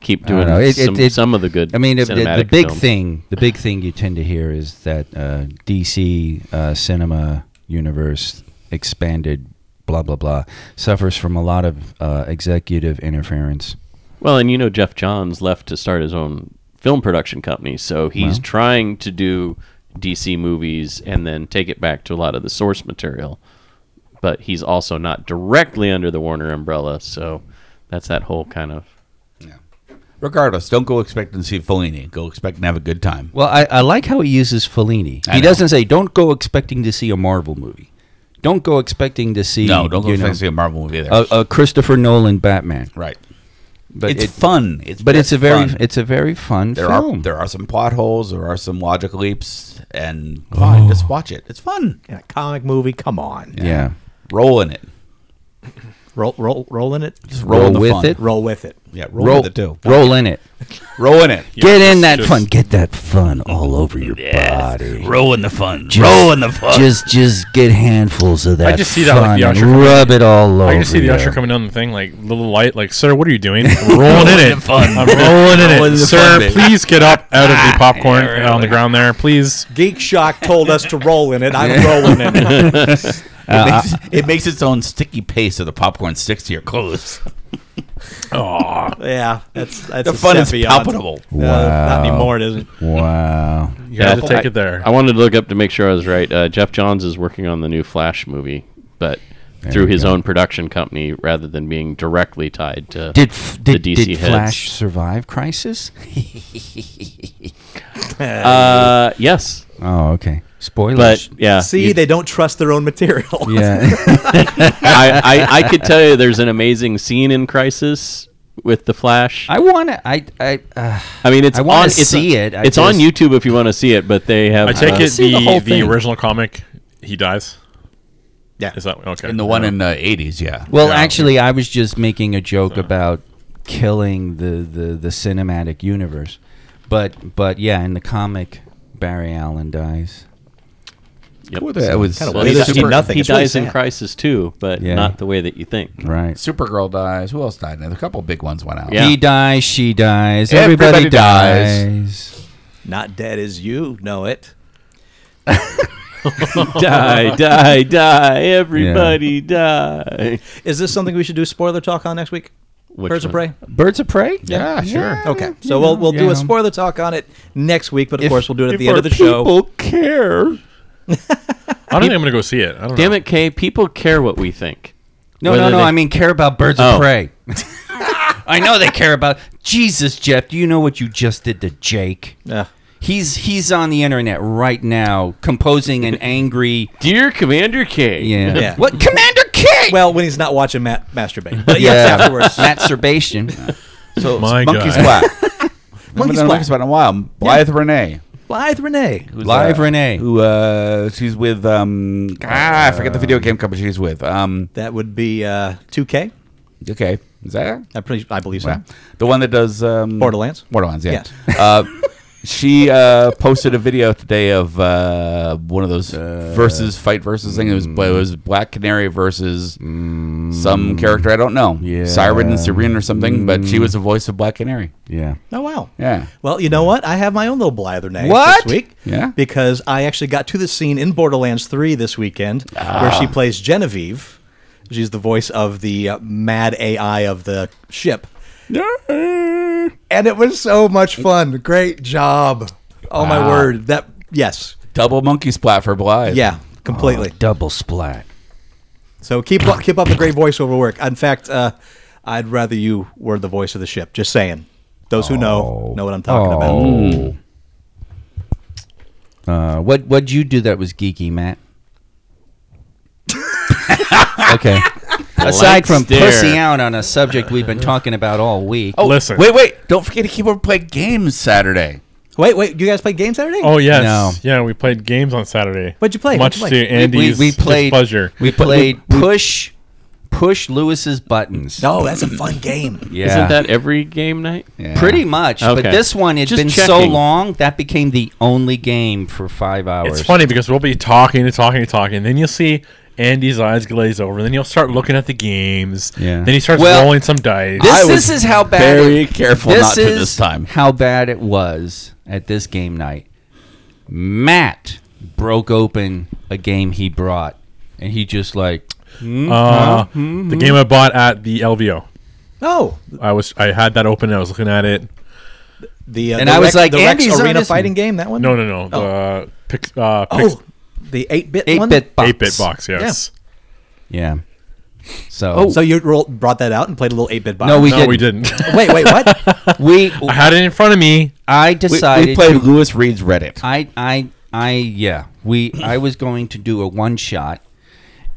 [SPEAKER 3] keep
[SPEAKER 5] I don't
[SPEAKER 3] doing
[SPEAKER 5] know. It- it-
[SPEAKER 3] some,
[SPEAKER 5] it-
[SPEAKER 3] some of the good.
[SPEAKER 5] I mean, the, the, the
[SPEAKER 3] cinematic
[SPEAKER 5] big
[SPEAKER 3] films.
[SPEAKER 5] thing, the big thing you tend to hear is that uh, DC uh, cinema universe expanded, blah blah blah, suffers from a lot of uh, executive interference.
[SPEAKER 3] Well, and you know, Jeff Johns left to start his own film production company, so he's trying to do DC movies and then take it back to a lot of the source material. But he's also not directly under the Warner umbrella, so that's that whole kind of
[SPEAKER 4] Regardless, don't go expecting to see Fellini. Go expecting to have a good time.
[SPEAKER 5] Well, I, I like how he uses Fellini.
[SPEAKER 4] I
[SPEAKER 5] He
[SPEAKER 4] know.
[SPEAKER 5] doesn't say, "Don't go expecting to see a Marvel movie." Don't go expecting to see
[SPEAKER 4] No, don't go
[SPEAKER 5] you
[SPEAKER 4] expecting
[SPEAKER 5] know, Uh,
[SPEAKER 4] to see a Marvel movie either.
[SPEAKER 5] a, a Christopher Nolan Batman.
[SPEAKER 4] right.
[SPEAKER 5] But
[SPEAKER 4] it's
[SPEAKER 5] it-
[SPEAKER 4] fun. It's
[SPEAKER 5] But it's
[SPEAKER 4] just
[SPEAKER 5] a very
[SPEAKER 4] fun.
[SPEAKER 5] it's a very fun
[SPEAKER 4] there
[SPEAKER 5] film.
[SPEAKER 4] are there are some plot holes. There are some logic leaps, and fine. Just watch it. It's fun.
[SPEAKER 2] In a comic movie, come on.
[SPEAKER 5] yeah.
[SPEAKER 4] Roll in it.
[SPEAKER 2] Roll, roll, roll in it.
[SPEAKER 4] Just roll,
[SPEAKER 5] Roll
[SPEAKER 4] in the
[SPEAKER 5] with
[SPEAKER 4] fun.
[SPEAKER 5] it.
[SPEAKER 2] Roll with it.
[SPEAKER 4] Yeah, roll,
[SPEAKER 5] Roll,
[SPEAKER 4] with it too.
[SPEAKER 5] roll in it.
[SPEAKER 4] Roll in it.
[SPEAKER 5] Get in
[SPEAKER 6] it's
[SPEAKER 5] that
[SPEAKER 6] just-
[SPEAKER 5] fun. Get that fun all over your body.
[SPEAKER 4] Roll in the fun.
[SPEAKER 5] Roll in
[SPEAKER 4] the fun.
[SPEAKER 5] Just just get handfuls of that.
[SPEAKER 6] just see that, like,
[SPEAKER 5] fun
[SPEAKER 6] the
[SPEAKER 5] and
[SPEAKER 6] usher coming
[SPEAKER 5] rub it all over.
[SPEAKER 6] I can see the
[SPEAKER 5] you.
[SPEAKER 6] usher coming down the thing, like little light, like, sir, what are you doing? I'm rolling in it. I'm rolling in
[SPEAKER 4] Rolling the fun
[SPEAKER 6] it. Sir,
[SPEAKER 4] bit.
[SPEAKER 6] please get up out of the popcorn on the ground there, please.
[SPEAKER 2] Geek Shock told us to roll in it. I'm rolling in it.
[SPEAKER 4] It makes, it makes its own sticky paste so the popcorn sticks to your clothes.
[SPEAKER 6] Oh,
[SPEAKER 2] Yeah, that's that's
[SPEAKER 4] The
[SPEAKER 2] a
[SPEAKER 4] fun
[SPEAKER 2] step
[SPEAKER 4] is
[SPEAKER 2] beyond.
[SPEAKER 4] palpable.
[SPEAKER 2] Uh, Not anymore, it isn't.
[SPEAKER 5] Wow.
[SPEAKER 6] you have to
[SPEAKER 3] Yeah,
[SPEAKER 6] take
[SPEAKER 3] I-
[SPEAKER 6] it there.
[SPEAKER 3] I wanted to look up to make sure I was right. Uh, Jeff Johns is working on the new Flash movie, but through
[SPEAKER 5] we
[SPEAKER 3] his
[SPEAKER 5] go.
[SPEAKER 3] own production company rather than being directly tied to
[SPEAKER 5] Did f-
[SPEAKER 3] the DC
[SPEAKER 5] did, did
[SPEAKER 3] heads.
[SPEAKER 5] Flash survive Crisis?
[SPEAKER 3] Uh, yes,
[SPEAKER 5] Oh, okay. Spoilers.
[SPEAKER 3] but yeah,
[SPEAKER 2] See,
[SPEAKER 3] you-
[SPEAKER 2] they don't trust their own material.
[SPEAKER 5] yeah.
[SPEAKER 3] I, I, I could tell you there's an amazing scene in Crisis with the Flash. I,
[SPEAKER 5] I want to. I. I. Uh,
[SPEAKER 3] mean, it's
[SPEAKER 5] I wanna
[SPEAKER 3] on. It's
[SPEAKER 5] see it, I
[SPEAKER 3] it's on
[SPEAKER 5] just-
[SPEAKER 3] YouTube if you want to see it. But they have.
[SPEAKER 6] I take
[SPEAKER 3] uh,
[SPEAKER 6] it
[SPEAKER 5] see the
[SPEAKER 6] the,
[SPEAKER 5] whole
[SPEAKER 6] the
[SPEAKER 5] thing.
[SPEAKER 6] original comic, he dies.
[SPEAKER 2] Yeah.
[SPEAKER 6] Is that okay?
[SPEAKER 4] And the one in the 80s, yeah.
[SPEAKER 5] well,
[SPEAKER 6] Yeah.
[SPEAKER 5] actually, I was just making a joke about killing the, the the cinematic universe, but but yeah, in the comic, Barry Allen dies.
[SPEAKER 3] Yep.
[SPEAKER 4] Well, that was-
[SPEAKER 3] So
[SPEAKER 2] Kinda
[SPEAKER 3] he,
[SPEAKER 2] wasted
[SPEAKER 3] does-
[SPEAKER 2] nothing.
[SPEAKER 3] he
[SPEAKER 2] It's really
[SPEAKER 3] dies in
[SPEAKER 2] sad.
[SPEAKER 3] Crisis too, but
[SPEAKER 5] Yeah.
[SPEAKER 3] not the way that you think.
[SPEAKER 5] Right.
[SPEAKER 4] Supergirl dies. Who else died? A couple big ones went out.
[SPEAKER 3] Yeah.
[SPEAKER 5] He dies. She dies. Everybody,
[SPEAKER 4] Everybody
[SPEAKER 5] dies.
[SPEAKER 4] dies.
[SPEAKER 2] Not dead as you know it.
[SPEAKER 3] die, die, die! Everybody die!
[SPEAKER 2] Is this something we should do spoiler talk on next week?
[SPEAKER 3] Which
[SPEAKER 2] Birds of
[SPEAKER 3] one?
[SPEAKER 2] Prey?
[SPEAKER 5] Birds of prey.
[SPEAKER 4] Yeah, sure.
[SPEAKER 2] Okay. So we'll, we'll do
[SPEAKER 5] yeah.
[SPEAKER 2] a spoiler talk on it next week, but of
[SPEAKER 5] If-
[SPEAKER 2] course we'll do it at
[SPEAKER 5] if
[SPEAKER 2] the end
[SPEAKER 5] our
[SPEAKER 2] of the show.
[SPEAKER 5] People care.
[SPEAKER 6] I don't think I'm going to go see it. I don't
[SPEAKER 3] Damn
[SPEAKER 6] know.
[SPEAKER 3] it, Kay! People care what we think.
[SPEAKER 5] No,
[SPEAKER 3] Whether
[SPEAKER 5] no, no.
[SPEAKER 3] they-
[SPEAKER 5] I mean, care about birds
[SPEAKER 3] Oh.
[SPEAKER 5] of prey. I know they care about. Jesus, Jeff, do you know what you just did to Jake?
[SPEAKER 2] Yeah.
[SPEAKER 5] He's he's on the internet right now composing an angry
[SPEAKER 3] Dear Commander King.
[SPEAKER 5] yeah.
[SPEAKER 2] Yeah.
[SPEAKER 5] What Commander King?
[SPEAKER 2] Well, when he's not watching Matt masturbate. But yes, afterwards.
[SPEAKER 5] masturbation.
[SPEAKER 4] So
[SPEAKER 6] My
[SPEAKER 4] Monkey Splat.
[SPEAKER 6] guy.
[SPEAKER 2] Monkey
[SPEAKER 4] Monkey
[SPEAKER 2] Splat.
[SPEAKER 4] Splat in a while. Blythe Renee.
[SPEAKER 2] Blythe Renee.
[SPEAKER 5] Live Renee.
[SPEAKER 4] Who uh she's with um ah, I forget the video game company she's with. Um
[SPEAKER 2] That would be uh, 2K.
[SPEAKER 4] okay. Is that her?
[SPEAKER 2] I, pretty, I believe so.
[SPEAKER 4] Yeah. The one that does um,
[SPEAKER 2] Borderlands?
[SPEAKER 4] Borderlands, yeah.
[SPEAKER 2] Yes.
[SPEAKER 4] Uh, she uh, posted a video today of uh, mm. one of those versus fight versus thing. It was it was Black Canary versus some character I don't know,
[SPEAKER 5] Yeah.
[SPEAKER 4] Siren and Serene or something. But she was the voice of Black Canary.
[SPEAKER 5] Yeah.
[SPEAKER 2] Oh, wow.
[SPEAKER 4] Mm. Yeah.
[SPEAKER 2] Well, you know what? I have my own little Blythe Renee
[SPEAKER 5] What?
[SPEAKER 2] this week.
[SPEAKER 4] Yeah.
[SPEAKER 2] Because I actually got to the scene in Borderlands 3 this weekend where she plays Genevieve. She's the voice of the uh, mad AI of the ship. And it was so much fun. Great job. Oh, my word. That, yes.
[SPEAKER 4] Double monkey splat for Blythe.
[SPEAKER 2] Yeah, completely.
[SPEAKER 5] Double splat.
[SPEAKER 2] So keep up, keep up the great voiceover work. In fact, uh, I'd rather you were the voice of the ship. Just saying. Those who know know what I'm talking about.
[SPEAKER 5] Uh, what what'd you do that was geeky, Matt? okay. Aside
[SPEAKER 3] Blank
[SPEAKER 5] from
[SPEAKER 3] stare.
[SPEAKER 5] pussy out on a subject we've been talking about all week.
[SPEAKER 4] Oh,
[SPEAKER 6] Listen.
[SPEAKER 4] Wait, wait! Don't forget to keep over play games Saturday.
[SPEAKER 2] Wait, wait. You guys play games Saturday?
[SPEAKER 6] Oh yes,
[SPEAKER 5] No.
[SPEAKER 6] yeah. We played games on Saturday.
[SPEAKER 2] What'd you play?
[SPEAKER 6] Much
[SPEAKER 2] What'd you
[SPEAKER 6] to Andy's displeasure.
[SPEAKER 5] We played push push Lewis's buttons.
[SPEAKER 2] No, that's a fun game.
[SPEAKER 5] Yeah.
[SPEAKER 3] Isn't that every game night?
[SPEAKER 4] Yeah.
[SPEAKER 5] Pretty much, but
[SPEAKER 3] Okay.
[SPEAKER 5] this one it's
[SPEAKER 3] Just
[SPEAKER 5] been so
[SPEAKER 3] checking.
[SPEAKER 5] long that became the only game for five hours.
[SPEAKER 6] It's funny because we'll be talking and talking and talking. and Then you'll see Andy's eyes glaze over. and Then you'll start looking at the games.
[SPEAKER 5] Yeah.
[SPEAKER 6] Then he starts
[SPEAKER 5] Well,
[SPEAKER 6] rolling some dice.
[SPEAKER 5] This,
[SPEAKER 4] I was
[SPEAKER 5] this is how bad.
[SPEAKER 4] very
[SPEAKER 5] it-
[SPEAKER 4] careful not to this time.
[SPEAKER 5] How bad it was at this game night. Matt broke open a game he brought, and he just like
[SPEAKER 6] uh, The game I bought at the LVO.
[SPEAKER 2] Oh,
[SPEAKER 6] I was I had that open. and I was looking at it.
[SPEAKER 2] the uh,
[SPEAKER 5] And
[SPEAKER 2] the
[SPEAKER 5] I was
[SPEAKER 2] Rex-
[SPEAKER 5] like,
[SPEAKER 2] the Rex
[SPEAKER 5] Andy's on
[SPEAKER 2] Arena
[SPEAKER 5] this
[SPEAKER 2] fighting
[SPEAKER 5] one.
[SPEAKER 2] game. That one?
[SPEAKER 6] No, no, no. The
[SPEAKER 2] Oh.
[SPEAKER 6] uh, pix, uh, pix,
[SPEAKER 2] Oh, the eight bit
[SPEAKER 5] eight
[SPEAKER 2] one.
[SPEAKER 5] bit box.
[SPEAKER 6] eight bit box. Yes.
[SPEAKER 5] Yeah. So
[SPEAKER 2] So you roll, brought that out and played a little eight bit box.
[SPEAKER 5] no, we
[SPEAKER 6] no,
[SPEAKER 5] didn't.
[SPEAKER 6] we didn't.
[SPEAKER 2] Wait, wait, what?
[SPEAKER 5] We
[SPEAKER 6] I had it in front of me.
[SPEAKER 5] I
[SPEAKER 4] We,
[SPEAKER 5] decided
[SPEAKER 4] we played
[SPEAKER 5] to-
[SPEAKER 4] Lewis Reed's Reddit.
[SPEAKER 5] I I I yeah. We I was going to do a one shot,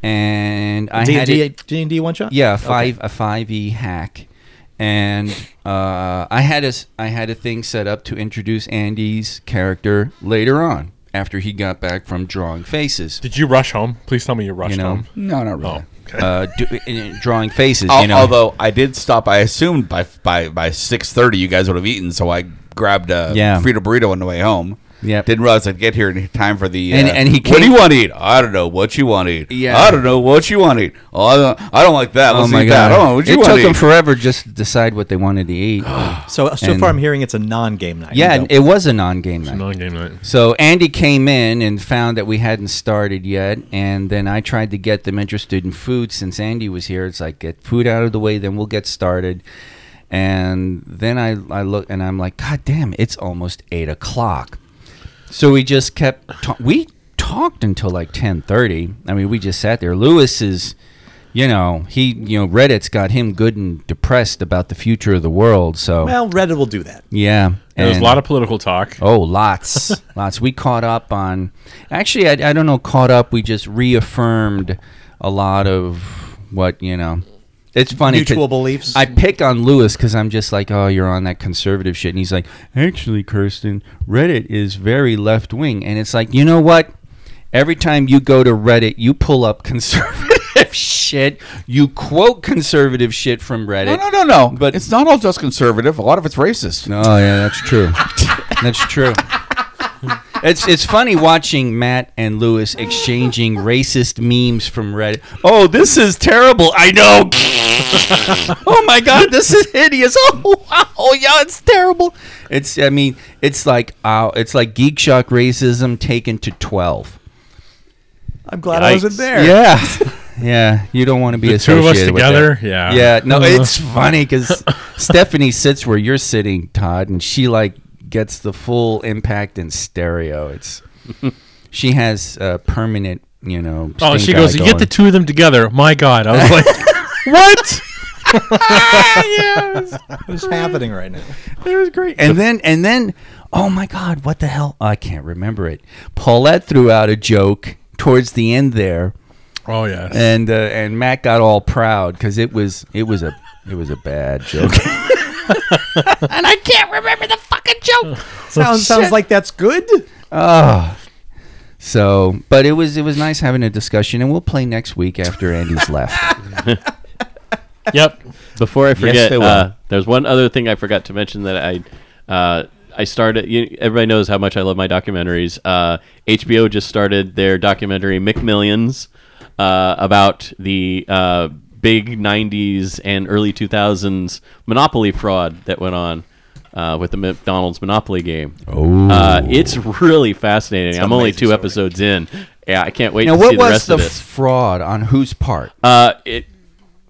[SPEAKER 5] and I
[SPEAKER 2] D
[SPEAKER 5] had it-
[SPEAKER 2] and D D one shot.
[SPEAKER 5] Yeah, a five a five e hack, and uh, I had a s- I had a thing set up to introduce Andy's character later on after he got back from drawing faces.
[SPEAKER 6] Did you rush home? Please tell me you rushed
[SPEAKER 5] You know,
[SPEAKER 6] home.
[SPEAKER 4] No, not really.
[SPEAKER 6] Oh, okay.
[SPEAKER 5] Uh, do, in- in drawing faces,
[SPEAKER 4] Al-
[SPEAKER 5] you know.
[SPEAKER 4] Although I did stop, I assumed by by by six thirty you guys would have eaten, so I grabbed a
[SPEAKER 5] Yeah.
[SPEAKER 4] Frito burrito on the way home.
[SPEAKER 5] Yep.
[SPEAKER 4] didn't realize I'd get here in time for the.
[SPEAKER 5] And-
[SPEAKER 4] uh,
[SPEAKER 5] and he
[SPEAKER 4] What do
[SPEAKER 5] came-
[SPEAKER 4] you want to eat? I don't know. What you want to eat?
[SPEAKER 5] Yeah.
[SPEAKER 4] I don't know. What you want to eat? Oh, I don't, I don't like that. Let's
[SPEAKER 5] oh my
[SPEAKER 4] eat that.
[SPEAKER 5] god!
[SPEAKER 4] I don't know. What you
[SPEAKER 5] it
[SPEAKER 4] want
[SPEAKER 5] took
[SPEAKER 4] to
[SPEAKER 5] them
[SPEAKER 4] eat?
[SPEAKER 5] forever just to decide what they wanted to eat.
[SPEAKER 2] So so
[SPEAKER 5] And-
[SPEAKER 2] far, I'm hearing it's a non game night.
[SPEAKER 5] yeah, and it was a non-game night.
[SPEAKER 6] Non game night.
[SPEAKER 5] So Andy came in and found that we hadn't started yet, and then I tried to get them interested in food since Andy was here. It's like get food out of the way, then we'll get started. And then I, I look and I'm like, God damn, it's almost eight o'clock. So we just kept ta- we talked until like ten thirty. I mean, we just sat there. Lewis is, you know, he you know Reddit's got him good and depressed about the future of the world. So
[SPEAKER 2] Well, Reddit will do that.
[SPEAKER 5] yeah,
[SPEAKER 6] There was a
[SPEAKER 5] and-
[SPEAKER 6] lot of political talk.
[SPEAKER 5] Oh, lots, lots. We caught up on. Actually, I, I don't know. Caught up. We just reaffirmed a lot of what you know. It's funny. 'cause
[SPEAKER 2] Mutual beliefs.
[SPEAKER 5] I pick on Lewis because I'm just like, oh, you're on that conservative shit, and he's like, actually, Kirsten, Reddit is very left wing, and it's like, you know what? Every time you go to Reddit, you pull up conservative shit. You quote conservative shit from Reddit.
[SPEAKER 4] No, no, no, no.
[SPEAKER 5] But-
[SPEAKER 4] But it's not all just conservative. A lot of it's racist.
[SPEAKER 5] Oh yeah, that's true. that's true. It's it's funny watching Matt and Lewis exchanging racist memes from Reddit. Oh, this is terrible. I know. oh my god, this is hideous. Oh wow. Oh yeah, it's terrible. It's I mean, it's like uh, it's like geek shock racism taken to 12.
[SPEAKER 2] I'm glad I
[SPEAKER 3] Yikes.
[SPEAKER 2] wasn't there.
[SPEAKER 5] Yeah. Yeah, you don't want to be
[SPEAKER 6] The two of
[SPEAKER 5] associated
[SPEAKER 6] us
[SPEAKER 5] with that.
[SPEAKER 6] together. Yeah.
[SPEAKER 5] Yeah, no, it's funny because Stephanie sits where you're sitting, Todd, and she like gets the full impact in stereo. It's she has uh, permanent, you know.
[SPEAKER 6] Oh,
[SPEAKER 5] stink
[SPEAKER 6] she
[SPEAKER 5] eye
[SPEAKER 6] goes, you get
[SPEAKER 5] going."
[SPEAKER 6] the two of them together. My God. I was like, what?
[SPEAKER 2] What's happening right now?
[SPEAKER 5] It was great. And then and then oh my god, what the hell? I can't remember it. Paulette threw out a joke towards the end there
[SPEAKER 6] Oh yes.
[SPEAKER 5] and uh, and Matt got all proud cuz it was it was a it was a bad joke. and I can't remember the fucking joke.
[SPEAKER 2] Sounds sounds
[SPEAKER 5] shit.
[SPEAKER 2] like that's good.
[SPEAKER 5] So, but it was it was nice having a discussion and we'll play next week after Andy's left.
[SPEAKER 6] yep.
[SPEAKER 3] Before I forget,
[SPEAKER 5] they will.
[SPEAKER 3] uh, there's one other thing I forgot to mention that I uh, I started. You, everybody knows how much I love my documentaries. Uh, HBO just started their documentary McMillions uh, about the uh, big '90s and early 2000s monopoly fraud that went on. Uh, with the McDonald's Monopoly game, oh, uh, it's really fascinating. I'm only two episodes in. Yeah, I can't wait
[SPEAKER 5] now,
[SPEAKER 3] to see
[SPEAKER 5] what
[SPEAKER 3] the
[SPEAKER 5] was
[SPEAKER 3] rest
[SPEAKER 5] the
[SPEAKER 3] of this.
[SPEAKER 5] fraud on whose part?
[SPEAKER 3] Uh, it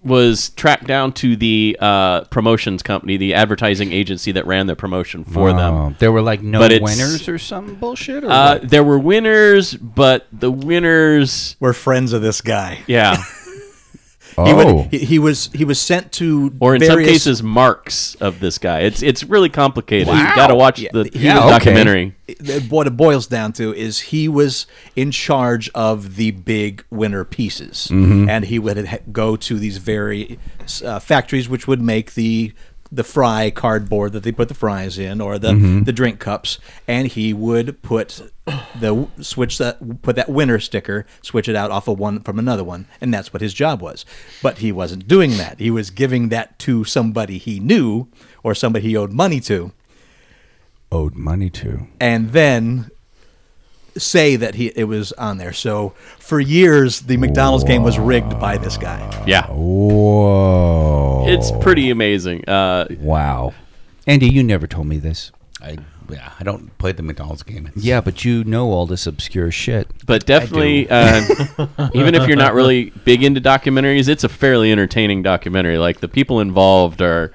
[SPEAKER 3] was tracked down to the uh, promotions company, the advertising agency that ran the promotion for them.
[SPEAKER 5] Oh, there were like no
[SPEAKER 3] But it's-
[SPEAKER 5] winners or some bullshit or
[SPEAKER 3] Uh,
[SPEAKER 5] what?
[SPEAKER 3] there were winners, but the winners,
[SPEAKER 2] We're friends of this guy.
[SPEAKER 3] yeah,
[SPEAKER 2] He,
[SPEAKER 5] Oh.
[SPEAKER 2] would, he, he was he was sent to
[SPEAKER 3] or in some
[SPEAKER 2] various-
[SPEAKER 3] cases, marks of this guy. It's it's really complicated. You got to watch the
[SPEAKER 5] yeah, okay.
[SPEAKER 3] documentary.
[SPEAKER 2] what it boils down to is he was in charge of the big winner pieces, and he would ha- go to these very uh, factories which would make the the fry cardboard that they put the fries in or the the drink cups, and he would put the switch that put that winner sticker switch it out off of one from another one, and that's what his job was. But he wasn't doing that. He was giving that to somebody he knew or somebody he owed money to
[SPEAKER 5] Owed money to.
[SPEAKER 2] and then say that he it was on there. So for years, the McDonald's game was rigged by this guy.
[SPEAKER 5] Oh.
[SPEAKER 3] Yeah,
[SPEAKER 5] Whoa.
[SPEAKER 3] it's pretty amazing. Uh,
[SPEAKER 5] Wow. Andy, you never told me this.
[SPEAKER 4] I yeah, I don't play the McDonald's game. It's-
[SPEAKER 5] Yeah, but you know all this obscure shit.
[SPEAKER 3] but definitely, uh, even if you're not really big into documentaries, it's a fairly entertaining documentary. Like the people involved are,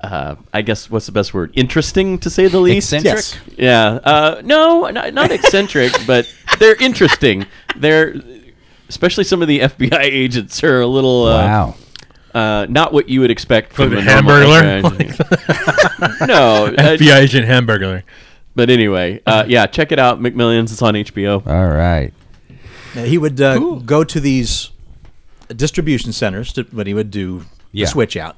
[SPEAKER 3] uh, I guess, what's the best word? Interesting to say the least.
[SPEAKER 5] Eccentric?
[SPEAKER 2] Yes.
[SPEAKER 3] Yeah. Uh, no, not, not eccentric, but they're interesting. They're especially some of the FBI agents are a little uh,
[SPEAKER 5] wow.
[SPEAKER 3] uh, not what you would expect from
[SPEAKER 6] Like
[SPEAKER 3] a
[SPEAKER 6] the
[SPEAKER 3] normal
[SPEAKER 6] Hamburglar?
[SPEAKER 3] FBI. no. uh,
[SPEAKER 6] FBI agent hamburger.
[SPEAKER 3] but anyway, uh, yeah, check it out. McMillions. It's on HBO.
[SPEAKER 5] All right.
[SPEAKER 2] Now, he would uh, go to these distribution centers, to, but he would do
[SPEAKER 5] Yeah.
[SPEAKER 2] the switch out,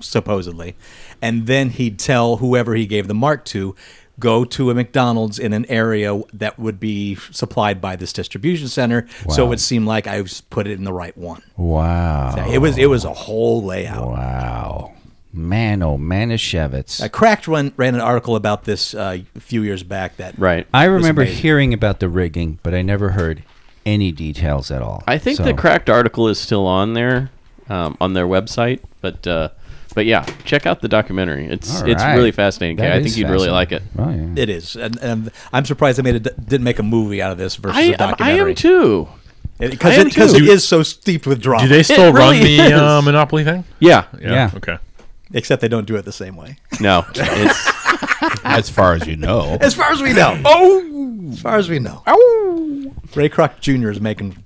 [SPEAKER 2] supposedly, and then he'd tell whoever he gave the mark to. Go to a McDonald's in an area that would be supplied by this distribution center, so it
[SPEAKER 5] Wow.
[SPEAKER 2] would seem like I was- put it in the right one.
[SPEAKER 5] Wow.
[SPEAKER 2] It was it was a whole layout.
[SPEAKER 5] wow. Man, oh, Manischewitz.
[SPEAKER 2] Uh, Cracked run, ran an article about this uh, a few years back. That
[SPEAKER 3] Right.
[SPEAKER 5] I remember
[SPEAKER 2] amazing.
[SPEAKER 5] hearing about the rigging, but I never heard any details at all.
[SPEAKER 3] I think
[SPEAKER 5] So-
[SPEAKER 3] the cracked article is still on there, um, on their website. But uh, but yeah, check out the documentary. It's
[SPEAKER 5] All
[SPEAKER 3] it's
[SPEAKER 5] right.
[SPEAKER 3] really fascinating.
[SPEAKER 5] That
[SPEAKER 3] Kay. I
[SPEAKER 5] is
[SPEAKER 3] think you'd really
[SPEAKER 5] fascinating.
[SPEAKER 3] like it.
[SPEAKER 5] Oh, yeah.
[SPEAKER 2] it is, and, and I'm surprised they made it didn't make a movie out of this versus a
[SPEAKER 3] I, I
[SPEAKER 2] documentary.
[SPEAKER 3] am too. I
[SPEAKER 2] because
[SPEAKER 3] am
[SPEAKER 2] it, 'cause
[SPEAKER 3] too.
[SPEAKER 2] it is so steeped with drama.
[SPEAKER 6] Do they still run
[SPEAKER 3] really
[SPEAKER 6] the uh,
[SPEAKER 3] is.
[SPEAKER 6] Monopoly thing?
[SPEAKER 3] Yeah.
[SPEAKER 5] Yeah.
[SPEAKER 6] Okay.
[SPEAKER 2] Except they don't do it the same way,
[SPEAKER 3] No. It's
[SPEAKER 4] as far as you know.
[SPEAKER 2] as far as we know. oh, as far as we know. Oh, Ray Kroc Jr. is making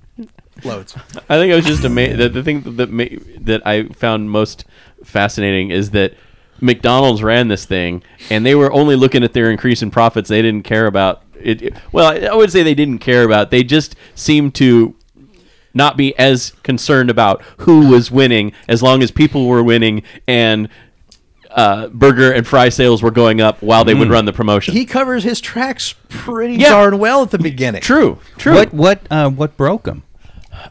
[SPEAKER 2] loads.
[SPEAKER 3] I think I was just amazed. The, the thing that ma- that I found most fascinating is that McDonald's ran this thing, and they were only looking at their increase in profits. They didn't care about it. it- well, I, I would say they didn't care about. They just seemed to not be as concerned about who was winning as long as people were winning and uh, burger and fry sales were going up while they would run the promotion.
[SPEAKER 2] He covers his tracks pretty
[SPEAKER 3] Yeah.
[SPEAKER 2] darn well at the beginning.
[SPEAKER 3] true, true.
[SPEAKER 5] What what uh, what broke him?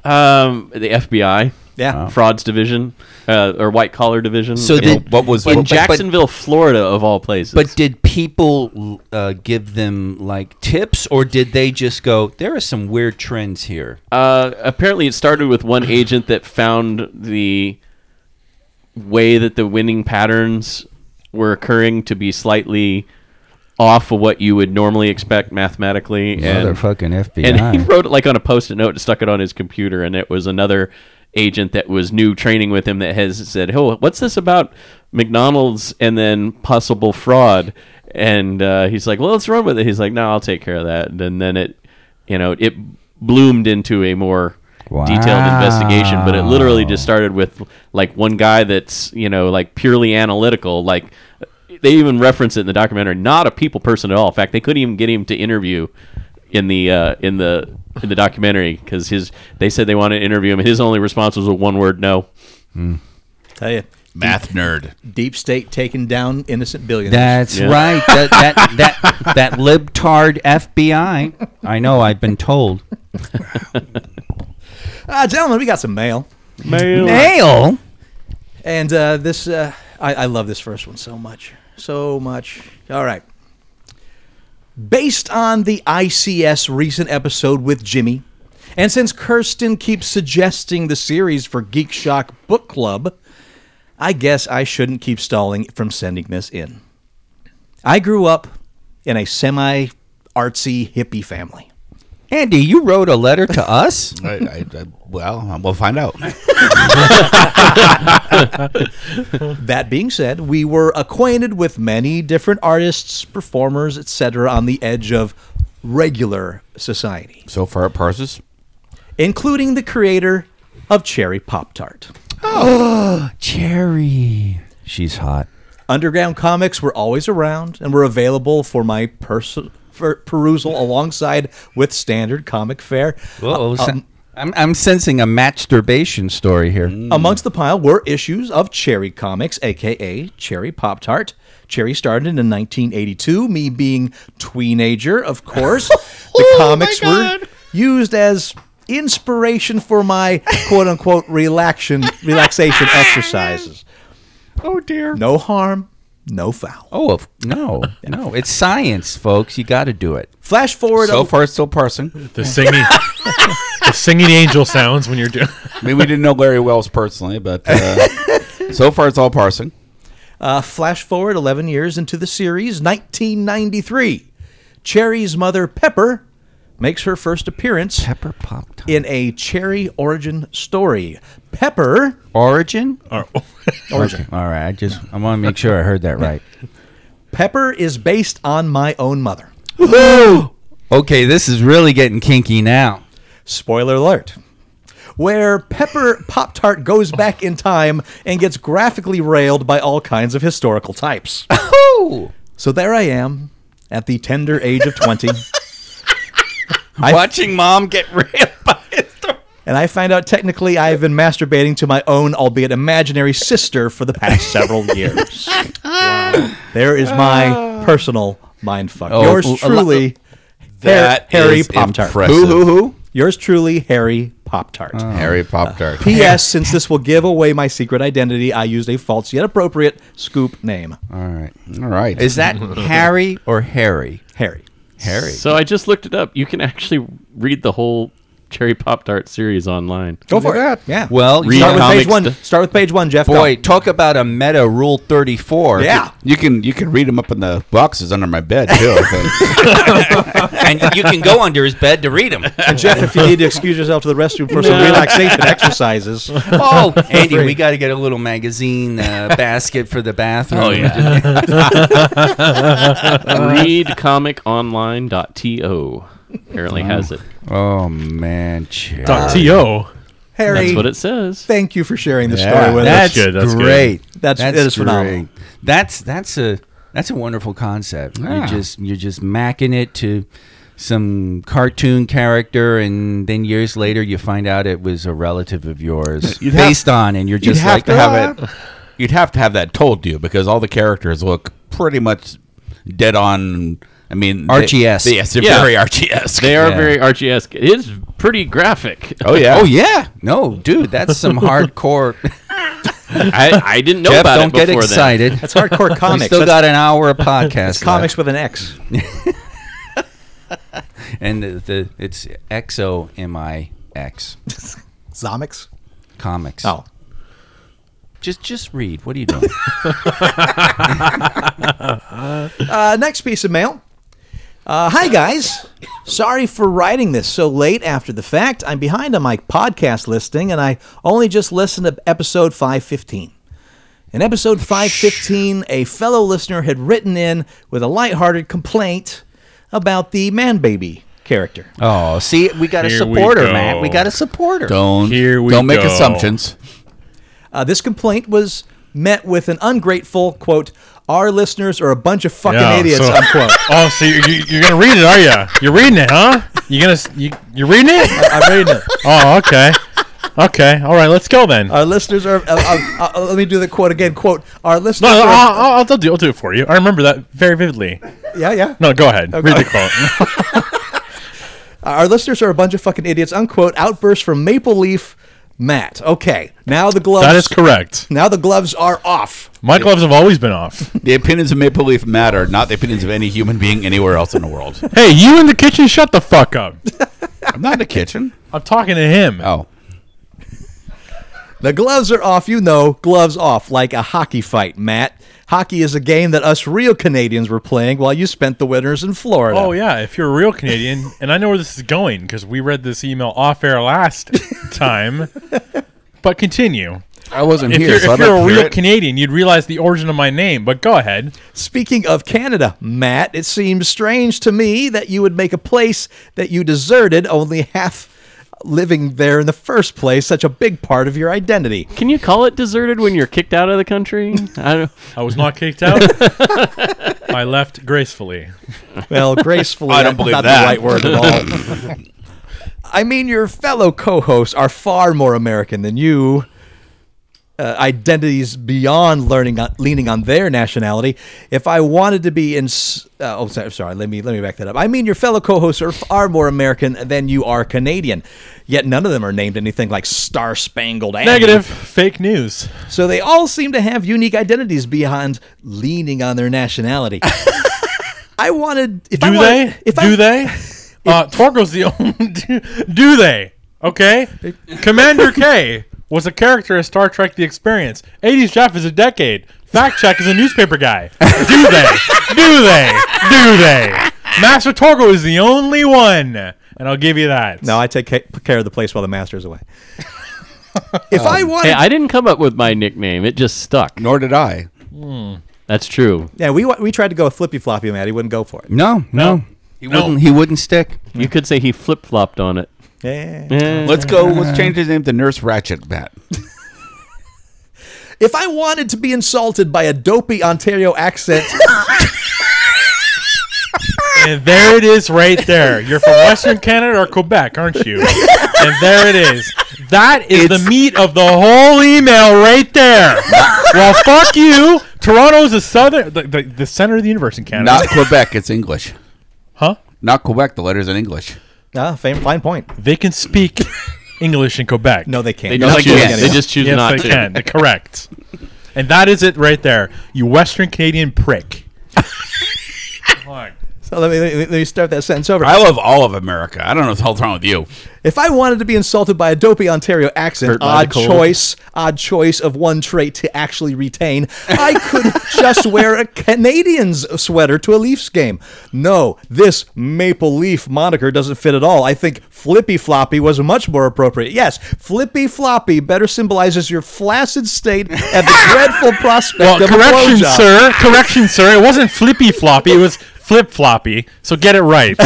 [SPEAKER 3] Um, the FBI.
[SPEAKER 2] Yeah. Wow.
[SPEAKER 3] Frauds division uh, or white collar division.
[SPEAKER 5] So
[SPEAKER 3] in-
[SPEAKER 5] did-
[SPEAKER 4] what was-
[SPEAKER 3] in
[SPEAKER 5] but- but-
[SPEAKER 3] Jacksonville, Florida, of all places?
[SPEAKER 5] But did people uh, give them like tips, or did they just go? There are some weird trends here.
[SPEAKER 3] uh, apparently, it started with one agent that found the way that the winning patterns were occurring to be slightly off of what you would normally expect mathematically. and-
[SPEAKER 5] Motherfucking FBI.
[SPEAKER 3] and he wrote it like on a post-it note and stuck it on his computer and it was another agent that was new training with him that has said oh what's this about mcdonald's and then possible fraud and uh, he's like well let's run with it he's like no i'll take care of that and then it you know it bloomed into a more detailed investigation, but it literally just
[SPEAKER 5] Wow.
[SPEAKER 3] started with like one guy that's you know like purely analytical. Like they even reference it in the documentary, not a people person at all. In fact, they couldn't even get him to interview in the uh, in the in the documentary because his they said they wanted to interview him, and his only response was a one word no.
[SPEAKER 2] Tell you,
[SPEAKER 4] Math nerd.
[SPEAKER 2] deep state taking down innocent billionaires.
[SPEAKER 5] That's
[SPEAKER 3] Yeah.
[SPEAKER 5] right. That that that that libtard FBI. I know. I've been told.
[SPEAKER 2] Ah, gentlemen, we got some mail,
[SPEAKER 5] Nail.
[SPEAKER 2] and uh, this uh, I, I love this first one so much, so much. All right. Based on the ICS recent episode with Jimmy, and since Kirsten keeps suggesting the series for Geek Shock Book Club, I guess I shouldn't keep stalling from sending this in. I grew up in a semi artsy hippie family.
[SPEAKER 5] Andy, you wrote a letter to us.
[SPEAKER 4] I, I, I, well, we'll find out.
[SPEAKER 2] That being said, we were acquainted with many different artists, performers, etc., on the edge of regular society,
[SPEAKER 4] So far, it parses.
[SPEAKER 2] including the creator of Cherry Pop Tart.
[SPEAKER 5] Cherry. She's hot.
[SPEAKER 2] Underground comics were always around and were available for my pers- for perusal alongside with standard comic fare.
[SPEAKER 5] Whoa. Uh, I'm, I'm sensing a masturbation story here.
[SPEAKER 2] Amongst the pile were issues of Cherry Comics, aka Cherry Pop Tart. Cherry started in 1982. Me being teenager, of course, the
[SPEAKER 5] Oh
[SPEAKER 2] comics were used as inspiration for my quote unquote relaxation relaxation exercises.
[SPEAKER 5] Oh dear.
[SPEAKER 2] No harm, no foul.
[SPEAKER 5] Oh, of, no, no. It's science, folks. You got to do it.
[SPEAKER 2] Flash forward
[SPEAKER 4] So
[SPEAKER 2] a,
[SPEAKER 4] far, it's still parsing.
[SPEAKER 6] The singing, the singing angel sounds when you're doing.
[SPEAKER 4] I mean, we didn't know Larry Wells personally, but uh, so far, it's all parsing.
[SPEAKER 2] uh, flash forward 11 years into the series, 1993. Cherry's mother Pepper makes her first appearance
[SPEAKER 5] Pepper pop tart.
[SPEAKER 2] in a cherry origin story. Pepper
[SPEAKER 5] Origin.
[SPEAKER 2] origin.
[SPEAKER 5] All right. I just I want to make sure I heard that right.
[SPEAKER 2] Pepper is based on my own mother.
[SPEAKER 5] Okay, this is really getting kinky now.
[SPEAKER 2] Spoiler alert. Where Pepper Pop Tart goes back in time and gets graphically railed by all kinds of historical types. So there I am at the tender age of 20,
[SPEAKER 5] Watching mom get railed by it.
[SPEAKER 2] and I find out technically I have been masturbating to my own, albeit imaginary, sister for the past several years. There is my personal mindfuck.
[SPEAKER 5] Oh, a- a-
[SPEAKER 2] Yours truly, Har- Harry Pop Tart.
[SPEAKER 4] Who, who, who?
[SPEAKER 2] Yours truly, Harry Pop Tart.
[SPEAKER 5] Ah. Oh.
[SPEAKER 4] Harry Pop Tart.
[SPEAKER 2] P.S. Since this will give away my secret identity, I used a false yet appropriate scoop name,
[SPEAKER 5] All right.
[SPEAKER 4] All right.
[SPEAKER 5] Is that Harry or Harry?
[SPEAKER 2] Harry.
[SPEAKER 5] Harry.
[SPEAKER 3] So I just looked it up. You can actually read the whole Cherry Pop Tart series online.
[SPEAKER 2] Go for it. Yeah.
[SPEAKER 5] Well,
[SPEAKER 3] Read
[SPEAKER 2] start with
[SPEAKER 3] comics
[SPEAKER 2] page one.
[SPEAKER 3] to-
[SPEAKER 2] start with page one, Jeff. Go.
[SPEAKER 5] boy, talk about a meta rule 34.
[SPEAKER 2] Yeah.
[SPEAKER 4] You can you can read them up in the boxes under my bed too. I think.
[SPEAKER 5] and you can go under his bed to read them.
[SPEAKER 2] And Jeff, if you need to excuse yourself to the restroom for some relaxation exercises,
[SPEAKER 5] Oh, Andy, we got to get a little magazine uh, basket for the bathroom.
[SPEAKER 3] Oh, yeah. Readcomiconline.to apparently has it.
[SPEAKER 5] Oh, man. Cherry.
[SPEAKER 6] To
[SPEAKER 2] Harry,
[SPEAKER 3] That's what it says.
[SPEAKER 2] thank you for sharing this
[SPEAKER 4] Yeah.
[SPEAKER 2] story with
[SPEAKER 5] That's,
[SPEAKER 2] us.
[SPEAKER 6] That's good, that's good.
[SPEAKER 5] great.
[SPEAKER 2] That's- that is phenomenal.
[SPEAKER 5] great. That's that's a that's a wonderful concept.
[SPEAKER 4] Yeah.
[SPEAKER 5] You just you're just macking it to some cartoon character, and then years later you find out it was a relative of yours
[SPEAKER 4] You'd have-
[SPEAKER 5] based on, and you're
[SPEAKER 4] You'd
[SPEAKER 5] just
[SPEAKER 4] have
[SPEAKER 5] like
[SPEAKER 4] to have it. You'd have to have that told to you because all the characters look pretty much dead on. I mean, they-
[SPEAKER 5] Archie-esque.
[SPEAKER 4] yes, they're
[SPEAKER 3] Yeah.
[SPEAKER 4] very Archie-esque.
[SPEAKER 3] They are
[SPEAKER 5] Yeah.
[SPEAKER 3] very Archie-esque. It is pretty graphic.
[SPEAKER 4] Oh yeah.
[SPEAKER 5] Oh yeah, no, dude, that's some hardcore.
[SPEAKER 3] I, I didn't know
[SPEAKER 5] Jeff,
[SPEAKER 3] about
[SPEAKER 5] don't
[SPEAKER 3] it before
[SPEAKER 5] get excited.
[SPEAKER 2] That's hardcore
[SPEAKER 5] We
[SPEAKER 2] comics.
[SPEAKER 5] still
[SPEAKER 2] That's
[SPEAKER 5] got an hour of podcast.
[SPEAKER 2] comics with an X.
[SPEAKER 5] left. and the, the it's X O M I X
[SPEAKER 2] Zomics.
[SPEAKER 5] comics.
[SPEAKER 2] Oh,
[SPEAKER 5] just just read. What are you doing?
[SPEAKER 2] Uh, next piece of mail. Uh, hi, guys. Sorry for writing this so late after the fact. I'm behind on my podcast listing, and I only just listened to episode 515. In episode 515, a fellow listener had written in with a lighthearted complaint about the man baby character.
[SPEAKER 5] Oh, see, we got a
[SPEAKER 6] Here we
[SPEAKER 5] supporter,
[SPEAKER 6] go.
[SPEAKER 5] Matt. We got a supporter.
[SPEAKER 4] Don't
[SPEAKER 6] Here we
[SPEAKER 4] don't make
[SPEAKER 6] go.
[SPEAKER 4] assumptions.
[SPEAKER 2] Uh, this complaint was met with an ungrateful quote. Our listeners are a bunch of fucking
[SPEAKER 6] Yeah,
[SPEAKER 2] idiots.
[SPEAKER 6] so-
[SPEAKER 2] Unquote.
[SPEAKER 6] Oh, so you're, you're gonna read it, are you? You're reading it, huh? You gonna s- you you reading it?
[SPEAKER 2] I'm reading it.
[SPEAKER 6] Oh, okay, okay, all right. Let's go then.
[SPEAKER 2] Our listeners are. Uh, uh, uh, let me do the quote again. Quote: Our listeners.
[SPEAKER 6] no, no,
[SPEAKER 2] are,
[SPEAKER 6] I'll, I'll, I'll, do, I'll do it for you. I remember that very vividly.
[SPEAKER 2] yeah, yeah.
[SPEAKER 6] uh, No, go ahead. Read the quote.
[SPEAKER 2] Our listeners are a bunch of fucking idiots. Unquote. Outburst from Maple Leaf Matt. Okay, now the gloves.
[SPEAKER 6] that is correct.
[SPEAKER 2] Now the gloves are off.
[SPEAKER 6] My gloves have always been off.
[SPEAKER 4] The opinions of Maple Leaf matter, not the opinions of any human being anywhere else in the world.
[SPEAKER 6] Hey, you in the kitchen, shut the fuck up.
[SPEAKER 4] I'm not in the kitchen.
[SPEAKER 6] I'm talking to
[SPEAKER 2] Uh,
[SPEAKER 6] him.
[SPEAKER 4] Oh,
[SPEAKER 2] The gloves are off, you know, gloves off, like a hockey fight, Matt. Hockey is a game that us real Canadians were playing while you spent the winters in Florida.
[SPEAKER 6] Oh yeah, if you're a real Canadian, and I know where this is going because we read this email off air last time. But continue.
[SPEAKER 4] I wasn't
[SPEAKER 6] If
[SPEAKER 4] here.
[SPEAKER 6] you're,
[SPEAKER 4] so I
[SPEAKER 6] if
[SPEAKER 4] don't
[SPEAKER 6] you're a
[SPEAKER 4] hear
[SPEAKER 6] real
[SPEAKER 4] it.
[SPEAKER 6] Canadian, you'd realize the origin of my name. But go ahead.
[SPEAKER 2] Speaking of Canada, Matt, it seems strange to me that you would make a place that you deserted only half living there in the first place such a big part of your identity.
[SPEAKER 3] Can you call it deserted when you're kicked out of the country? I don't.
[SPEAKER 6] I was not kicked out. I left gracefully.
[SPEAKER 2] Well, gracefully,
[SPEAKER 4] I
[SPEAKER 2] that's
[SPEAKER 4] don't believe
[SPEAKER 2] not
[SPEAKER 4] that.
[SPEAKER 2] the right word at all. I mean, your fellow co-hosts are far more American than you. Uh, identities beyond learning on, leaning on their nationality. If I wanted to be in, s- uh, oh sorry, sorry, let me let me back that up. I mean, your fellow co-hosts are far more American than you are Canadian. Yet none of them are named anything like Star Spangled.
[SPEAKER 6] Negative. Fake news.
[SPEAKER 2] So they all seem to have unique identities beyond leaning on their nationality. I wanted. If I
[SPEAKER 6] Do
[SPEAKER 2] wanted,
[SPEAKER 6] they?
[SPEAKER 2] If
[SPEAKER 6] do
[SPEAKER 2] I,
[SPEAKER 6] they? Uh, Torgo's the only. Do, do they? Okay. Commander K was a character in Star Trek: The Experience. 80s Jeff is a decade. Fact check is a newspaper guy. Do they? Do they? Do they? Master Torgo is the only one, and I'll give you that.
[SPEAKER 2] No, I take ca- care of the place while the master is away. if
[SPEAKER 6] Oh,
[SPEAKER 2] I wanted,
[SPEAKER 3] Hey, I didn't come up with my nickname. It just stuck.
[SPEAKER 4] Nor did I.
[SPEAKER 6] Hmm.
[SPEAKER 3] That's true.
[SPEAKER 2] yeah, we wa- we tried to go with flippy floppy, Matt. He wouldn't go for it.
[SPEAKER 5] No, no, He
[SPEAKER 6] No.
[SPEAKER 5] wouldn't. He wouldn't stick.
[SPEAKER 3] You could say he flip flopped on it.
[SPEAKER 2] Yeah.
[SPEAKER 4] Let's go. Let's change his name to Nurse Ratchet Bat.
[SPEAKER 2] If I wanted to be insulted by a dopey Ontario accent,
[SPEAKER 6] And there it is right there. You're from Western Canada or Quebec, aren't you? And there it is. That is the meat of the whole email right there. well, fuck you. Toronto's the southern, the, the, the center of the universe in Canada.
[SPEAKER 4] Not Quebec. It's English.
[SPEAKER 6] huh?
[SPEAKER 4] Not Quebec. The letters in English.
[SPEAKER 2] ah, fine, fine point.
[SPEAKER 6] They can speak English in Quebec.
[SPEAKER 2] No, they can't.
[SPEAKER 3] They
[SPEAKER 2] No,
[SPEAKER 3] just,
[SPEAKER 4] like
[SPEAKER 2] she
[SPEAKER 3] choose,
[SPEAKER 2] can't
[SPEAKER 4] yes.
[SPEAKER 3] they
[SPEAKER 2] anymore.
[SPEAKER 3] just choose
[SPEAKER 6] yes,
[SPEAKER 3] not
[SPEAKER 6] they
[SPEAKER 3] to.
[SPEAKER 6] can. They're correct. And that is it right there. You Western Canadian prick. Fuck.
[SPEAKER 2] So let me, let me- let me start that sentence over.
[SPEAKER 4] I love all of America. I don't know what's all wrong with you.
[SPEAKER 2] If I wanted to be insulted by a dopey Ontario accent,
[SPEAKER 3] Hurt by the
[SPEAKER 2] odd
[SPEAKER 3] cold.
[SPEAKER 2] choice, odd choice of one trait to actually retain, I could just wear a Canadians sweater to a Leafs game. No, this maple leaf moniker doesn't fit at all. I think flippy floppy was much more appropriate. Yes, flippy floppy better symbolizes your flaccid state and the dreadful prospect
[SPEAKER 6] Well,
[SPEAKER 2] of
[SPEAKER 6] correction,
[SPEAKER 2] a blowjob.
[SPEAKER 6] sir. Correction, sir. It wasn't flippy floppy. It was flip floppy. So get it right.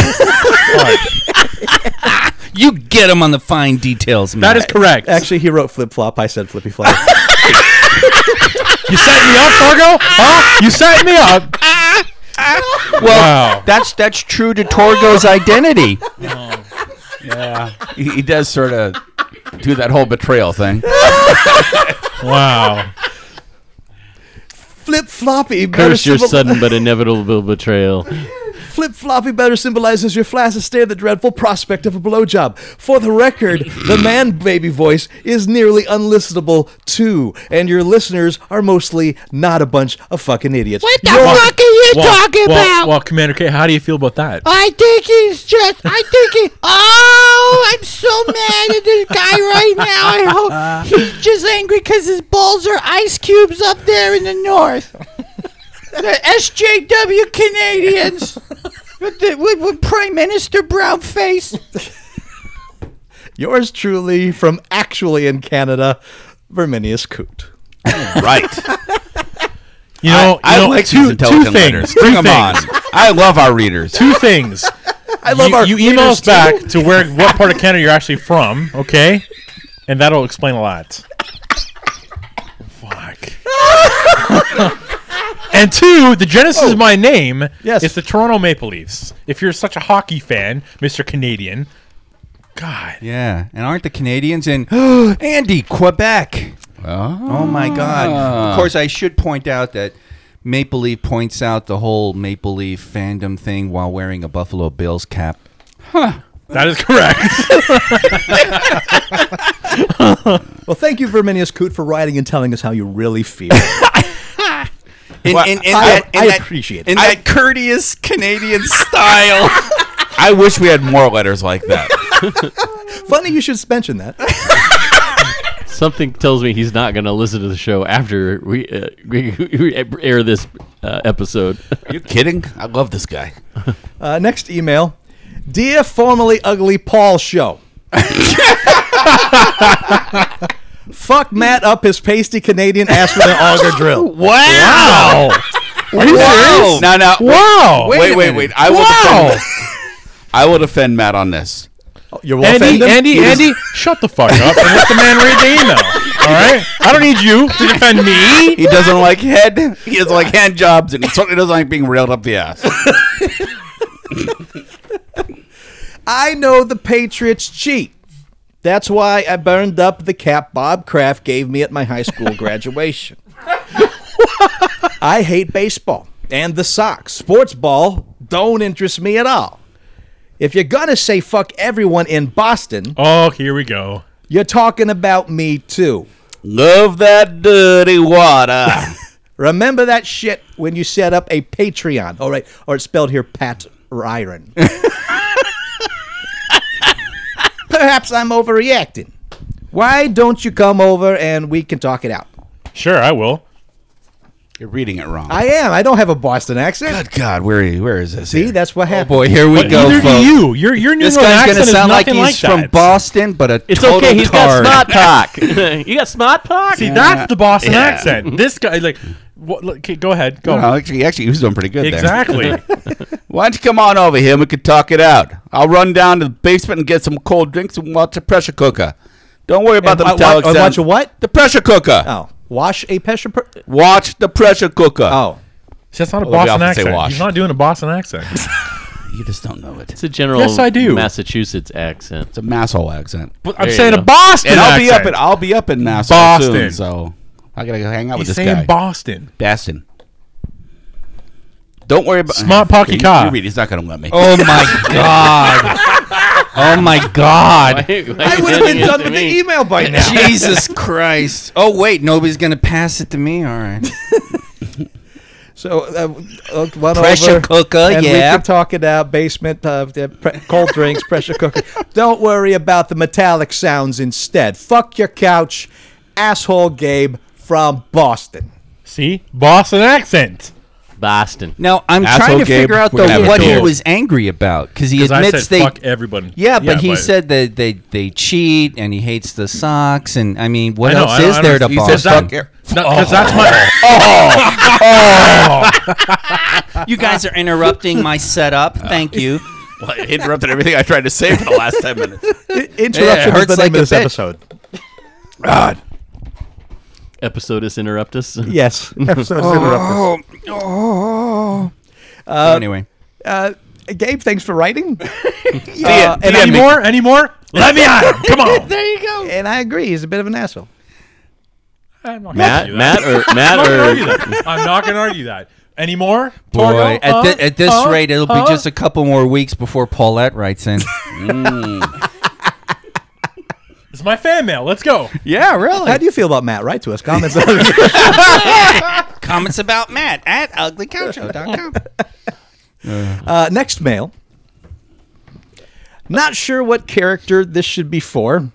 [SPEAKER 5] You get him on the fine details, Matt.
[SPEAKER 6] That is correct.
[SPEAKER 2] Actually, he wrote flip flop. I said flippy floppy.
[SPEAKER 6] you set me up, Fargo? Huh? You set me up. Well, wow.
[SPEAKER 5] That's that's true to Torgo's identity.
[SPEAKER 4] He, he does sort of do that whole betrayal thing.
[SPEAKER 6] wow.
[SPEAKER 2] flip floppy better
[SPEAKER 3] Curse your
[SPEAKER 2] symbol-
[SPEAKER 3] sudden but inevitable betrayal.
[SPEAKER 2] Flip floppy better symbolizes your flaccid stare at the dreadful prospect of a blowjob. For the record, the man baby voice is nearly unlistenable too, and your listeners are mostly not a bunch of fucking idiots.
[SPEAKER 7] What the fuck are you
[SPEAKER 6] Well,
[SPEAKER 7] talking
[SPEAKER 6] well,
[SPEAKER 7] about?
[SPEAKER 6] well, Commander K, how do you feel about that?
[SPEAKER 7] I think he's just. I think he. Oh, I'm so mad at this guy right now. I hope he's just angry because his balls are ice cubes up there in the north. The SJW Canadians with, the, with, with Prime Minister Brown face.
[SPEAKER 2] Yours truly, from actually in Canada, Verminius Coot.
[SPEAKER 4] Right.
[SPEAKER 6] Oh, You know,
[SPEAKER 4] I
[SPEAKER 6] you know,
[SPEAKER 4] like
[SPEAKER 6] two,
[SPEAKER 4] these intelligent
[SPEAKER 6] two things.
[SPEAKER 4] letters. Bring
[SPEAKER 6] two
[SPEAKER 4] them on.
[SPEAKER 6] things.
[SPEAKER 4] I love our readers.
[SPEAKER 6] Two things.
[SPEAKER 2] I love
[SPEAKER 6] you,
[SPEAKER 2] our
[SPEAKER 6] you email
[SPEAKER 2] readers,
[SPEAKER 6] us back to where what part of Canada you're actually from, okay? And that'll explain a lot. Fuck. and two, the genesis of my name
[SPEAKER 2] Oh. Yes.
[SPEAKER 6] is the Toronto Maple Leafs. If you're such a hockey fan, Mr. Canadian, God,
[SPEAKER 5] Yeah, and aren't the Canadians in Andy Quebec? Oh my God! Of course, I should point out that Maple Leaf points out the whole Maple Leaf fandom thing while wearing a Buffalo Bills cap.
[SPEAKER 6] that is correct.
[SPEAKER 2] Well, thank you, Verminius Coot, for writing and telling us how you really feel.
[SPEAKER 5] In,
[SPEAKER 4] Well,
[SPEAKER 5] in- in
[SPEAKER 2] I-
[SPEAKER 5] that, in
[SPEAKER 2] I
[SPEAKER 5] that-
[SPEAKER 2] appreciate it.
[SPEAKER 5] in that courteous Canadian style.
[SPEAKER 4] I wish we had more letters like that.
[SPEAKER 2] Funny you should mention that.
[SPEAKER 3] Something tells me he's not going to listen to the show after we, uh, we, we air this uh, episode.
[SPEAKER 4] Are you kidding? I love this guy.
[SPEAKER 2] Uh, next email Dear formerly ugly Paul Show. Fuck Matt up his pasty Canadian ass with an auger drill.
[SPEAKER 4] Wow! Are you serious? No, no.
[SPEAKER 6] wow.
[SPEAKER 4] Wait, wait, wait, I will
[SPEAKER 6] Wow.
[SPEAKER 4] defend. I will defend Matt on this.
[SPEAKER 2] You're well
[SPEAKER 6] Andy,
[SPEAKER 2] offended?
[SPEAKER 6] Andy, Andy, shut the fuck up and let the man read the email. All right, I don't need you to defend me.
[SPEAKER 4] He doesn't like head. He doesn't like hand jobs, and he certainly doesn't like being railed up the ass.
[SPEAKER 2] I know the Patriots cheat. That's why I burned up the cap Bob Kraft gave me at my high school graduation. I hate baseball and the Sox. Sports ball don't interest me at all. If you're going to say fuck everyone in Boston,
[SPEAKER 6] Oh, here we go.
[SPEAKER 2] you're talking about me too.
[SPEAKER 4] Love that dirty water.
[SPEAKER 2] Remember that shit when you set up a Patreon. All right, or it's spelled here Pat Ryan. Perhaps I'm overreacting. Why don't you come over and we can talk it out?
[SPEAKER 6] Sure, I will.
[SPEAKER 4] You're reading it wrong.
[SPEAKER 2] I am. I don't have a Boston accent.
[SPEAKER 4] Good God, Oh, where where is this?
[SPEAKER 2] See,
[SPEAKER 4] here?
[SPEAKER 2] that's what happened.
[SPEAKER 5] Boy, here we
[SPEAKER 6] But
[SPEAKER 5] go,
[SPEAKER 6] neither
[SPEAKER 5] folks.
[SPEAKER 6] do you. Your your New
[SPEAKER 5] This
[SPEAKER 6] England
[SPEAKER 5] guy's gonna
[SPEAKER 6] accent
[SPEAKER 5] sound
[SPEAKER 6] is
[SPEAKER 5] like
[SPEAKER 6] nothing
[SPEAKER 5] he's
[SPEAKER 6] like, that.
[SPEAKER 5] from Boston, but a
[SPEAKER 3] It's
[SPEAKER 5] total
[SPEAKER 3] okay. He's
[SPEAKER 5] tard.
[SPEAKER 3] got smart talk. you got smart talk.
[SPEAKER 6] See, that's the Boston accent. This guy, like, what, look, okay, go ahead, go.
[SPEAKER 4] No, Oh, actually, actually, he was doing pretty good there.
[SPEAKER 6] exactly.
[SPEAKER 4] Why don't you come on over here and we can talk it out? I'll run down to the basement and get some cold drinks and watch the pressure cooker. Don't worry about
[SPEAKER 2] And
[SPEAKER 4] the
[SPEAKER 2] wa-
[SPEAKER 4] metallic
[SPEAKER 2] wa- watch
[SPEAKER 4] sounds.
[SPEAKER 2] a what?
[SPEAKER 4] The pressure cooker.
[SPEAKER 2] Oh, wash a pressure. Per-
[SPEAKER 4] Watch the pressure cooker.
[SPEAKER 5] Uh,
[SPEAKER 2] oh,
[SPEAKER 6] See, that's not a
[SPEAKER 4] Well, we
[SPEAKER 6] Boston
[SPEAKER 4] often say
[SPEAKER 6] accent.
[SPEAKER 4] wash.
[SPEAKER 6] He's not doing a Boston accent.
[SPEAKER 4] You just don't know it.
[SPEAKER 3] It's a general
[SPEAKER 6] Yes, I do.
[SPEAKER 3] Massachusetts accent.
[SPEAKER 4] It's a masshole accent.
[SPEAKER 6] But I'm
[SPEAKER 3] There you
[SPEAKER 6] saying a
[SPEAKER 3] go.
[SPEAKER 6] Boston
[SPEAKER 4] and I'll be up
[SPEAKER 6] accent.
[SPEAKER 4] in I'll be up in Nassau
[SPEAKER 6] Boston.
[SPEAKER 4] soon, so I gotta go hang out
[SPEAKER 6] He's
[SPEAKER 4] with this
[SPEAKER 6] saying
[SPEAKER 4] guy.
[SPEAKER 6] Boston.
[SPEAKER 4] Boston. Don't worry about
[SPEAKER 6] Smart Pocky
[SPEAKER 4] You-
[SPEAKER 6] Car.
[SPEAKER 4] You read. He's not gonna let me.
[SPEAKER 5] Oh my God. Oh my God.
[SPEAKER 2] I would have been done with the email by now.
[SPEAKER 5] Jesus Christ. Oh, wait. Nobody's going to pass it to me? All right.
[SPEAKER 2] So uh, uh, one
[SPEAKER 5] Pressure
[SPEAKER 2] over,
[SPEAKER 5] cooker,
[SPEAKER 2] and we
[SPEAKER 5] yeah.
[SPEAKER 2] can talk it out. Basement, uh, the pre- cold drinks, pressure cooker. Don't worry about the metallic sounds instead. Fuck your couch, asshole Gabe from Boston.
[SPEAKER 6] See, Boston accent.
[SPEAKER 3] Boston.
[SPEAKER 5] Now, I'm
[SPEAKER 4] Asshole
[SPEAKER 5] trying to
[SPEAKER 4] Gabe,
[SPEAKER 5] figure out,
[SPEAKER 4] we're gonna
[SPEAKER 5] though,
[SPEAKER 4] have a
[SPEAKER 5] what he
[SPEAKER 4] duel.
[SPEAKER 5] was angry about because he
[SPEAKER 6] 'Cause I
[SPEAKER 5] admits
[SPEAKER 6] said
[SPEAKER 5] they.
[SPEAKER 6] fuck everybody.
[SPEAKER 5] Yeah, but he said that they, they cheat and he hates the socks. And I mean, what
[SPEAKER 6] I know,
[SPEAKER 5] else
[SPEAKER 6] I know,
[SPEAKER 5] is
[SPEAKER 6] I
[SPEAKER 5] there
[SPEAKER 6] know.
[SPEAKER 5] to
[SPEAKER 6] He
[SPEAKER 4] says
[SPEAKER 5] Boston?
[SPEAKER 4] that- Oh.
[SPEAKER 6] because that's my.
[SPEAKER 5] You guys are interrupting my setup. Thank you.
[SPEAKER 4] Well, it interrupted everything I tried to say for the last ten minutes.
[SPEAKER 2] I-
[SPEAKER 5] Yeah, it
[SPEAKER 2] Interruption is
[SPEAKER 5] hurts
[SPEAKER 2] the name
[SPEAKER 5] like
[SPEAKER 2] of
[SPEAKER 5] a
[SPEAKER 2] this
[SPEAKER 5] bitch.
[SPEAKER 2] episode.
[SPEAKER 4] God.
[SPEAKER 3] Episodus interruptus.
[SPEAKER 2] Yes, episode is interrupted.
[SPEAKER 5] anyway.
[SPEAKER 2] Uh, Gabe, thanks for writing.
[SPEAKER 4] Yeah,
[SPEAKER 2] and
[SPEAKER 4] yeah,
[SPEAKER 6] Any more? Any more? Let me on. Come on.
[SPEAKER 7] There you go.
[SPEAKER 2] And I agree, he's a bit of an asshole.
[SPEAKER 6] I'm not
[SPEAKER 3] Matt,
[SPEAKER 6] gonna
[SPEAKER 3] Matt, or Matt,
[SPEAKER 6] argue
[SPEAKER 3] or
[SPEAKER 6] that. I'm not going to argue that. Any more?
[SPEAKER 5] Boy, at, thi- at this rate, it'll be just a couple more weeks before Paulette writes in.
[SPEAKER 6] It's my fan mail. Let's go.
[SPEAKER 2] Oh,
[SPEAKER 5] yeah, really?
[SPEAKER 2] How do you feel about Matt? Write to us. Comments.
[SPEAKER 5] Comments about Matt at uglycoucho.com.
[SPEAKER 2] Uh, next mail. Not sure what character this should be for.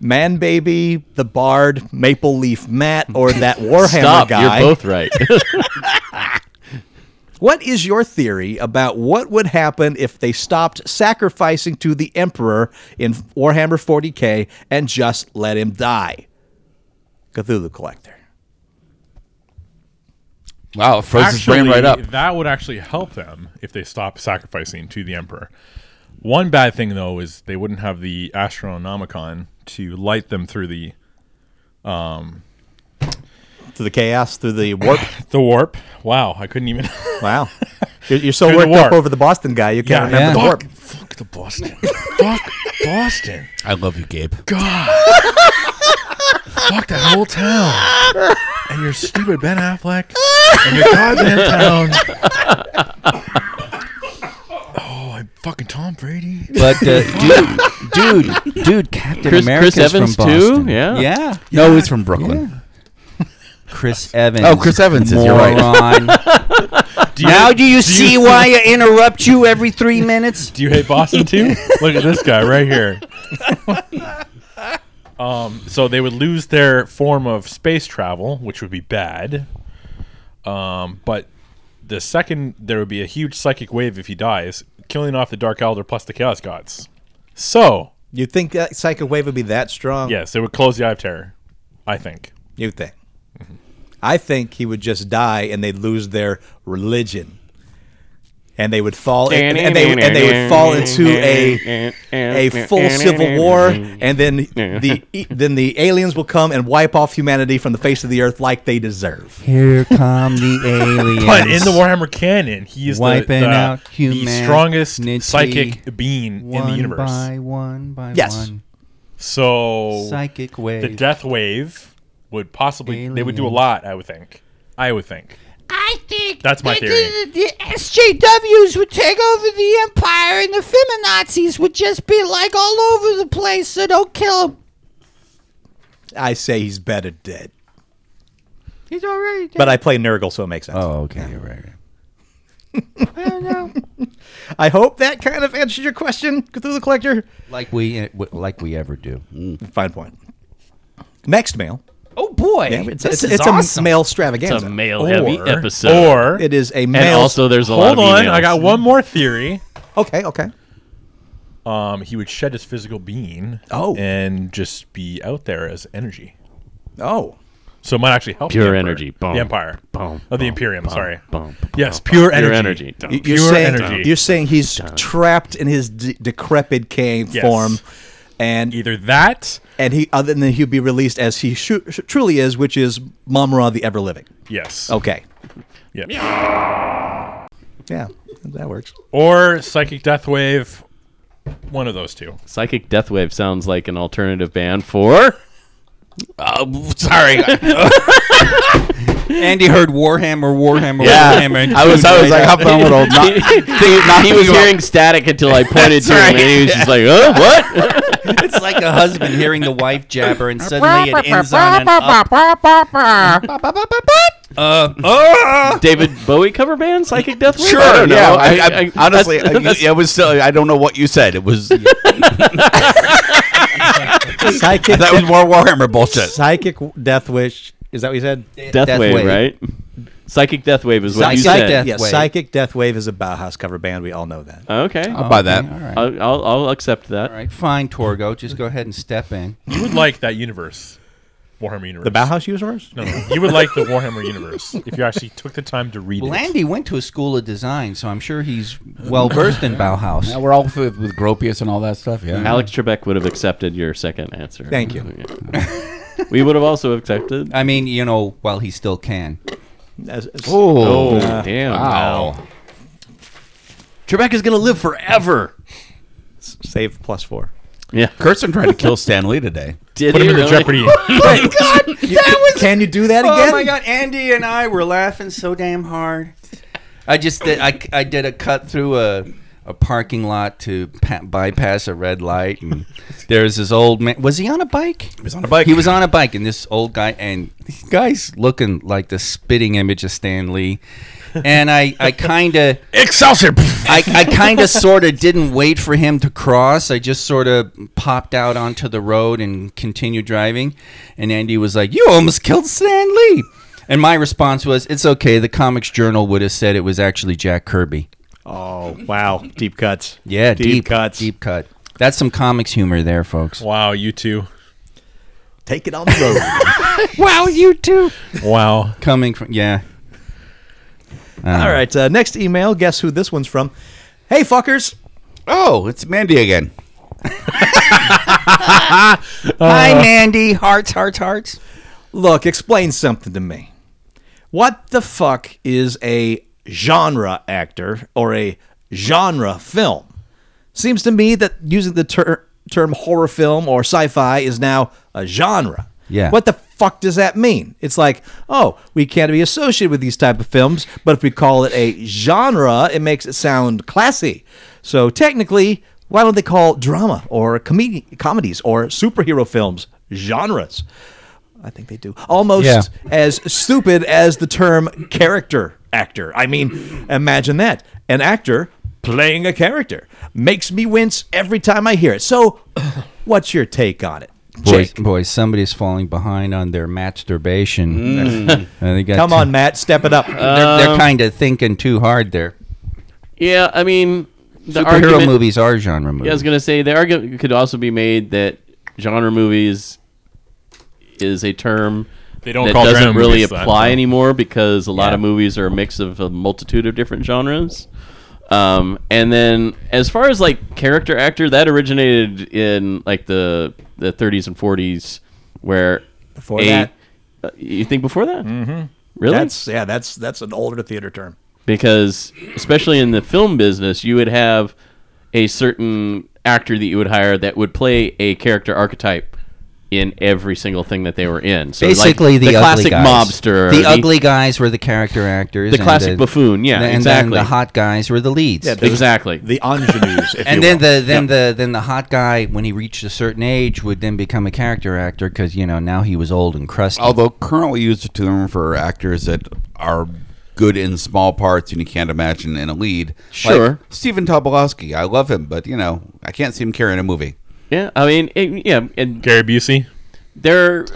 [SPEAKER 2] Man Baby, the Bard, Maple Leaf Matt, or that Warhammer
[SPEAKER 3] stop.
[SPEAKER 2] guy.
[SPEAKER 3] You're both right.
[SPEAKER 2] what is your theory about what would happen if they stopped sacrificing to the Emperor in Warhammer 40k and just let him die? Cthulhu Collector.
[SPEAKER 4] Wow, it froze his brain right up.
[SPEAKER 6] That would actually help them if they stop sacrificing to the emperor. One bad thing though is they wouldn't have the Astronomicon to light them through the
[SPEAKER 2] through the chaos, through the warp.
[SPEAKER 6] the warp. Wow, I couldn't even.
[SPEAKER 2] Wow. You're, you're so
[SPEAKER 6] Through the
[SPEAKER 2] worked up
[SPEAKER 6] warp.
[SPEAKER 2] over the Boston guy, you can't
[SPEAKER 6] Yeah,
[SPEAKER 2] remember
[SPEAKER 5] yeah.
[SPEAKER 2] the warp.
[SPEAKER 6] fuck, fuck the Boston. fuck Boston.
[SPEAKER 4] I love you, Gabe.
[SPEAKER 6] God. Fuck that whole town. And your stupid Ben Affleck. And your goddamn town. Oh, I'm fucking Tom Brady.
[SPEAKER 5] But uh, dude, dude, dude, Captain
[SPEAKER 3] Chris-
[SPEAKER 5] America's
[SPEAKER 3] Chris Evans
[SPEAKER 5] from
[SPEAKER 3] too?
[SPEAKER 5] Boston.
[SPEAKER 3] Yeah.
[SPEAKER 5] yeah.
[SPEAKER 4] No, he's from Brooklyn.
[SPEAKER 5] Chris Evans.
[SPEAKER 4] Oh, Chris Evans is- you're right.
[SPEAKER 5] moron.
[SPEAKER 6] Do you,
[SPEAKER 5] now do you
[SPEAKER 6] do
[SPEAKER 5] see why I interrupt you every three minutes?
[SPEAKER 6] Do you hate Boston too? Look at this guy right here. um, so they would lose their form of space travel, which would be bad. Um, but the second, there would be a huge psychic wave if he dies, killing off the Dark Elder plus the Chaos Gods. So,
[SPEAKER 2] You'd think that psychic wave would be that strong.
[SPEAKER 6] yes, it would close the Eye of Terror, I think.
[SPEAKER 2] You think? I think he would just die, and they'd lose their religion, and they would fall, and, and they and they would fall into a a full civil war, and then the then the aliens will come and wipe off humanity from the face of the earth like they deserve.
[SPEAKER 5] Here come the aliens.
[SPEAKER 6] But in the Warhammer canon, he is the-
[SPEAKER 5] Wiping
[SPEAKER 6] the,
[SPEAKER 5] out
[SPEAKER 6] the strongest
[SPEAKER 5] humanity
[SPEAKER 6] psychic being in
[SPEAKER 5] one
[SPEAKER 6] the universe.
[SPEAKER 5] by one by
[SPEAKER 2] Yes.
[SPEAKER 5] one.
[SPEAKER 6] So
[SPEAKER 5] Psychic wave.
[SPEAKER 6] the death wave would possibly they would do a
[SPEAKER 5] Aliens.
[SPEAKER 6] lot i would think i would think
[SPEAKER 7] I think
[SPEAKER 6] That's my
[SPEAKER 7] that
[SPEAKER 6] theory.
[SPEAKER 7] The, the SJWs would take over the empire, and the feminazis would just be like all over the place. So don't kill him.
[SPEAKER 2] I say he's better dead,
[SPEAKER 7] He's already dead.
[SPEAKER 2] but I play Nurgle, so it makes sense.
[SPEAKER 5] Oh, okay, you're right. right.
[SPEAKER 7] I don't know.
[SPEAKER 2] I hope that kind of answers your question, Cthulhu Collector.
[SPEAKER 5] Like we eh, w- like we ever do.
[SPEAKER 2] Fine point. Next mail.
[SPEAKER 7] Oh boy,
[SPEAKER 2] Yeah, it's, it's, it's a mail extravaganza.
[SPEAKER 3] It's a male heavy
[SPEAKER 6] Or-
[SPEAKER 3] episode.
[SPEAKER 6] or
[SPEAKER 2] It is a
[SPEAKER 3] and
[SPEAKER 2] mail.
[SPEAKER 3] also there's a
[SPEAKER 6] hold
[SPEAKER 3] lot of
[SPEAKER 6] on i got one more theory
[SPEAKER 2] okay, okay.
[SPEAKER 6] um he would shed his physical being
[SPEAKER 2] Oh.
[SPEAKER 6] and just be out there as energy
[SPEAKER 2] Oh,
[SPEAKER 6] so it might actually help the
[SPEAKER 3] Pure
[SPEAKER 6] Emperor.
[SPEAKER 3] energy. Boom.
[SPEAKER 6] the empire
[SPEAKER 3] Boom.
[SPEAKER 6] of the
[SPEAKER 3] boom,
[SPEAKER 6] imperium
[SPEAKER 3] boom,
[SPEAKER 6] sorry
[SPEAKER 3] boom,
[SPEAKER 6] yes
[SPEAKER 3] boom,
[SPEAKER 6] pure
[SPEAKER 3] boom.
[SPEAKER 6] energy,
[SPEAKER 3] Pure
[SPEAKER 2] You-
[SPEAKER 3] energy.
[SPEAKER 2] you're
[SPEAKER 6] Pure
[SPEAKER 2] saying
[SPEAKER 6] energy.
[SPEAKER 2] you're saying he's trapped in his de- decrepit cave
[SPEAKER 6] Yes.
[SPEAKER 2] form, and
[SPEAKER 6] either that
[SPEAKER 2] and he other than he'll be released as he shu- sh- truly is, which is Mamra the ever living.
[SPEAKER 6] yes
[SPEAKER 2] Okay,
[SPEAKER 6] yeah.
[SPEAKER 2] yeah, that works.
[SPEAKER 6] or psychic death wave one of those two
[SPEAKER 3] Psychic Death Wave sounds like an alternative band for
[SPEAKER 4] Uh, sorry.
[SPEAKER 5] Andy heard Warhammer, Warhammer,
[SPEAKER 4] Yeah.
[SPEAKER 5] Warhammer. and
[SPEAKER 4] I was, I was like, how fun would old not,
[SPEAKER 3] He-
[SPEAKER 4] think, not
[SPEAKER 3] he was
[SPEAKER 4] about-
[SPEAKER 3] hearing static until I pointed to him,
[SPEAKER 4] right.
[SPEAKER 3] and he was just like, "Oh, what?"
[SPEAKER 5] It's like a husband hearing the wife jabber, and suddenly it ends on an up. Uh, uh,
[SPEAKER 3] David Bowie cover band, Psychic Death Wave.
[SPEAKER 4] Sure.
[SPEAKER 3] I don't know.
[SPEAKER 4] Yeah. I, I, honestly,
[SPEAKER 3] that's-
[SPEAKER 4] I,
[SPEAKER 3] that's-
[SPEAKER 4] yeah, it was still. I don't know what you said. It was that
[SPEAKER 2] Psychic,
[SPEAKER 4] was more Warhammer bullshit.
[SPEAKER 2] psychic death wish. Is that what you said?
[SPEAKER 3] Death, Wave, right? Psychic Death Wave is what you
[SPEAKER 5] Psychic
[SPEAKER 3] said.
[SPEAKER 5] Death-
[SPEAKER 2] Yes,
[SPEAKER 5] Wave.
[SPEAKER 2] psychic death wave is a Bauhaus cover band. We all know that.
[SPEAKER 3] Okay,
[SPEAKER 4] I'll buy that.
[SPEAKER 5] All right.
[SPEAKER 3] I'll, I'll, I'll accept that.
[SPEAKER 5] all right. Fine, Torgo. Just go ahead and step in.
[SPEAKER 6] you would like that universe warhammer universe
[SPEAKER 2] The Bauhaus universe.
[SPEAKER 6] no, no. you would like the warhammer universe if you actually took the time to read
[SPEAKER 5] Well,
[SPEAKER 6] it
[SPEAKER 5] Andy went to a school of design, so I'm sure he's well versed in
[SPEAKER 4] Now
[SPEAKER 5] Bauhaus.
[SPEAKER 4] we're all with, with Gropius and all that stuff. Yeah.
[SPEAKER 3] Alex Trebek would have accepted your second answer.
[SPEAKER 2] Thank you.
[SPEAKER 3] Yeah. we would have also accepted.
[SPEAKER 5] I mean, you know, while he still can.
[SPEAKER 2] As- as-
[SPEAKER 3] Oh,
[SPEAKER 4] Oh.
[SPEAKER 3] damn!
[SPEAKER 4] Wow.
[SPEAKER 3] Trebek is gonna live forever.
[SPEAKER 2] Save plus four.
[SPEAKER 3] Yeah,
[SPEAKER 4] Kirsten tried to kill Stan Lee today.
[SPEAKER 3] did
[SPEAKER 6] put
[SPEAKER 3] he
[SPEAKER 6] him in the
[SPEAKER 3] really?
[SPEAKER 6] jeopardy
[SPEAKER 2] Can you do that again?
[SPEAKER 5] Oh my god, Andy and I were laughing so damn hard. I just did, I, I did a cut through a a parking lot to pa- bypass a red light and there's this old man was he on a bike? He was
[SPEAKER 4] on a bike.
[SPEAKER 5] He was on a bike and this old guy and this guy's looking like the spitting image of Stan Lee. And I I kind of
[SPEAKER 4] Excelsior.
[SPEAKER 5] I, I kind of sort of didn't wait for him to cross. I just sort of popped out onto the road and continued driving. And Andy was like, You almost killed Stan Lee. And my response was, It's okay. The Comics Journal would have said it was actually Jack Kirby.
[SPEAKER 2] Oh wow, deep cuts.
[SPEAKER 5] Yeah, deep,
[SPEAKER 2] cuts.
[SPEAKER 5] Deep cut. That's some comics humor there, folks.
[SPEAKER 6] wow you two
[SPEAKER 2] Take it on the road.
[SPEAKER 7] Wow, you too.
[SPEAKER 6] wow
[SPEAKER 5] Coming from, yeah.
[SPEAKER 2] All right, uh, next email. Guess who this one's from? Hey fuckers,
[SPEAKER 4] Oh, it's Mandy again.
[SPEAKER 5] Hi, Mandy. Hearts, hearts, hearts.
[SPEAKER 2] Look, explain something to me. What the fuck is a genre actor or a genre film? Seems to me that using the ter- term horror film or sci fi is now a genre.
[SPEAKER 5] Yeah.
[SPEAKER 2] What the fuck does that mean? It's like, oh, we can't be associated with these type of films, but if we call it a genre, it makes it sound classy. So technically, why don't they call drama or comedi comedies or superhero films genres? I think they do. Almost
[SPEAKER 5] Yeah.
[SPEAKER 2] as stupid as the term character actor. I mean, imagine that. An actor playing a character makes me wince every time I hear it. So, what's your take on it?
[SPEAKER 5] Boys,
[SPEAKER 2] Jake,
[SPEAKER 5] boys, somebody's falling behind on their masturbation.
[SPEAKER 3] Mm.
[SPEAKER 5] And they got
[SPEAKER 2] come
[SPEAKER 5] too-
[SPEAKER 2] on, Matt, step it up.
[SPEAKER 5] They're,
[SPEAKER 3] Um,
[SPEAKER 5] they're kind of thinking too hard there.
[SPEAKER 3] Yeah, I mean, the
[SPEAKER 5] Superhero
[SPEAKER 3] argument,
[SPEAKER 5] movies are genre movies.
[SPEAKER 3] Yeah, I was gonna say the argument could also be made that genre movies is a term
[SPEAKER 6] They don't
[SPEAKER 3] that
[SPEAKER 6] call
[SPEAKER 3] doesn't
[SPEAKER 6] genre
[SPEAKER 3] really
[SPEAKER 6] movies that,
[SPEAKER 3] apply
[SPEAKER 6] so.
[SPEAKER 3] anymore because a lot of movies are a mix of a multitude of different genres. Um, and then as far as like character actor, that originated in like the the 30s and 40s, where before
[SPEAKER 2] that.
[SPEAKER 3] you think before that, mm-hmm. really?
[SPEAKER 2] That's yeah, that's that's an older theater term.
[SPEAKER 3] because especially in the film business, you would have a certain actor that you would hire that would play a character archetype in every single thing that they were in. So like,
[SPEAKER 5] Basically, the, ugly
[SPEAKER 3] classic
[SPEAKER 5] guys.
[SPEAKER 3] mobster,
[SPEAKER 5] The, ugly guys were the character actors.
[SPEAKER 3] The
[SPEAKER 5] and
[SPEAKER 3] classic buffoon, yeah,
[SPEAKER 5] and then
[SPEAKER 3] exactly.
[SPEAKER 5] the hot guys were the leads.
[SPEAKER 2] Yeah,
[SPEAKER 3] exactly.
[SPEAKER 2] The ingenues. If
[SPEAKER 5] and
[SPEAKER 2] you
[SPEAKER 5] then
[SPEAKER 2] will.
[SPEAKER 5] the then the then the hot guy when he reached a certain age would then become a character actor because you know now he was old and crusty.
[SPEAKER 4] Although currently used a term for actors that are good in small parts and you can't imagine in a lead.
[SPEAKER 3] Sure.
[SPEAKER 4] Like Stephen Tobolowsky. I love him, but you know, I can't see him carrying a movie.
[SPEAKER 3] yeah, I mean, it- yeah, and
[SPEAKER 6] Gary Busey.
[SPEAKER 3] they're.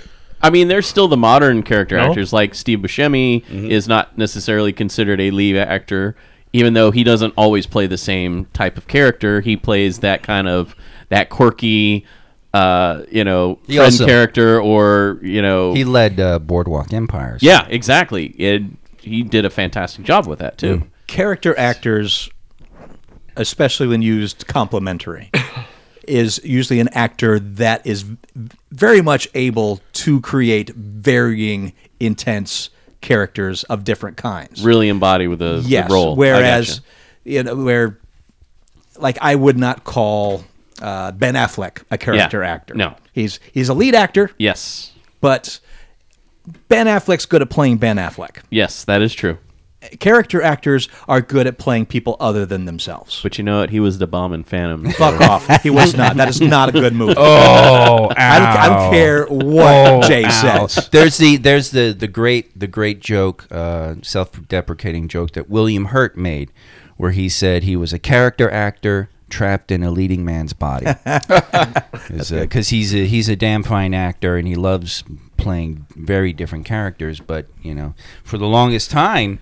[SPEAKER 3] I mean, they're still the modern character
[SPEAKER 6] No.
[SPEAKER 3] actors. Like Steve Buscemi
[SPEAKER 5] Mm-hmm.
[SPEAKER 3] is not necessarily considered a lead actor, even though he doesn't always play the same type of character. He plays that kind of that quirky, uh, you know,
[SPEAKER 5] He
[SPEAKER 3] friend
[SPEAKER 5] also-
[SPEAKER 3] character, or you know,
[SPEAKER 5] he led uh, Boardwalk Empires.
[SPEAKER 3] yeah, exactly. It, he did a fantastic job with that too.
[SPEAKER 5] Mm.
[SPEAKER 2] character actors, especially when used complimentary, is usually an actor that is v- very much able to create varying intense characters of different kinds.
[SPEAKER 3] Really embody with the, the
[SPEAKER 2] yes.
[SPEAKER 3] role. I
[SPEAKER 2] Whereas,
[SPEAKER 3] gotcha.
[SPEAKER 2] you know, where like I would not call uh, Ben Affleck a character actor.
[SPEAKER 3] No.
[SPEAKER 2] he's he's a lead actor,
[SPEAKER 3] yes,
[SPEAKER 2] but Ben Affleck's good at playing Ben Affleck.
[SPEAKER 3] yes, that is true.
[SPEAKER 2] Character actors are good at playing people other than themselves.
[SPEAKER 3] But you know what? He was the bomb in Phantom.
[SPEAKER 2] Fuck off. He was not. That is not a good movie.
[SPEAKER 5] Oh,
[SPEAKER 2] I, don't, I don't care what Jay says.
[SPEAKER 5] There's the there's the the great the great joke, uh, self-deprecating joke that William Hurt made, where he said he was a character actor trapped in a leading man's body, because he's a, he's a damn fine actor and he loves playing very different characters. But you know, for the longest time.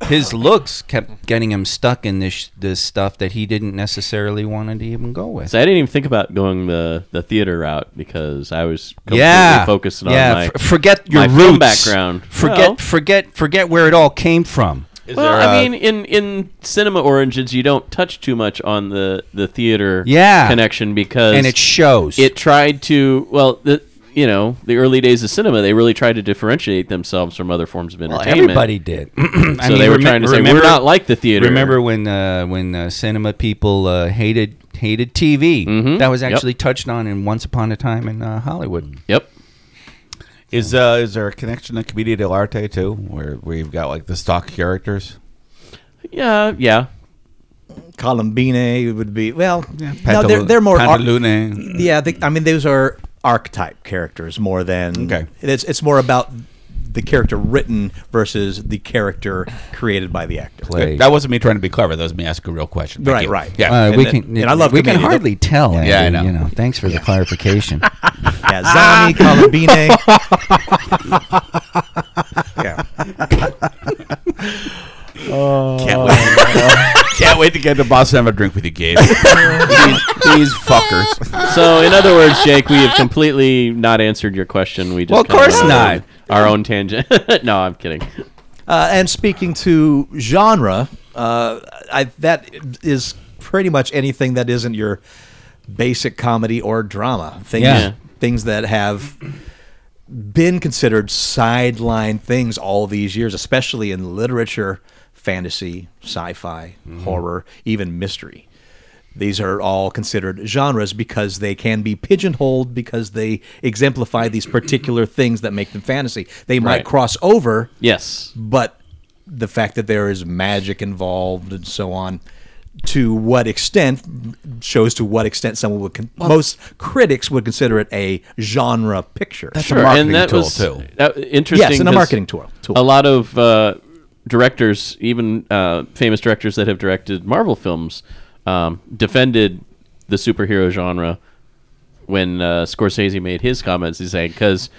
[SPEAKER 5] His looks kept getting him stuck in this this stuff that he didn't necessarily want to even go with.
[SPEAKER 3] So I didn't even think about going the, the theater route because I was completely focused on
[SPEAKER 5] yeah.
[SPEAKER 3] my
[SPEAKER 5] f- forget your
[SPEAKER 3] my
[SPEAKER 5] roots.
[SPEAKER 3] film background.
[SPEAKER 5] Forget,
[SPEAKER 3] Well-
[SPEAKER 5] forget, forget where it all came from.
[SPEAKER 3] well,
[SPEAKER 4] there
[SPEAKER 3] I
[SPEAKER 4] a-
[SPEAKER 3] mean, in, in cinema origins, you don't touch too much on the, the theater
[SPEAKER 5] Yeah.
[SPEAKER 3] connection because
[SPEAKER 5] And it shows.
[SPEAKER 3] it tried to well the you know the early days of cinema they really tried to differentiate themselves from other forms of
[SPEAKER 5] Well,
[SPEAKER 3] entertainment.
[SPEAKER 5] everybody did. I
[SPEAKER 3] so they were trying to say we're not like the theater.
[SPEAKER 5] Remember when uh, when uh, cinema people uh, hated hated TV? That was
[SPEAKER 3] Mm-hmm. Yep.
[SPEAKER 5] actually touched on in Once Upon a Time in uh, Hollywood.
[SPEAKER 3] Yep.
[SPEAKER 4] Is uh is there a connection to Commedia dell'arte too, where we've got like the stock characters?
[SPEAKER 3] Yeah. Yeah.
[SPEAKER 2] Columbine would be well. no,
[SPEAKER 4] Pantalo-
[SPEAKER 2] they're they're more. ar-
[SPEAKER 4] Pantalone.
[SPEAKER 2] yeah, they, I mean those are archetype characters more than.
[SPEAKER 4] Okay.
[SPEAKER 2] It's it's more about the character written versus the character created by the actor.
[SPEAKER 5] Play.
[SPEAKER 4] That wasn't me trying to be clever. That was me asking a real question. Thank
[SPEAKER 2] Right,
[SPEAKER 4] you.
[SPEAKER 2] right.
[SPEAKER 4] Yeah.
[SPEAKER 5] Uh, we
[SPEAKER 2] then-
[SPEAKER 5] can,
[SPEAKER 2] and I love
[SPEAKER 5] we can
[SPEAKER 2] Comedian.
[SPEAKER 5] hardly tell. Andy,
[SPEAKER 4] Yeah, I know.
[SPEAKER 5] You know, thanks for the clarification.
[SPEAKER 2] Yeah, Zami, Columbine. yeah.
[SPEAKER 4] Can't wait. Can't wait to get to Boston and have a drink with you, Gabe. These fuckers.
[SPEAKER 3] So in other words, Jake, we have completely not answered your question. We just
[SPEAKER 5] Well, of
[SPEAKER 3] kinda
[SPEAKER 5] course
[SPEAKER 3] went on
[SPEAKER 5] not.
[SPEAKER 3] Our own tangent. no, I'm kidding.
[SPEAKER 2] Uh, and speaking to genre, uh, I, that is pretty much anything that isn't your basic comedy or drama. Things
[SPEAKER 5] Yeah.
[SPEAKER 2] things that have been considered sideline things all these years, especially in literature, fantasy, sci-fi, horror, even mystery. These are all considered genres because they can be pigeonholed because they exemplify these particular things that make them fantasy. They might
[SPEAKER 3] Right.
[SPEAKER 2] cross over,
[SPEAKER 3] Yes.
[SPEAKER 2] but the fact that there is magic involved and so on to what extent shows to what extent someone would con- most critics would conder it a genre picture
[SPEAKER 1] That's a marketing tool too.
[SPEAKER 3] that- interesting.
[SPEAKER 2] yes in a
[SPEAKER 3] 'cause
[SPEAKER 2] marketing tool, tool.
[SPEAKER 3] A lot of uh, directors, even uh, famous directors that have directed Marvel films, um, defended the superhero genre when uh, Scorsese made his comments. He's saying, because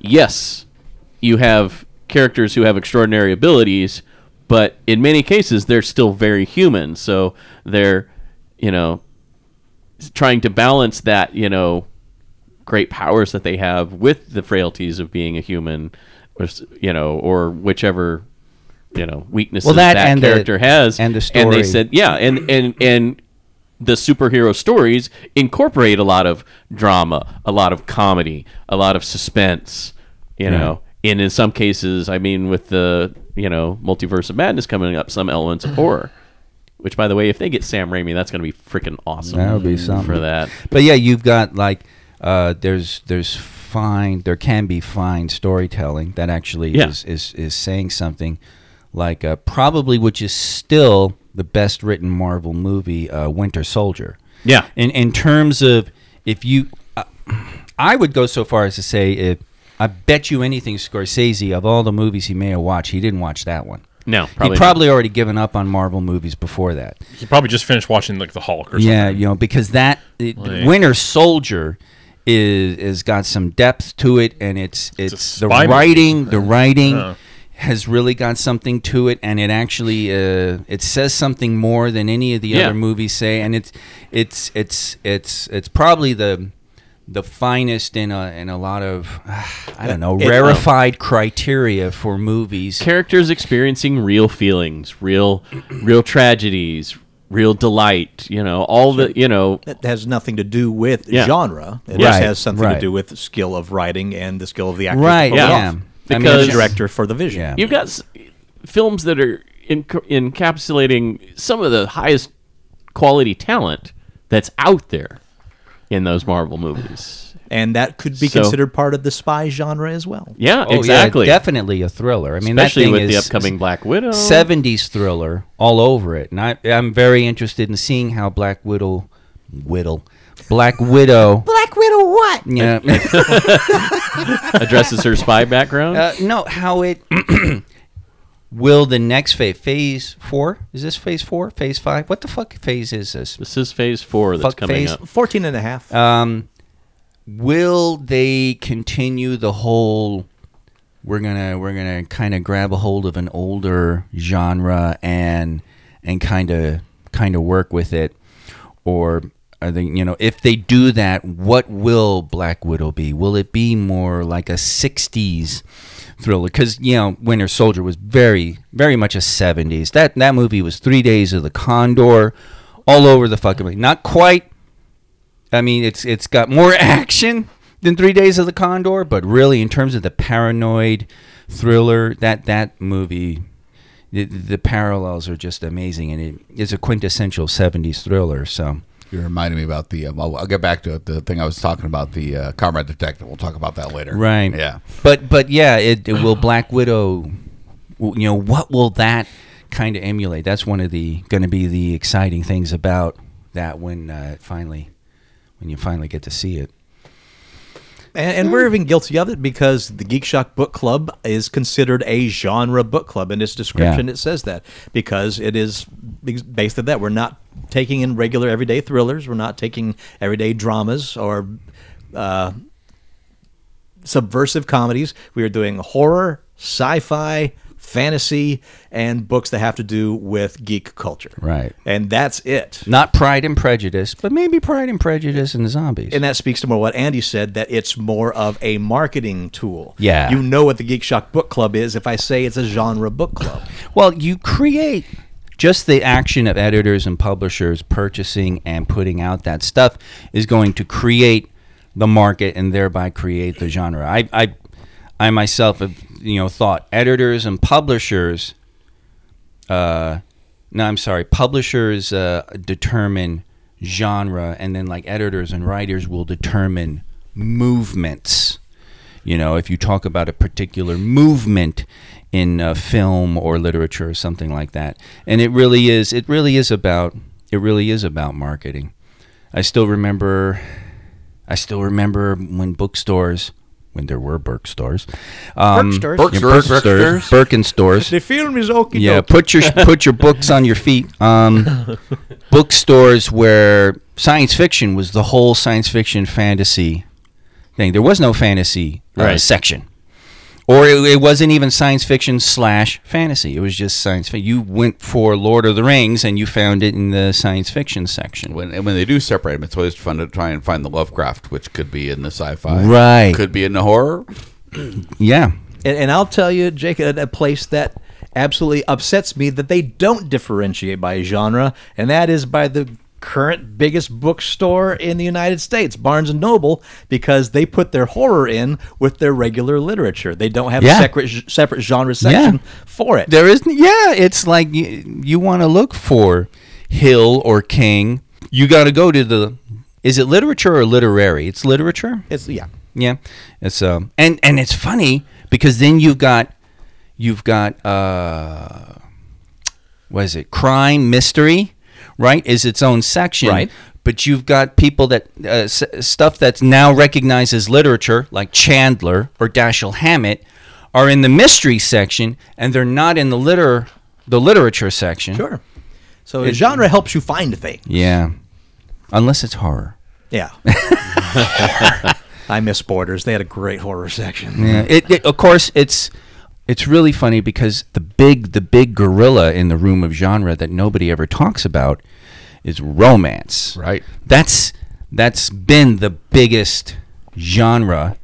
[SPEAKER 3] yes, you have characters who have extraordinary abilities, but in many cases they're still very human. So they're, you know, trying to balance that, you know, great powers that they have with the frailties of being a human, or s- you know, or whichever you know weaknesses
[SPEAKER 5] Well, that
[SPEAKER 3] that,
[SPEAKER 5] and the-
[SPEAKER 3] character has.
[SPEAKER 5] and the
[SPEAKER 3] And they
[SPEAKER 5] story.
[SPEAKER 3] said, yeah, and and and the superhero stories incorporate a lot of drama, a lot of comedy, a lot of suspense. You know, and in some cases, I mean, with the you know multiverse of madness coming up, some elements of horror. Which, by the way, if they get Sam Raimi, that's going to be freaking awesome.
[SPEAKER 5] That would be something
[SPEAKER 3] Mm-hmm. for that.
[SPEAKER 5] But yeah, you've got like uh, there's there's fine there can be fine storytelling that actually
[SPEAKER 3] Yeah.
[SPEAKER 5] is, is is saying something like uh, probably which is still the best written Marvel movie, uh, Winter Soldier.
[SPEAKER 3] Yeah.
[SPEAKER 5] In in terms of if you, uh, I would go so far as to say if I bet you anything, Scorsese of all the movies he may have watched, he didn't watch that one.
[SPEAKER 3] No,
[SPEAKER 5] he
[SPEAKER 3] probably not.
[SPEAKER 5] probably already given up on Marvel movies before that.
[SPEAKER 6] He probably just finished watching like the Hulk or
[SPEAKER 5] Yeah, you know, because that it,
[SPEAKER 6] Like-
[SPEAKER 5] Winter Soldier is is got some depth to it, and it's it's, the
[SPEAKER 6] spy movie.
[SPEAKER 5] writing. The writing has really got something to it, and it actually uh, it says something more than any of the
[SPEAKER 3] Yeah.
[SPEAKER 5] other movies say, and it's it's it's it's it's probably the the finest in a in a lot of ah, I don't know
[SPEAKER 3] um,
[SPEAKER 5] rarefied criteria for movies.
[SPEAKER 3] characters experiencing real feelings, real real tragedies, real delight, you know, all the, you know,
[SPEAKER 2] that has nothing to do with
[SPEAKER 3] Yeah.
[SPEAKER 2] genre it
[SPEAKER 5] Right,
[SPEAKER 2] just has something to
[SPEAKER 5] right
[SPEAKER 2] do with the skill of writing and the skill of the actor to
[SPEAKER 5] Right,
[SPEAKER 2] pull it
[SPEAKER 3] yeah.
[SPEAKER 2] off,
[SPEAKER 5] I mean,
[SPEAKER 2] and
[SPEAKER 3] Because-
[SPEAKER 2] the director for the vision
[SPEAKER 5] Yeah.
[SPEAKER 3] you've got s- films that are in, encapsulating some of the highest quality talent that's out there in those Marvel movies.
[SPEAKER 2] and that could be
[SPEAKER 3] So-
[SPEAKER 2] considered part of the spy genre as well
[SPEAKER 3] Yeah,
[SPEAKER 5] Oh, yeah,
[SPEAKER 3] exactly.
[SPEAKER 5] definitely a thriller. I mean, that
[SPEAKER 3] Especially
[SPEAKER 5] thing
[SPEAKER 3] with the
[SPEAKER 5] is-
[SPEAKER 3] upcoming Black Widow.
[SPEAKER 5] 70s thriller all over it. And I, I'm very interested in seeing how Black Widow, Whittle, Black Widow,
[SPEAKER 7] Black Widow what?
[SPEAKER 5] yeah,
[SPEAKER 3] addresses her spy background.
[SPEAKER 5] uh, no, how it will the next phase, phase four? Is this phase four? Phase five? What the fuck phase is this?
[SPEAKER 3] this is phase 4 that's
[SPEAKER 5] fuck
[SPEAKER 3] coming
[SPEAKER 5] phase-
[SPEAKER 3] up.
[SPEAKER 2] 14 and a half
[SPEAKER 5] Um, will they continue the whole? We're gonna we're gonna kind of grab a hold of an older genre and and kind of kind of work with it, or are they you know if they do that, what will Black Widow be? Will it be more like a '60s thriller? Because you know Winter Soldier was very very much a '70s. That that movie was three days of the Condor, all over the fucking place. Not quite I mean, it's it's got more action than Three Days of the Condor, but really, in terms of the paranoid thriller, that that movie, the, the parallels are just amazing, and it is a quintessential '70s thriller. So,
[SPEAKER 1] You reminded me about the. Um, I'll, I'll get back to it. The thing I was talking about the uh, comrade detective. We'll talk about that later.
[SPEAKER 5] right,
[SPEAKER 1] Yeah.
[SPEAKER 5] but but yeah, it, it will Black Widow. w- You know, what will that kind of emulate? That's one of the going to be the exciting things about that when uh, it finally when you finally get to see it.
[SPEAKER 2] And, and we're even guilty of it because the Geek Shock Book Club is considered a genre book club. In its description,
[SPEAKER 5] Yeah.
[SPEAKER 2] it says that because it is bas- based on that. We're not taking in regular everyday thrillers. We're not taking everyday dramas or uh, subversive comedies. We are doing horror, sci-fi, fantasy, and books that have to do with geek culture.
[SPEAKER 5] Right.
[SPEAKER 2] And that's it.
[SPEAKER 5] Not Pride and Prejudice, but maybe Pride and Prejudice and Zombies.
[SPEAKER 2] and that speaks to more what Andy said that it's more of a marketing tool.
[SPEAKER 5] Yeah.
[SPEAKER 2] you know what the Geek Shock Book Club is. If I say it's a genre book club,
[SPEAKER 5] well, you create just the action of editors and publishers purchasing and putting out that stuff is going to create the market and thereby create the genre. I, I, I myself have you know thought editors and publishers. Uh, no, I'm sorry. Publishers uh, determine genre, and then like editors and writers will determine movements. You know, if you talk about a particular movement in uh, film or literature or something like that, and it really is, it really is about, it really is about marketing. I still remember, I still remember when bookstores, when there were bookstores, um,
[SPEAKER 8] Bookstores?
[SPEAKER 5] yeah, bookstores, Birkenstores,
[SPEAKER 8] The film is okay.
[SPEAKER 5] yeah, put your put your books on your feet. Um, bookstores where science fiction was the whole science fiction fantasy thing. There was no fantasy uh,
[SPEAKER 3] Right.
[SPEAKER 5] section, or it, it wasn't even science fiction slash fantasy. It was just science fiction. You went for Lord of the Rings and you found it in the science fiction section.
[SPEAKER 4] When, and when they do separate them, it's always fun to try and find the Lovecraft, which could be in the sci-fi,
[SPEAKER 5] Right.
[SPEAKER 4] Could be in the horror.
[SPEAKER 5] Yeah,
[SPEAKER 2] And, and I'll tell you, Jake, a, a place that absolutely upsets me that they don't differentiate by genre, and that is by the current biggest bookstore in the United States, Barnes and Noble, because they put their horror in with their regular literature. They don't have
[SPEAKER 5] Yeah.
[SPEAKER 2] a separate separate genre section for it.
[SPEAKER 5] There isn't. Yeah, it's like you, you want to look for Hill or King. You got to go to the. Is it literature or literary? It's literature.
[SPEAKER 2] It's yeah.
[SPEAKER 5] Yeah, it's um and and it's funny because then you've got you've got uh what is it crime mystery right is its own section
[SPEAKER 2] Right.
[SPEAKER 5] but you've got people that uh, s- stuff that's now recognized as literature like Chandler or Dashiell Hammett are in the mystery section and they're not in the liter the literature section
[SPEAKER 2] Sure. So genre helps you find things.
[SPEAKER 5] yeah unless it's horror
[SPEAKER 2] Yeah. I miss Borders. They had a great horror section.
[SPEAKER 5] Yeah, it, it- of course it's it's really funny because the big the big gorilla in the room of genre that nobody ever talks about is romance.
[SPEAKER 4] Right.
[SPEAKER 5] That's that's been the biggest genre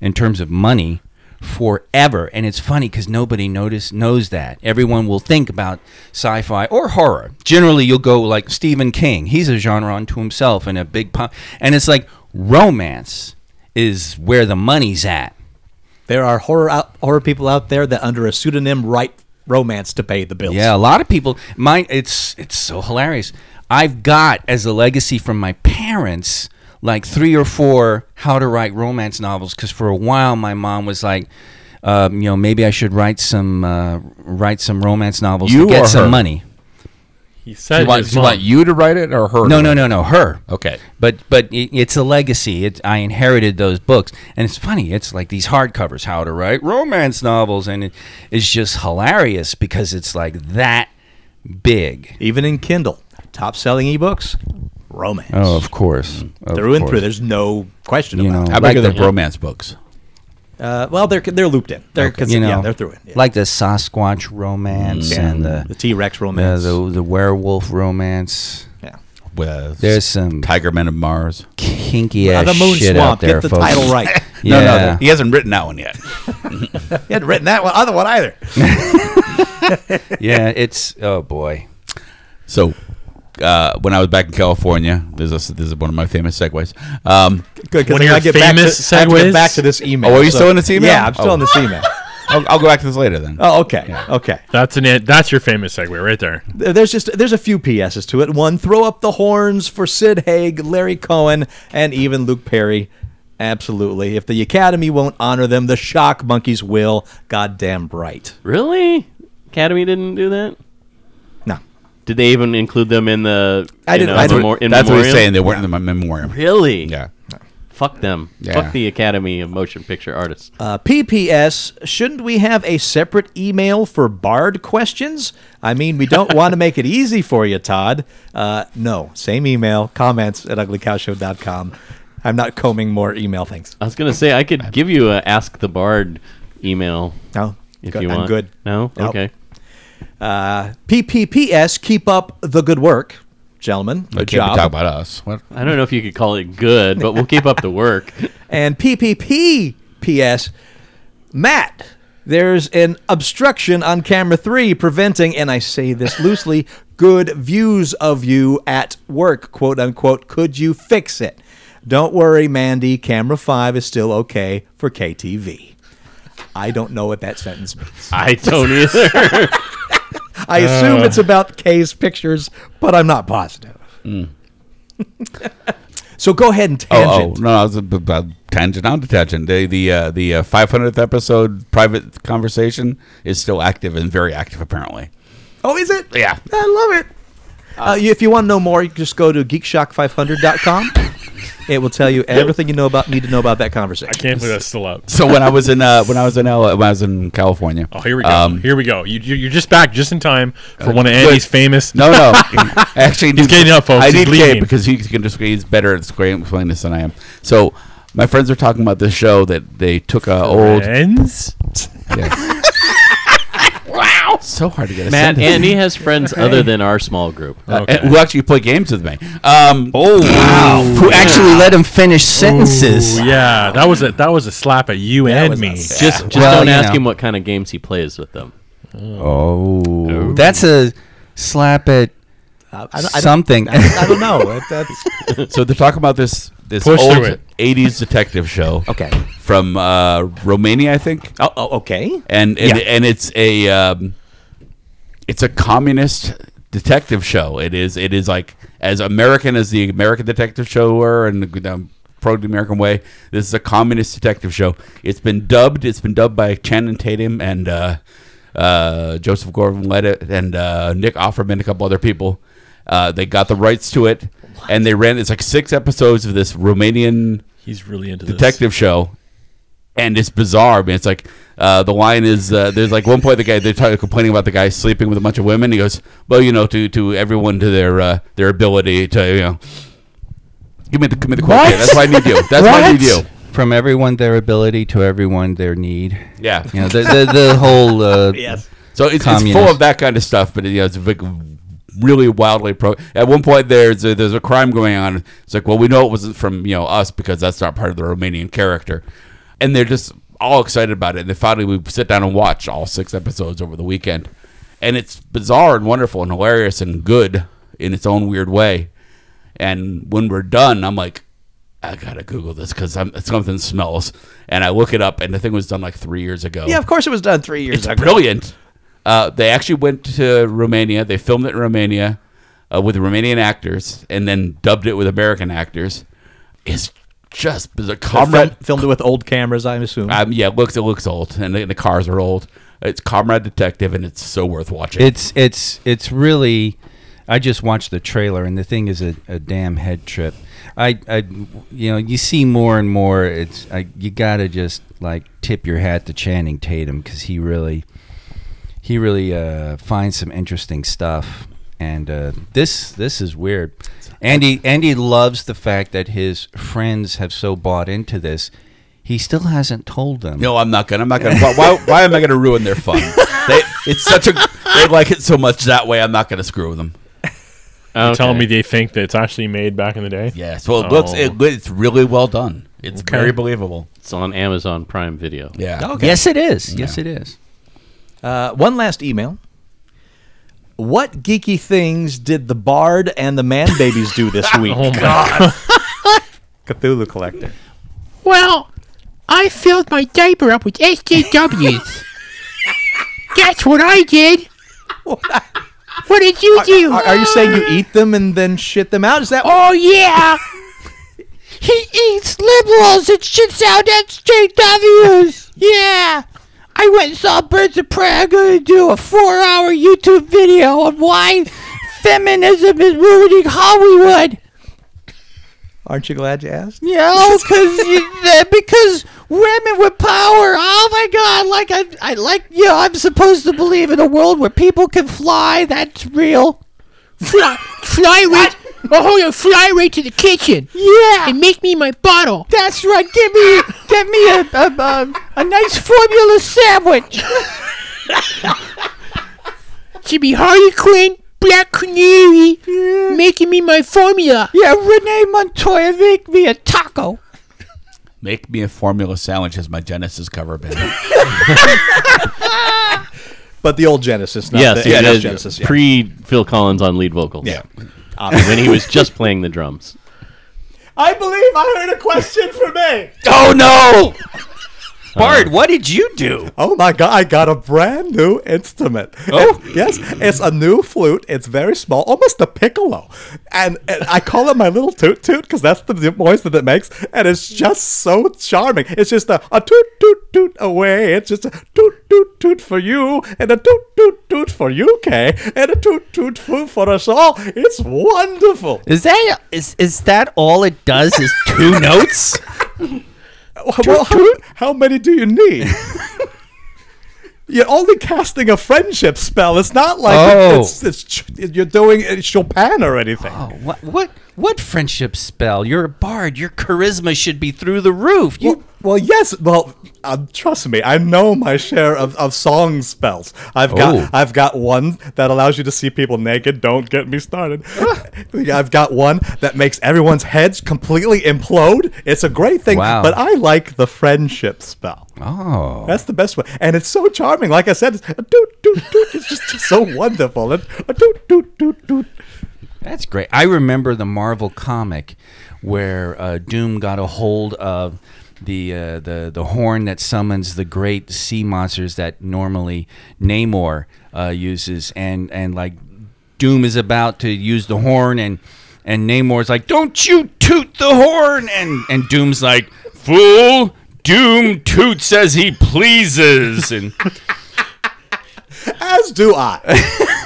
[SPEAKER 5] in terms of money forever and it's funny cuz nobody notice knows that. Everyone will think about sci-fi or horror. Generally you'll go like Stephen King. He's a genre unto himself and a big pop. And it's like romance is where the money's at.
[SPEAKER 2] There are horror out, horror people out there that under a pseudonym write romance to pay the bills.
[SPEAKER 5] Yeah, a lot of people. My it's it's so hilarious. I've got as a legacy from my parents like three or four how to write romance novels because for a while my mom was like, um, you know, maybe I should write some uh, write some romance novels
[SPEAKER 4] You
[SPEAKER 5] to get
[SPEAKER 4] or
[SPEAKER 5] some
[SPEAKER 4] her?
[SPEAKER 5] money.
[SPEAKER 6] He
[SPEAKER 4] Do
[SPEAKER 6] said
[SPEAKER 4] you, want,
[SPEAKER 6] his
[SPEAKER 4] do you
[SPEAKER 6] mom.
[SPEAKER 4] want you to write it or her?
[SPEAKER 5] No,
[SPEAKER 4] to
[SPEAKER 5] no,
[SPEAKER 4] write
[SPEAKER 5] no, no, her.
[SPEAKER 4] it? Okay.
[SPEAKER 5] But but it, it's a legacy. It, I inherited those books, and it's funny. It's like these hardcovers, how to write romance novels, and it, it's just hilarious because it's like that big.
[SPEAKER 2] Even in Kindle, top selling ebooks, romance.
[SPEAKER 5] Oh, of course. Of
[SPEAKER 2] through and
[SPEAKER 5] course.
[SPEAKER 2] through. There's no question
[SPEAKER 5] You
[SPEAKER 2] about
[SPEAKER 5] know,
[SPEAKER 4] How
[SPEAKER 5] like
[SPEAKER 4] big are the
[SPEAKER 5] the,
[SPEAKER 4] romance books?
[SPEAKER 2] it. Uh, well, they're they're looped in. They're 'cause,
[SPEAKER 5] you know,
[SPEAKER 2] yeah, they're through it. Yeah. Mm.
[SPEAKER 5] Like the Sasquatch romance and
[SPEAKER 2] the
[SPEAKER 5] the
[SPEAKER 2] T Rex
[SPEAKER 5] the,
[SPEAKER 2] romance.
[SPEAKER 5] the the werewolf romance.
[SPEAKER 2] yeah.
[SPEAKER 4] With
[SPEAKER 5] There's some
[SPEAKER 4] Tiger Men of Mars.
[SPEAKER 5] kinky
[SPEAKER 2] Uh,
[SPEAKER 5] ass
[SPEAKER 2] the Moon
[SPEAKER 5] shit
[SPEAKER 2] Swamp.
[SPEAKER 5] out there,
[SPEAKER 2] Get the
[SPEAKER 5] folks.
[SPEAKER 2] title right.
[SPEAKER 5] Yeah.
[SPEAKER 4] No, no, he hasn't written that one yet.
[SPEAKER 2] he hadn't written that one, other one either.
[SPEAKER 5] yeah, it's oh boy.
[SPEAKER 4] So, uh, when I was back in California, there's a, this is one of my famous segues. Um,
[SPEAKER 2] Good, 'cause
[SPEAKER 6] One of
[SPEAKER 2] I
[SPEAKER 6] your
[SPEAKER 2] gotta get back to-
[SPEAKER 6] famous
[SPEAKER 2] I have to get
[SPEAKER 6] segues?
[SPEAKER 2] back to this email.
[SPEAKER 4] Oh, are you still in this email?
[SPEAKER 2] Yeah, I'm still
[SPEAKER 4] Oh.
[SPEAKER 2] in this email.
[SPEAKER 4] I'll, I'll go back to this later then.
[SPEAKER 2] Oh, okay, okay.
[SPEAKER 6] That's an it- that's your famous segue right there.
[SPEAKER 2] there's just there's a few PSs to it. One, throw up the horns for Sid Haig, Larry Cohen, and even Luke Perry. Absolutely. If the Academy won't honor them, the Shock Monkeys will. Goddamn right.
[SPEAKER 3] Really? Academy didn't do that?
[SPEAKER 2] No.
[SPEAKER 3] Did they even include them in the?
[SPEAKER 2] I
[SPEAKER 3] you
[SPEAKER 2] didn't-
[SPEAKER 3] know,
[SPEAKER 2] I
[SPEAKER 3] in
[SPEAKER 2] didn't-
[SPEAKER 3] memor- in
[SPEAKER 4] That's what he's
[SPEAKER 3] memoriam?
[SPEAKER 4] saying. They weren't in my memoriam.
[SPEAKER 3] Really?
[SPEAKER 4] Yeah.
[SPEAKER 3] Fuck them.
[SPEAKER 4] Yeah.
[SPEAKER 3] Fuck the Academy of Motion Picture Artists.
[SPEAKER 2] Uh, PPS, shouldn't we have a separate email for barred questions? I mean, we don't want to make it easy for you, Todd. Uh, no, same email, comments at uglycowshow.com. I'm not combing more email things.
[SPEAKER 3] I was gonna say I could give you a Ask the Bard email
[SPEAKER 2] No,
[SPEAKER 3] if
[SPEAKER 2] good-
[SPEAKER 3] you want.
[SPEAKER 2] I'm good.
[SPEAKER 3] No.
[SPEAKER 2] Nope.
[SPEAKER 3] Okay.
[SPEAKER 2] Uh, PPPS, keep up the good work, gentlemen. Good
[SPEAKER 4] But
[SPEAKER 2] job.
[SPEAKER 4] talk about us. What?
[SPEAKER 3] I don't know if you could call it good, but we'll keep up the work.
[SPEAKER 2] And PPPPS, Matt, There's an obstruction on camera three preventing, and I say this loosely, good views of you at work, quote unquote. Could you fix it? Don't worry, Mandy. Camera five is still okay for KTV. I don't know what that sentence means.
[SPEAKER 3] I don't either.
[SPEAKER 2] I
[SPEAKER 4] Uh.
[SPEAKER 2] assume it's about Kay's pictures, but I'm not positive. so go ahead and
[SPEAKER 4] Mm. Oh,
[SPEAKER 2] tangent.
[SPEAKER 4] oh, no, it's a b- b- tangent on to tangent. The the uh, the uh, 500th episode private conversation is still active and very active apparently.
[SPEAKER 2] Oh, is it?
[SPEAKER 4] Yeah.
[SPEAKER 2] I love it. Uh, you- if you want to know more, you can just go to geekshock500.com. it will tell you everything you know about need to know about that conversation.
[SPEAKER 6] I can't believe that's still up.
[SPEAKER 4] So when I was in uh, when I was in LA, when I was in California.
[SPEAKER 6] Oh, here we go.
[SPEAKER 4] Um, uh,
[SPEAKER 6] here we go. You, you, you're just back just in time for one of Andy's famous.
[SPEAKER 4] No, no. I actually, he's
[SPEAKER 6] getting up, folks.
[SPEAKER 4] I
[SPEAKER 6] He's
[SPEAKER 4] need
[SPEAKER 6] leaving.
[SPEAKER 4] Gabe because he can just he's better at explaining explaining this than I am. So my friends are talking about this show that they took a old. Uh,
[SPEAKER 6] Friends?
[SPEAKER 4] Yeah. wow, so hard to get a
[SPEAKER 3] Matt,
[SPEAKER 4] sentence.
[SPEAKER 3] Andy has friends other than our small group.
[SPEAKER 4] Uh,
[SPEAKER 6] Okay.
[SPEAKER 4] Who actually play games with me? Um,
[SPEAKER 5] Oh wow! Who actually let him finish sentences?
[SPEAKER 6] Ooh, yeah, that was a that was a slap at you and me.
[SPEAKER 3] Just, just
[SPEAKER 5] Well,
[SPEAKER 3] don't
[SPEAKER 5] you
[SPEAKER 3] ask
[SPEAKER 5] know.
[SPEAKER 3] him what kind of games he plays with them.
[SPEAKER 5] Oh, that's a slap at
[SPEAKER 2] I don't- I don't-
[SPEAKER 5] something.
[SPEAKER 2] I don't know. It- that's-
[SPEAKER 4] so they're talking about this this
[SPEAKER 6] Push through
[SPEAKER 4] old
[SPEAKER 6] it.
[SPEAKER 4] '80s detective show.
[SPEAKER 2] Okay.
[SPEAKER 4] from uh, Romania, I think.
[SPEAKER 2] oh, oh, okay.
[SPEAKER 4] and and, and it's a um, it's a communist detective show. It is it is like as American as the American detective show were and um, pro the American way. This is a communist detective show. It's been dubbed. It's been dubbed by Channing Tatum and uh, uh, Joseph Gordon-Levitt and uh, Nick Offerman, and a couple other people. Uh, they got the rights to it, and they ran. It's like six episodes of this Romanian
[SPEAKER 6] He's really into
[SPEAKER 4] detective show, and it's bizarre. Man, it's like uh, the line is uh, there's like one point the guy they're talking, complaining about the guy sleeping with a bunch of women. He goes, "Well, you know, to to everyone to their uh, their ability to you know." Give me the give me the quote. Yeah, that's why I need you. That's why I need you.
[SPEAKER 5] From everyone their ability to everyone their need.
[SPEAKER 4] Yeah.
[SPEAKER 5] You know the the, the whole. Uh,
[SPEAKER 4] So it's, it's full
[SPEAKER 5] Communist.
[SPEAKER 4] of that kind of stuff, but you know, it's a big, really wildly pro. At one point, there's a, there's a crime going on. It's like, well, we know it wasn't from you know us because that's not part of the Romanian character, and they're just all excited about it. And they finally we sit down and watch all six episodes over the weekend, and it's bizarre and wonderful and hilarious and good in its own weird way. And when we're done, I'm like, I gotta Google this because something smells. And I look it up, and the thing was done like three years ago.
[SPEAKER 2] Yeah, of course it was done three years
[SPEAKER 4] It's
[SPEAKER 2] ago.
[SPEAKER 4] brilliant. Uh, they actually went to Romania. They filmed it in Romania uh, with Romanian actors, and then dubbed it with American actors. It's just bizarre. Comrade,
[SPEAKER 2] Film- filmed it with old cameras, I assume.
[SPEAKER 4] um, yeah, it looks it looks old, and the, the cars are old. It's Comrade Detective, and it's so worth watching.
[SPEAKER 5] it's it's it's really. I just watched the trailer, and the thing is a, a damn head trip. I, I, you know, you see more and more. It's I, you gotta just like tip your hat to Channing Tatum because he really, he really uh, finds some interesting stuff. And uh, this this is weird. Andy Andy loves the fact that his friends have so bought into this. He still hasn't told them.
[SPEAKER 4] no, I'm not gonna. I'm not gonna. Why, why, why am I gonna ruin their fun? They, it's such a. They like it so much that way. I'm not gonna screw with them.
[SPEAKER 3] Okay.
[SPEAKER 6] Telling me they think that it's actually made back in the day.
[SPEAKER 4] Yes. Well, it looks. It, it's really well done. It's very believable.
[SPEAKER 3] it's on Amazon Prime Video.
[SPEAKER 4] Yeah.
[SPEAKER 5] Yes, it is. Yes, it is.
[SPEAKER 2] Uh, one last email. What geeky things did the Bard and the Man Babies do this week?
[SPEAKER 6] Oh my god.
[SPEAKER 2] Cthulhu Collector.
[SPEAKER 9] Well, I filled my diaper up with SJWs. That's what I did. What did you do?
[SPEAKER 2] Are, are you saying you eat them and then shit them out? Is that
[SPEAKER 9] Oh yeah.
[SPEAKER 7] He eats liberals and shits out SJWs. Yeah. I went and saw Birds of Prey. I'm going to do a four hour YouTube video on why feminism is ruining Hollywood.
[SPEAKER 2] Aren't you glad you asked?
[SPEAKER 7] You know, because because women with power. Oh my God! Like I, I like you know, I'm supposed to believe in a world where people can fly. That's real.
[SPEAKER 9] Fly, fly right. Oh, hold on. Fly right to the kitchen
[SPEAKER 7] Yeah,
[SPEAKER 9] and make me my bottle.
[SPEAKER 7] that's right. Give me get me a a, a, a nice formula sandwich.
[SPEAKER 9] Should be Harley Quinn, Black Canary, making me my formula.
[SPEAKER 7] Yeah, Renee Montoya make me a taco.
[SPEAKER 4] Make me a formula sandwich as my Genesis cover band.
[SPEAKER 2] But the old Genesis, not
[SPEAKER 3] Yes,
[SPEAKER 2] the
[SPEAKER 3] yeah,
[SPEAKER 2] yeah,
[SPEAKER 3] it is
[SPEAKER 2] Genesis. yeah.
[SPEAKER 3] pre Phil Collins on lead vocals.
[SPEAKER 4] yeah.
[SPEAKER 3] when he was just playing the drums.
[SPEAKER 2] I believe I heard a question for me.
[SPEAKER 4] Oh no! Uh,
[SPEAKER 5] Bart, what did you do?
[SPEAKER 2] Oh my god, I got a brand new instrument.
[SPEAKER 5] Oh.
[SPEAKER 2] It- yes, it's a new flute. It's very small, almost a piccolo. And, and I call it my little toot toot because that's the noise that it makes. And it's just so charming. It's just a, a toot toot toot away. It's just a toot toot toot for you, and a toot toot toot for UK, and a toot toot toot for us all. It's wonderful.
[SPEAKER 5] Is that is is that all it does? Is two notes?
[SPEAKER 2] Well, how, how many do you need? you're only casting a friendship spell. It's not like
[SPEAKER 5] Oh.
[SPEAKER 2] it's, it's, ch- you're doing uh, Chopin or anything.
[SPEAKER 5] Oh, what what what friendship spell? You're a bard. Your charisma should be through the roof. You
[SPEAKER 2] Well, well, yes. Well, um, trust me, I know my share of, of song spells. I've got
[SPEAKER 5] Oh.
[SPEAKER 2] I've got one that allows you to see people naked. Don't get me started.
[SPEAKER 5] Ah.
[SPEAKER 2] I've got one that makes everyone's heads completely implode. It's a great thing,
[SPEAKER 5] Wow.
[SPEAKER 2] but I like the friendship spell.
[SPEAKER 5] oh.
[SPEAKER 2] That's the best way. And it's so charming. Like I said, it's a doot, doot, doot. It's just, just so wonderful. And a doot, doot, doot, doot.
[SPEAKER 5] That's great. I remember the Marvel comic where uh, Doom got a hold of the uh, the the horn that summons the great sea monsters that normally Namor uh, uses, and and like Doom is about to use the horn, and and Namor's like, "Don't you toot the horn!" and and Doom's like, "Fool." Doom toots as he pleases, and
[SPEAKER 2] As do I.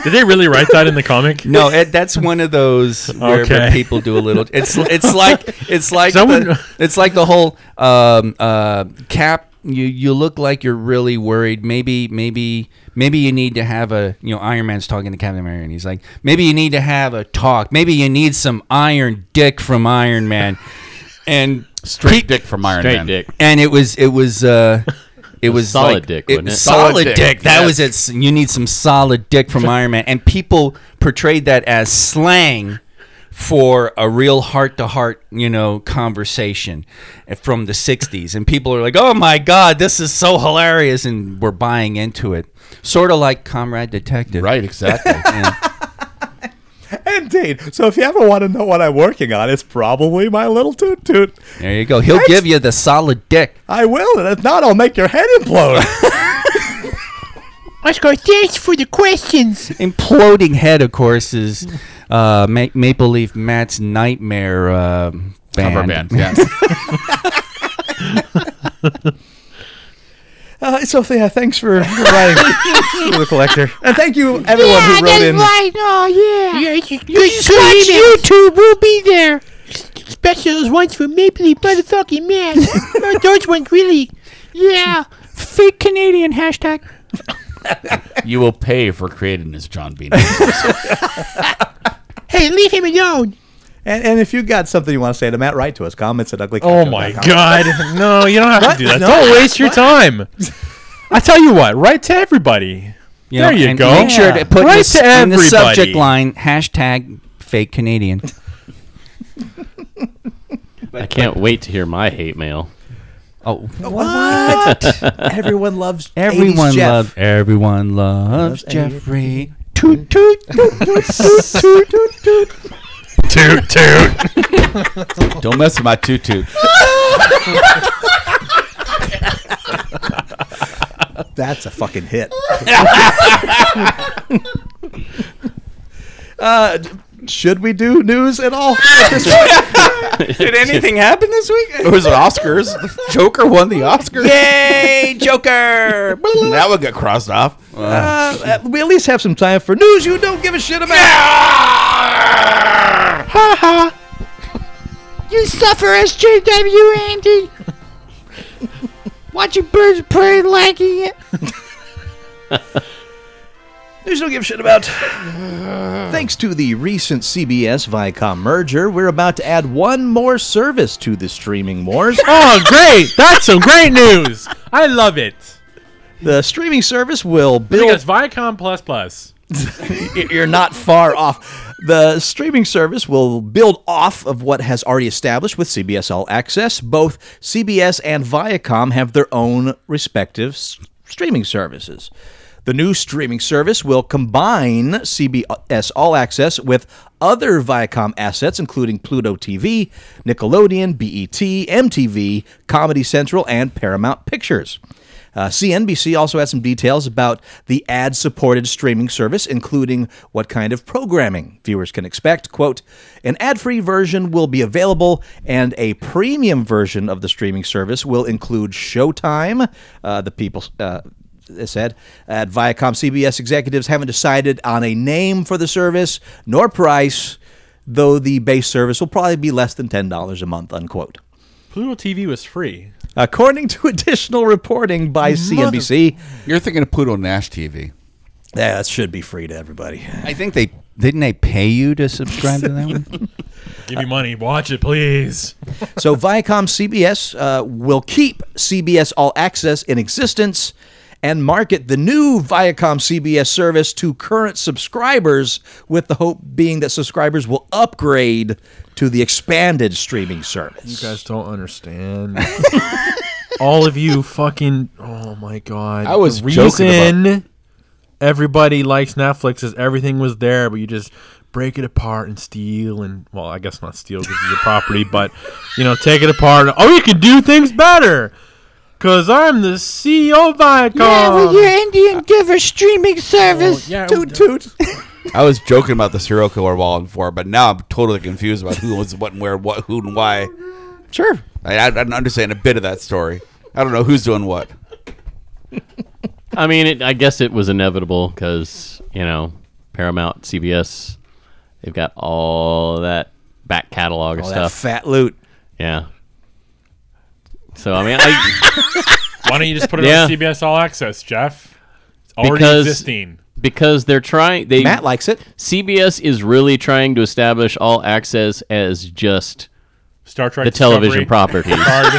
[SPEAKER 6] Did they really write that in the comic?
[SPEAKER 5] no, it, that's one of those where
[SPEAKER 6] Okay.
[SPEAKER 5] where people do a little. It's it's like it's like
[SPEAKER 6] Someone-
[SPEAKER 5] the, it's like the whole um, uh, cap. You you look like you're really worried. Maybe maybe maybe you need to have a you know Iron Man's talking to Captain America. and He's like maybe you need to have a talk. Maybe you need some Iron Dick from Iron Man, and
[SPEAKER 4] Straight dick from Iron
[SPEAKER 3] Straight
[SPEAKER 4] Man.
[SPEAKER 3] dick.
[SPEAKER 5] and it was it was uh it was
[SPEAKER 3] solid
[SPEAKER 5] like-
[SPEAKER 3] dick,
[SPEAKER 5] it-
[SPEAKER 3] wasn't it?
[SPEAKER 5] Solid,
[SPEAKER 4] Solid
[SPEAKER 5] dick.
[SPEAKER 4] dick,
[SPEAKER 5] That
[SPEAKER 4] yes.
[SPEAKER 5] was it. S- You need some solid dick from Iron Man, and people portrayed that as slang for a real heart-to-heart, you know, conversation from the '60s. And people are like, "Oh my God, this is so hilarious," and we're buying into it. Sort of like Comrade Detective,
[SPEAKER 4] Right, exactly.
[SPEAKER 5] And-
[SPEAKER 2] Indeed. So if you ever want to know what I'm working on, it's probably my little toot toot.
[SPEAKER 5] there you go. He'll
[SPEAKER 2] That's-
[SPEAKER 5] give you the solid dick.
[SPEAKER 2] I will. And if not, I'll make your head implode.
[SPEAKER 7] Oscar, thanks for the questions.
[SPEAKER 5] Imploding head, of course, is uh, Ma- Maple Leaf Matt's nightmare uh, band.
[SPEAKER 4] Cover band. Yeah.
[SPEAKER 2] uh, so yeah, thanks for writing to the collector. And thank you, everyone
[SPEAKER 7] yeah,
[SPEAKER 2] who wrote
[SPEAKER 7] that's
[SPEAKER 2] in.
[SPEAKER 7] right. Oh, yeah. Yeah, it's good,
[SPEAKER 10] just
[SPEAKER 7] good
[SPEAKER 10] watch
[SPEAKER 7] emails. YouTube. We'll be there. Specials ones for Maple Leaf motherfucking man. Oh, Those ones really. Yeah. Fake Canadian hashtag.
[SPEAKER 4] you will pay for creating this John Bean.
[SPEAKER 7] Hey, leave him alone.
[SPEAKER 2] And, and if you got something you want to say to Matt, write to us. Comments at ugly.
[SPEAKER 6] Oh my god. No, you don't have to do that. Don't waste your time. I tell you what, write to everybody.
[SPEAKER 5] You
[SPEAKER 6] there
[SPEAKER 5] know,
[SPEAKER 6] you
[SPEAKER 5] and
[SPEAKER 6] go.
[SPEAKER 5] Make sure to put in
[SPEAKER 6] Write
[SPEAKER 5] the s-
[SPEAKER 6] to
[SPEAKER 5] in the subject
[SPEAKER 6] everybody.
[SPEAKER 5] line hashtag fake Canadian.
[SPEAKER 3] I can't wait to hear my hate mail.
[SPEAKER 5] Oh,
[SPEAKER 2] What? everyone loves 80s
[SPEAKER 5] everyone
[SPEAKER 2] Jeff.
[SPEAKER 5] loves everyone loves Jeffrey.
[SPEAKER 10] Toot toot toot toot toot toot toot toot.
[SPEAKER 6] Toot toot.
[SPEAKER 4] Don't mess with my tutu.
[SPEAKER 2] That's a fucking hit. uh, should we do news at all?
[SPEAKER 5] Did anything happen this
[SPEAKER 4] It
[SPEAKER 5] week?
[SPEAKER 4] was an Oscars. Joker won the Oscars.
[SPEAKER 5] Yay, Joker!
[SPEAKER 4] That one got crossed off.
[SPEAKER 2] Uh, we at least have some time for news you don't give a shit about.
[SPEAKER 10] You suffer, SJW Andy. Watching birds of prey lacking it.
[SPEAKER 2] News you don't give a shit about. Thanks to the recent CBS Viacom merger, we're about to add one more service to the streaming wars.
[SPEAKER 6] Oh, great. That's some great news. I love it.
[SPEAKER 2] the streaming service will
[SPEAKER 6] I think
[SPEAKER 2] build
[SPEAKER 6] it's Viacom Plus Plus.
[SPEAKER 2] You're not far off. The streaming service will build off of what has already established with CBS All Access. Both CBS and Viacom have their own respective s- streaming services. The new streaming service will combine CBS All Access with other Viacom assets, including Pluto TV, Nickelodeon, E BET, MTV, Comedy Central, and Paramount Pictures. Uh, CNBC also had some details about the ad supported streaming service, including what kind of programming viewers can expect. Quote An ad free version will be available, and a premium version of the streaming service will include Showtime, uh, the people. Uh, it said at Viacom CBS executives haven't decided on a name for the service nor price, though the base service will probably be less than $10 a month, unquote.
[SPEAKER 6] Pluto TV was free.
[SPEAKER 2] According to additional reporting by CNBC,
[SPEAKER 4] You're thinking of Pluto Nash TV.
[SPEAKER 2] Yeah, that should be free to everybody.
[SPEAKER 5] I think they didn't they pay you to subscribe to that one.
[SPEAKER 6] Give me money. Watch it, please.
[SPEAKER 2] so Viacom CBS uh, will keep CBS All Access in existence and market the new Viacom CBS service to current subscribers, with the hope being that subscribers will upgrade to the expanded streaming service.
[SPEAKER 11] You guys don't understand.
[SPEAKER 6] All of you fucking. Oh my god. I was reason everybody likes Netflix is everything was there, but you just break it apart and steal and well, I guess not steal because it's your property, but you know, take it apart. Oh, you can do things better. Cause I'm the CEO of Viacom.
[SPEAKER 7] Yeah, well, your Indian giver streaming service.
[SPEAKER 6] Oh, yeah, we
[SPEAKER 7] toot toot.
[SPEAKER 4] I was joking about the serial killer wall and four, but now I'm totally confused about who was what and where, what who and why.
[SPEAKER 2] Sure.
[SPEAKER 4] I, I don't understand a bit of that story. I don't know who's doing what.
[SPEAKER 3] I mean, it, I guess it was inevitable because you know Paramount, CBS, they've got all that back catalog of
[SPEAKER 2] All that
[SPEAKER 3] stuff.
[SPEAKER 2] fat loot.
[SPEAKER 3] yeah. So I mean, I,
[SPEAKER 6] Why don't you just put it
[SPEAKER 3] Yeah.
[SPEAKER 6] on CBS All Access, Jeff? It's already
[SPEAKER 3] Because-
[SPEAKER 6] existing.
[SPEAKER 3] because they're trying. They
[SPEAKER 2] Matt likes it.
[SPEAKER 3] CBS is really trying to establish all access as just
[SPEAKER 6] Star Trek
[SPEAKER 3] the television
[SPEAKER 6] Discovery.
[SPEAKER 3] property.
[SPEAKER 6] Card.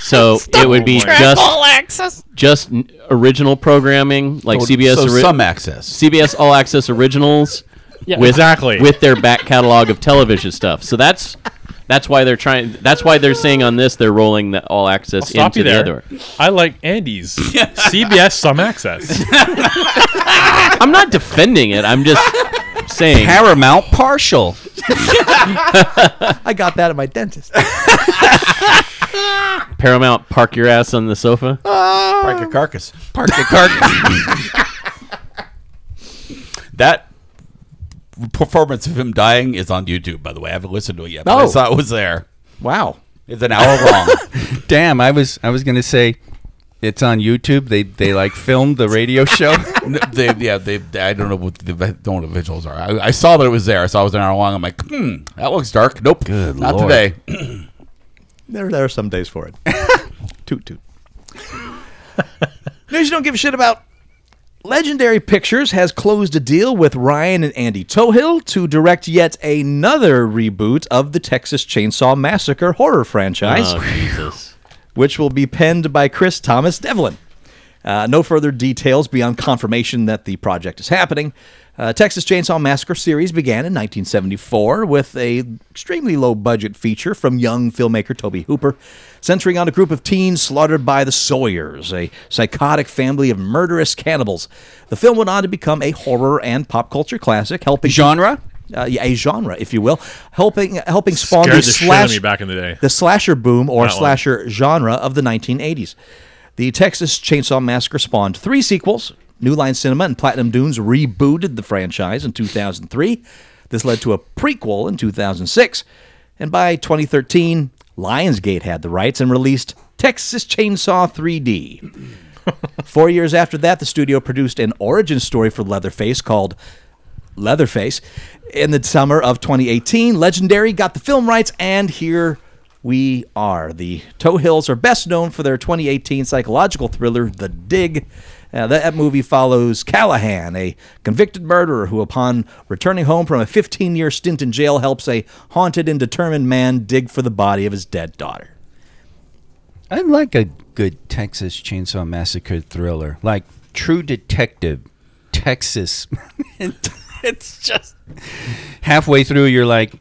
[SPEAKER 3] so it would be
[SPEAKER 6] Trek
[SPEAKER 3] just
[SPEAKER 7] All access.
[SPEAKER 3] just n- original programming like CBS
[SPEAKER 4] so
[SPEAKER 3] ori-
[SPEAKER 4] some access.
[SPEAKER 3] CBS All Access Originals. with,
[SPEAKER 6] exactly.
[SPEAKER 3] With their back catalog of television stuff. So that's that's why they're trying. That's why they're saying on this they're rolling the All Access
[SPEAKER 6] Stop
[SPEAKER 3] into
[SPEAKER 6] you
[SPEAKER 3] the
[SPEAKER 6] there.
[SPEAKER 3] other.
[SPEAKER 6] I like Andy's CBS Some Access.
[SPEAKER 3] I'm not defending it. I'm just saying.
[SPEAKER 5] Paramount partial.
[SPEAKER 2] I got that at my dentist.
[SPEAKER 3] Paramount, park your ass on the sofa.
[SPEAKER 4] Uh, Park your carcass. Park your carcass. that performance of him dying is on YouTube, by the way. I haven't listened to it yet, but I
[SPEAKER 2] Oh.
[SPEAKER 4] saw it was there.
[SPEAKER 2] wow.
[SPEAKER 4] It's an hour long.
[SPEAKER 5] Damn, I was I was gonna say it's on YouTube. They they like filmed the radio show.
[SPEAKER 4] N- they, yeah, they, they- I don't know what the, I don't know what the visuals are. I, I saw that it was there, so I was an hour long. I'm like, hmm, that looks dark. Nope, Good not
[SPEAKER 5] Lord.
[SPEAKER 4] today.
[SPEAKER 2] There, there are some days for it. toot toot. News you don't give a shit about. Legendary Pictures has closed a deal with Ryan and Andy Tohill to direct yet another reboot of the Texas Chainsaw Massacre horror franchise,
[SPEAKER 3] Oh, Jesus.
[SPEAKER 2] which will be penned by Chris Thomas Devlin. Uh, no further details beyond confirmation that the project is happening. Uh, Texas Chainsaw Massacre series began in 1974 with a extremely low budget feature from young filmmaker Toby Hooper, centering on a group of teens slaughtered by the Sawyers, a psychotic family of murderous cannibals. The film went on to become a horror and pop culture classic, helping
[SPEAKER 5] Genre?
[SPEAKER 2] uh, yeah, a genre, if you will, helping helping spawn
[SPEAKER 6] Scared
[SPEAKER 2] the,
[SPEAKER 6] the shit out of
[SPEAKER 2] slash,
[SPEAKER 6] me back in the day.
[SPEAKER 2] the slasher boom or
[SPEAKER 6] That one.
[SPEAKER 2] slasher genre of the 1980s. The Texas Chainsaw Massacre spawned three sequels. New Line Cinema and Platinum Dunes rebooted the franchise in 2003. This led to a prequel in 2006. And by 2013, Lionsgate had the rights and released Texas Chainsaw 3D. Four years after that, the studio produced an origin story for Leatherface called Leatherface. In the summer of 2018, Legendary got the film rights, and here we are. The Toe Hills are best known for their 2018 psychological thriller, The Dig. Uh, that, that movie follows Callahan, a convicted murderer who, upon returning home from a 15 year stint in jail, helps a haunted and determined man dig for the body of his dead daughter.
[SPEAKER 5] I like a good Texas Chainsaw Massacre thriller, like True Detective, t- Texas. it's just halfway through, you're like,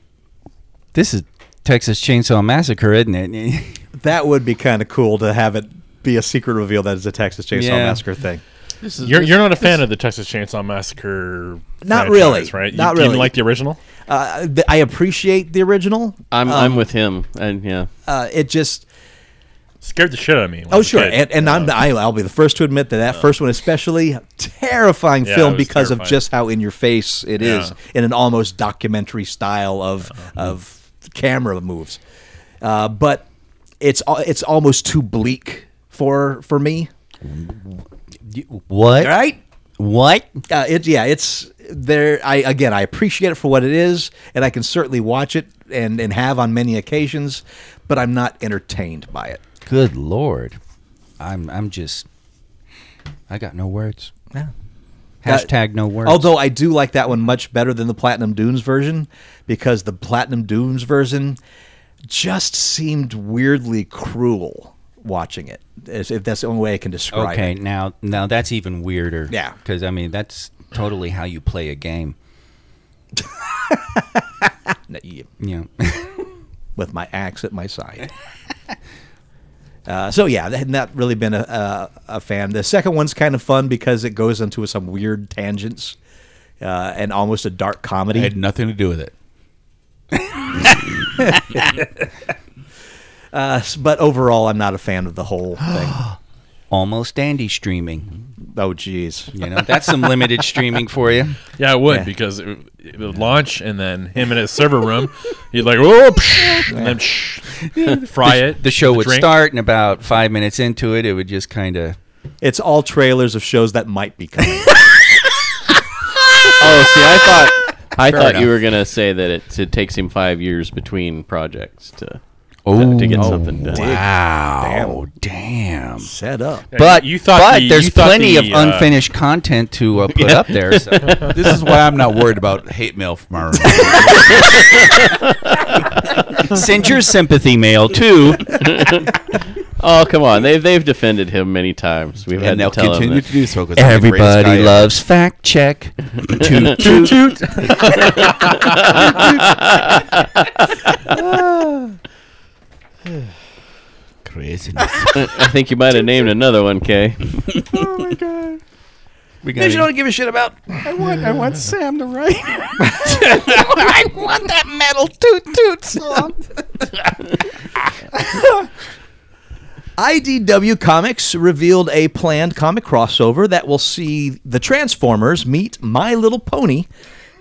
[SPEAKER 5] "This is Texas Chainsaw Massacre, isn't it?"
[SPEAKER 2] That would be kind of cool to have it be a secret reveal that it's a Texas Chainsaw
[SPEAKER 5] Yeah.
[SPEAKER 2] Massacre thing.
[SPEAKER 6] You're, you're not a fan of the Texas Chainsaw Massacre?
[SPEAKER 2] Not
[SPEAKER 6] franchise,
[SPEAKER 2] really.
[SPEAKER 6] right? You
[SPEAKER 2] Not
[SPEAKER 6] didn't
[SPEAKER 2] really.
[SPEAKER 6] like the original.
[SPEAKER 2] Uh, th- I appreciate the original.
[SPEAKER 3] I'm
[SPEAKER 4] um,
[SPEAKER 3] I'm with him, and yeah,
[SPEAKER 2] Uh, it just
[SPEAKER 6] Scared the shit out of me. when I
[SPEAKER 2] oh
[SPEAKER 6] was a
[SPEAKER 2] sure,
[SPEAKER 6] kid.
[SPEAKER 2] and, and I'm I, I'll be the first to admit that that first one, especially terrifying
[SPEAKER 6] Yeah,
[SPEAKER 2] film
[SPEAKER 6] it was
[SPEAKER 2] because of
[SPEAKER 6] terrifying.
[SPEAKER 2] just how in your face it is
[SPEAKER 6] Yeah. Uh-huh.
[SPEAKER 2] in an almost documentary style of of camera moves. Uh, but it's al- it's almost too bleak for for me.
[SPEAKER 5] What?
[SPEAKER 2] Right?
[SPEAKER 5] What?
[SPEAKER 2] uh, it yeah it's there i again i appreciate it for what it is and i can certainly watch it and and have on many occasions but i'm not entertained by it
[SPEAKER 5] Good lord, I'm I'm just I got no words.
[SPEAKER 2] yeah
[SPEAKER 5] Hashtag no words.
[SPEAKER 2] although i do like that one much better than the platinum dunes version because the platinum dunes version just seemed weirdly cruel watching it as if that's the only way i can describe
[SPEAKER 5] okay,
[SPEAKER 2] it
[SPEAKER 5] now now that's even weirder.
[SPEAKER 2] Yeah.
[SPEAKER 5] because I mean that's totally how you play a game.
[SPEAKER 2] That you-
[SPEAKER 5] Yeah.
[SPEAKER 2] with my axe at my side. Uh, so yeah, I had not really been a, a, a fan. The second one's kind of fun because it goes into some weird tangents uh, and almost a dark comedy.
[SPEAKER 4] I had nothing to do with it.
[SPEAKER 2] Uh, but overall, I'm not a fan of the whole thing.
[SPEAKER 5] Almost Andy streaming.
[SPEAKER 2] oh, geez.
[SPEAKER 5] You know, that's some limited streaming for you.
[SPEAKER 6] Yeah, it would
[SPEAKER 2] Yeah.
[SPEAKER 6] because it, it would launch and then him in his server room, he'd like oh, psh, and then psh, fry it.
[SPEAKER 5] The show would
[SPEAKER 6] drink.
[SPEAKER 5] start, and about five minutes into it, it would just kind of.
[SPEAKER 2] It's all trailers of shows that might be coming.
[SPEAKER 3] Oh, see, I thought I thought you were gonna say that it, it takes him five years between projects to to, to get something
[SPEAKER 6] Oh,
[SPEAKER 3] done.
[SPEAKER 5] Wow! Damn.
[SPEAKER 2] Set up.
[SPEAKER 5] But
[SPEAKER 6] you thought
[SPEAKER 5] but
[SPEAKER 6] the-
[SPEAKER 5] there's
[SPEAKER 6] you thought
[SPEAKER 5] plenty of
[SPEAKER 6] the, uh,
[SPEAKER 5] unfinished content to uh, put up there. So.
[SPEAKER 4] This is why I'm not worried about hate mail from our.
[SPEAKER 5] Send your sympathy mail too.
[SPEAKER 3] Oh, come on, they've they've defended him many times. We've had
[SPEAKER 4] and
[SPEAKER 3] to
[SPEAKER 4] they'll
[SPEAKER 3] tell him
[SPEAKER 4] continue
[SPEAKER 3] that.
[SPEAKER 4] to do so. 'cause I'm the greatest guy
[SPEAKER 5] Everybody
[SPEAKER 4] ever.
[SPEAKER 5] loves fact check. toot, toot.
[SPEAKER 4] craziness.
[SPEAKER 3] I think you might have named another one, Kay.
[SPEAKER 5] Oh We got it.
[SPEAKER 2] give a shit about.
[SPEAKER 12] I want, I want Sam to write. I want that metal toot toot song.
[SPEAKER 2] IDW Comics revealed a planned comic crossover that will see the Transformers meet My Little Pony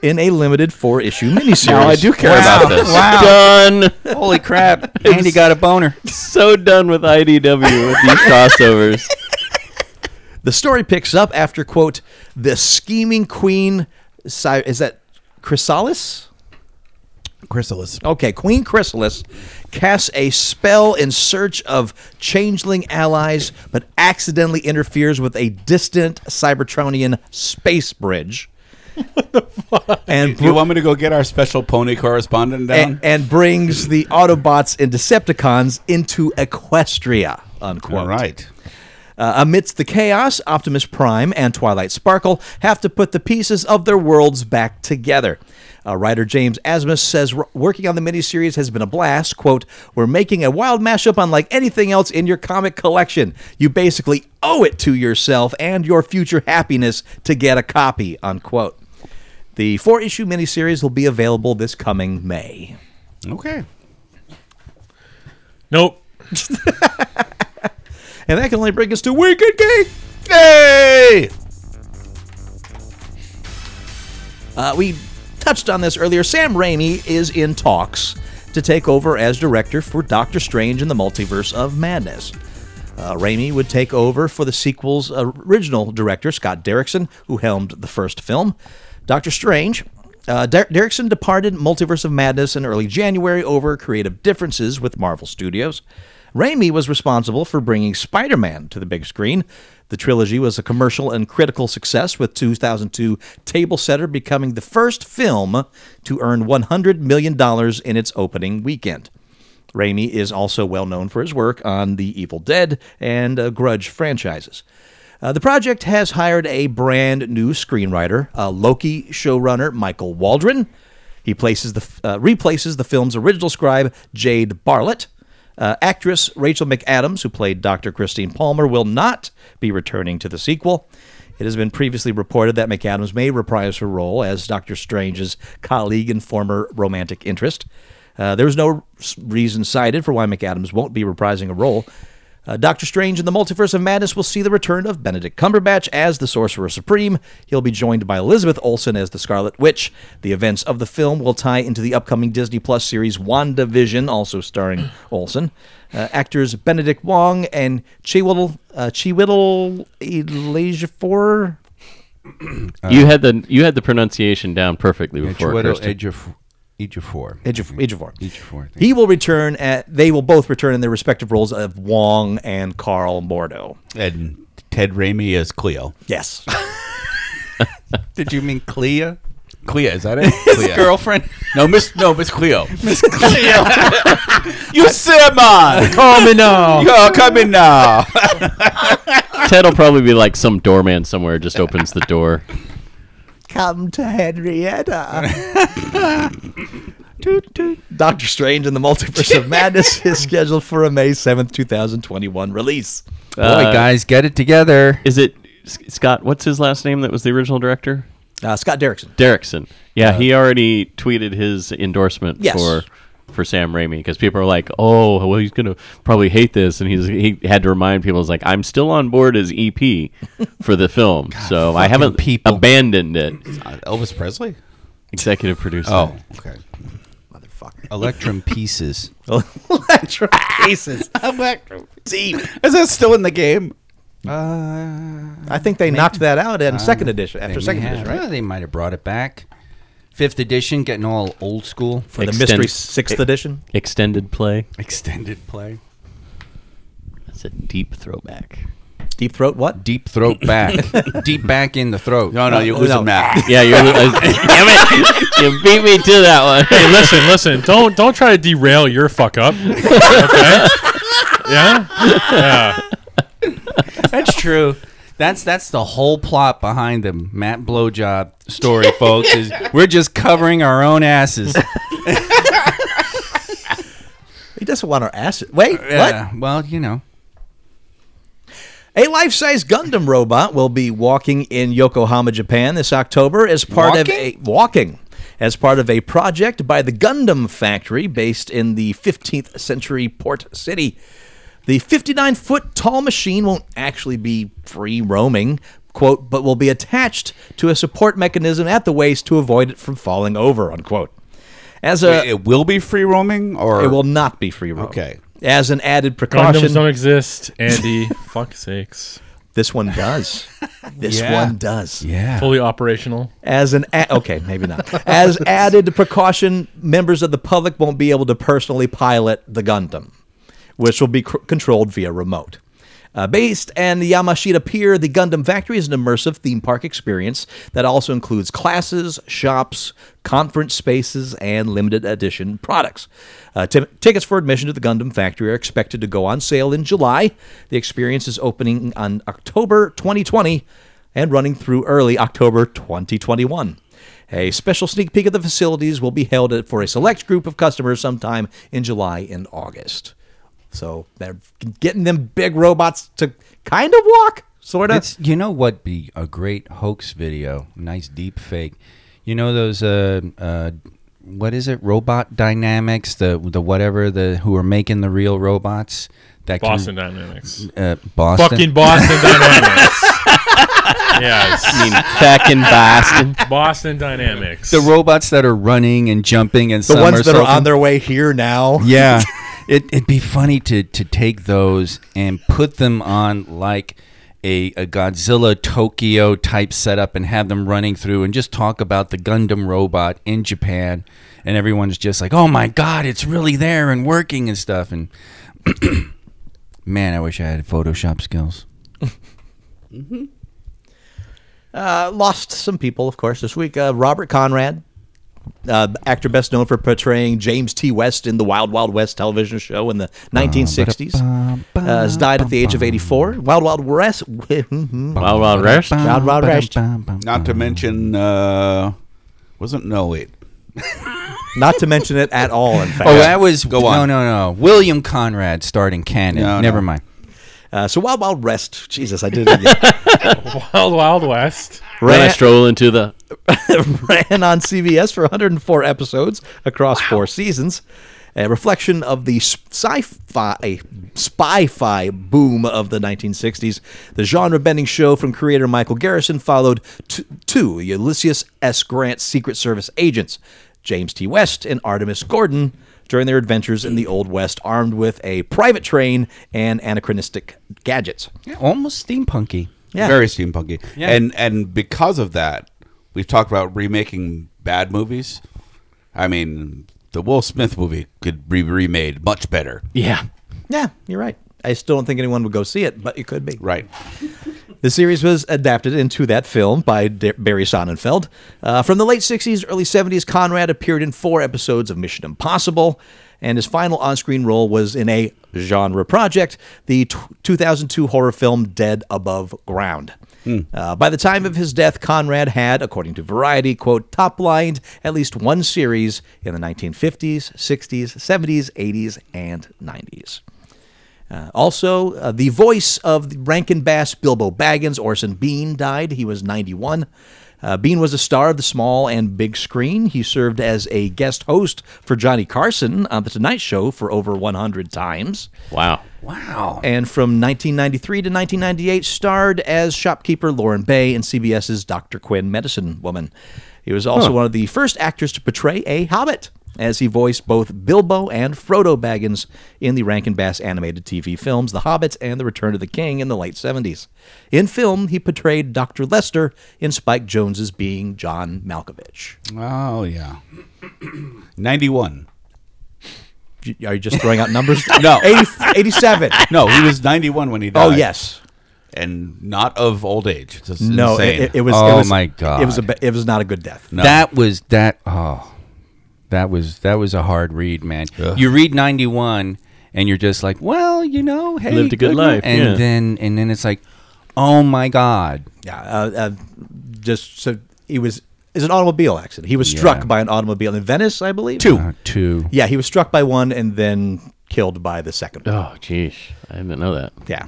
[SPEAKER 2] in a limited four issue miniseries.
[SPEAKER 3] Now I do care about this.
[SPEAKER 5] Wow.
[SPEAKER 3] Done.
[SPEAKER 5] Holy crap! Andy got a boner.
[SPEAKER 3] So done with IDW with these crossovers.
[SPEAKER 2] The story picks up after quote the scheming queen Cy- is that Chrysalis?
[SPEAKER 4] Chrysalis.
[SPEAKER 2] Okay, Queen Chrysalis casts a spell in search of changeling allies, but accidentally interferes with a distant Cybertronian space bridge. And
[SPEAKER 4] Do you want me to go get our special pony correspondent down?
[SPEAKER 2] and, and brings the Autobots and Decepticons into Equestria. Unquote.
[SPEAKER 4] All right.
[SPEAKER 2] Uh, amidst the chaos, Optimus Prime and Twilight Sparkle have to put the pieces of their worlds back together. Uh, writer James Asmus says "R- working on the miniseries has been a blast. "Quote: We're making a wild mashup unlike anything else in your comic collection. You basically owe it to yourself and your future happiness to get a copy." Unquote. The four-issue miniseries will be available this coming May.
[SPEAKER 4] Okay.
[SPEAKER 6] Nope.
[SPEAKER 2] And that can only bring us to Wicked Geek.
[SPEAKER 4] Hey!
[SPEAKER 2] Uh, we touched on this earlier. Sam Raimi is in talks to take over as director for Doctor Strange and the Multiverse of Madness. Uh, Raimi would take over for the sequel's original director, Scott Derrickson, who helmed the first film. Doctor Strange. Uh, Der- Derrickson departed Multiverse of Madness in early January over creative differences with Marvel Studios. Raimi was responsible for bringing Spider Man to the big screen. The trilogy was a commercial and critical success, with 2002 Table Setter becoming the first film to earn $100 million in its opening weekend. Raimi is also well known for his work on the Evil Dead and uh, Grudge franchises. Uh, the project has hired a brand new screenwriter, uh, Loki showrunner Michael Waldron. He places the f- uh, replaces the film's original scribe Jade Barlett. Uh, actress Rachel McAdams, who played Dr. Christine Palmer, will not be returning to the sequel. It has been previously reported that McAdams may reprise her role as Doctor Strange's colleague and former romantic interest. Uh, there's no s- reason cited for why McAdams won't be reprising a role. Uh, Doctor Strange in the Multiverse of Madness will see the return of Benedict Cumberbatch as the Sorcerer Supreme. He'll be joined by Elizabeth Olsen as the Scarlet Witch. The events of the film will tie into the upcoming Disney Plus series WandaVision, also starring Olsen. Uh, actors Benedict Wong and Chiwetel uh, Chiwetel Ejiofor.
[SPEAKER 5] Uh.
[SPEAKER 3] you had the you had the pronunciation down perfectly before.
[SPEAKER 5] Chiwetel
[SPEAKER 3] Kirsten.
[SPEAKER 5] Ejiofor- Ejiofor.
[SPEAKER 2] Ejiofor- Ejiofor.
[SPEAKER 5] Ejiofor, I think.
[SPEAKER 2] He will return at. They will both return in their respective roles of Wong and Carl Mordo.
[SPEAKER 4] And Ted Raimi is Cleo.
[SPEAKER 2] Yes.
[SPEAKER 5] Did you mean Clea?
[SPEAKER 4] Cleo, is that it? Cleo.
[SPEAKER 5] Girlfriend?
[SPEAKER 4] No, Miss no Miss Cleo. Miss Cleo. you Simon. Call me now. Yo, come in now.
[SPEAKER 3] Ted will probably be like some doorman somewhere just opens the door.
[SPEAKER 2] Come to Henrietta. Doctor Strange and the Multiverse of Madness is scheduled for a May 7th, 2021 release.
[SPEAKER 5] Boy, guys, get it together.
[SPEAKER 3] Is it S- Scott? What's his last name? That was the original director.
[SPEAKER 2] Uh, Scott Derrickson.
[SPEAKER 3] Derrickson. Uh, Yeah, he already tweeted his endorsement
[SPEAKER 2] Yes.
[SPEAKER 3] for for Sam Raimi because people are like, "Oh, well, he's gonna probably hate this," and he's he had to remind people, "Is like I'm still on board as EP for the film, so I haven't
[SPEAKER 5] people.
[SPEAKER 3] abandoned it."
[SPEAKER 4] Elvis Presley.
[SPEAKER 3] Executive producer.
[SPEAKER 4] Oh, okay.
[SPEAKER 5] Electrum pieces.
[SPEAKER 2] Electro pieces. Deep. Uh,
[SPEAKER 4] Is that still in the game?
[SPEAKER 2] I think they knocked that out in second edition, after
[SPEAKER 5] They
[SPEAKER 2] second
[SPEAKER 5] may
[SPEAKER 2] edition,
[SPEAKER 5] have-
[SPEAKER 2] right?
[SPEAKER 5] Well, they might have brought it back. Fifth edition, getting all old school.
[SPEAKER 2] For the
[SPEAKER 3] Extend-
[SPEAKER 2] mystery sixth edition.
[SPEAKER 3] Extended play.
[SPEAKER 5] Extended play.
[SPEAKER 3] That's a deep throwback.
[SPEAKER 2] Deep Throat, what?
[SPEAKER 5] Deep throat back. Deep back in the throat.
[SPEAKER 4] No, no, you listen,
[SPEAKER 2] no.
[SPEAKER 4] Matt.
[SPEAKER 3] Yeah, you're. Uh, damn it! You beat me to that one.
[SPEAKER 6] Hey, listen, listen. Don't don't try to derail your fuck up. Okay. Yeah. Yeah.
[SPEAKER 5] That's true. That's that's the whole plot behind the Matt blowjob story, folks. Is we're just covering our own asses.
[SPEAKER 2] He doesn't want our asses. Wait, what?
[SPEAKER 5] Yeah, Well, you know,
[SPEAKER 2] A life-size Gundam robot will be walking in Yokohama, Japan this October as part of a walking as part of a project by the Gundam Factory based in the 15th century port city. The 59 foot tall machine won't actually be free roaming, quote, but will be attached to a support mechanism at the waist to avoid it from falling over, unquote. As a, it,
[SPEAKER 4] it will be free roaming, or
[SPEAKER 2] will not be free roaming.
[SPEAKER 4] uh, Okay.
[SPEAKER 2] As an added
[SPEAKER 6] Condoms don't
[SPEAKER 2] precaution,
[SPEAKER 6] exist, Andy. Fuck sakes.
[SPEAKER 2] this one does. This one does.
[SPEAKER 5] yeah.
[SPEAKER 6] Fully operational.
[SPEAKER 2] As an a- okay, maybe not. As added precaution, members of the public won't be able to personally pilot the Gundam, which will be c- controlled via remote. Uh, based in the Yamashita Pier, the Gundam Factory is an immersive theme park experience that also includes classes, shops, conference spaces, and limited edition products. Uh, ti- tickets for admission to the Gundam Factory are expected to go on sale in July. The experience is opening on October 2020 and running through early October 2021. A special sneak peek of the facilities will be held at- for a select group of customers sometime in July and August. So they're getting them big robots to kind of walk, sort of.
[SPEAKER 5] It's you know what be a great hoax video, nice deep fake. You know those uh, uh, what is it? Robot Dynamics, the the whatever the who are making the real robots that can-
[SPEAKER 6] Boston Dynamics.
[SPEAKER 5] uh, Boston.
[SPEAKER 6] Fucking Boston Dynamics. yes.
[SPEAKER 3] I mean, back in Boston.
[SPEAKER 6] Boston Dynamics.
[SPEAKER 5] the robots that are running and jumping and
[SPEAKER 2] the ones that are on their way here now.
[SPEAKER 5] Yeah, it, it'd be funny to to take those and put them on like a, a Godzilla Tokyo type setup and have them running through and just talk about the Gundam robot in Japan, and everyone's just like, "Oh my God, it's really there and working and stuff." And man, I wish I had Photoshop skills.
[SPEAKER 2] Uh, lost some people, of course, this week. Uh, Robert Conrad uh, actor best known for portraying James T. West in the Wild Wild West television show in the 1960s. Uh, has died at the age of 84. Wild Wild West. hmm,
[SPEAKER 3] Wild Wild Rush.
[SPEAKER 2] Wild Wild West.
[SPEAKER 4] Not to mention, uh, wasn't no wait.
[SPEAKER 2] Not to mention it at all, in fact.
[SPEAKER 5] Oh, that was
[SPEAKER 4] Go on.
[SPEAKER 5] No, no, no. William Conrad starting canon.
[SPEAKER 4] No,
[SPEAKER 5] Never
[SPEAKER 4] no.
[SPEAKER 5] mind.
[SPEAKER 2] Uh, so Wild Wild West. Jesus, I did it again.
[SPEAKER 6] Wild Wild West.
[SPEAKER 3] When I
[SPEAKER 2] Ran-
[SPEAKER 3] stroll into the
[SPEAKER 2] ran on CBS for 104 episodes across four seasons. A reflection of the sci-fi, spy-fi boom of the 1960s, the genre-bending show from creator Michael Garrison followed t- two Ulysses S. Grant Secret Service agents, James T. West and Artemis Gordon, during their adventures in the Old West, armed with a private train and anachronistic gadgets.
[SPEAKER 5] Almost steampunky.
[SPEAKER 2] Yeah.
[SPEAKER 4] Very steampunky. And and because of that, we've talked about remaking bad movies. I mean, the Will Smith movie could be remade much better.
[SPEAKER 3] yeah.
[SPEAKER 2] Yeah, you're right. I still don't think anyone would go see it, but it could be.
[SPEAKER 4] Right.
[SPEAKER 2] The series was adapted into that film by D- Barry Sonnenfeld. Uh, from the late 60s, early 70s, Conrad appeared in four episodes of Mission Impossible, and his final on screen role was in a genre project, the t- 2002 horror film Dead Above Ground. Uh, by the time of his death, Conrad had, according to Variety, quote, top lined at least one series in the 1950s, 60s, 70s, 80s, and 90s. Uh, also, uh, the voice of the Rankin Bass Bilbo Baggins, Orson Bean, died. He was 91. Uh, Bean was a star of the small and big screen. He served as a guest host for Johnny Carson on The Tonight Show for over 100 times.
[SPEAKER 3] Wow.
[SPEAKER 5] Wow.
[SPEAKER 2] And from 1993 to 1998, starred as shopkeeper Lauren Bay in CBS's Dr. Quinn Medicine Woman. He was also one of the first actors to portray a hobbit, as he voiced both Bilbo and Frodo Baggins in the Rankin Bass animated TV films The Hobbit and The Return of the King in the late 70s. In film, he portrayed Dr. Lester in Spike Jones's Being John Malkovich.
[SPEAKER 4] Oh yeah. Ninety one.
[SPEAKER 2] Are you just throwing out numbers?
[SPEAKER 4] No.
[SPEAKER 2] 80, 87.
[SPEAKER 4] No, he was ninety one when he
[SPEAKER 2] Oh,
[SPEAKER 4] died.
[SPEAKER 2] yes.
[SPEAKER 4] And not of old age. It's just
[SPEAKER 2] No,
[SPEAKER 4] insane.
[SPEAKER 2] it, it- it was. it
[SPEAKER 5] Oh,
[SPEAKER 2] was-
[SPEAKER 5] my
[SPEAKER 2] It was a.
[SPEAKER 5] God.
[SPEAKER 2] ba- It was not a good death.
[SPEAKER 5] That was that. Oh, that was that was a hard read, man. You read ninety one, and you're just like, well, you know, hey,
[SPEAKER 3] Lived a good
[SPEAKER 5] one.
[SPEAKER 3] life,
[SPEAKER 5] and
[SPEAKER 3] yeah.
[SPEAKER 5] then and then it's like, oh my god,
[SPEAKER 2] Yeah, uh, uh, just so he was is an automobile accident. He was struck by an automobile in Venice, I believe. Two.
[SPEAKER 5] uh, two.
[SPEAKER 2] Yeah, he was struck by one and then killed by the second. one.
[SPEAKER 3] Oh, jeez. I didn't know that.
[SPEAKER 2] Yeah.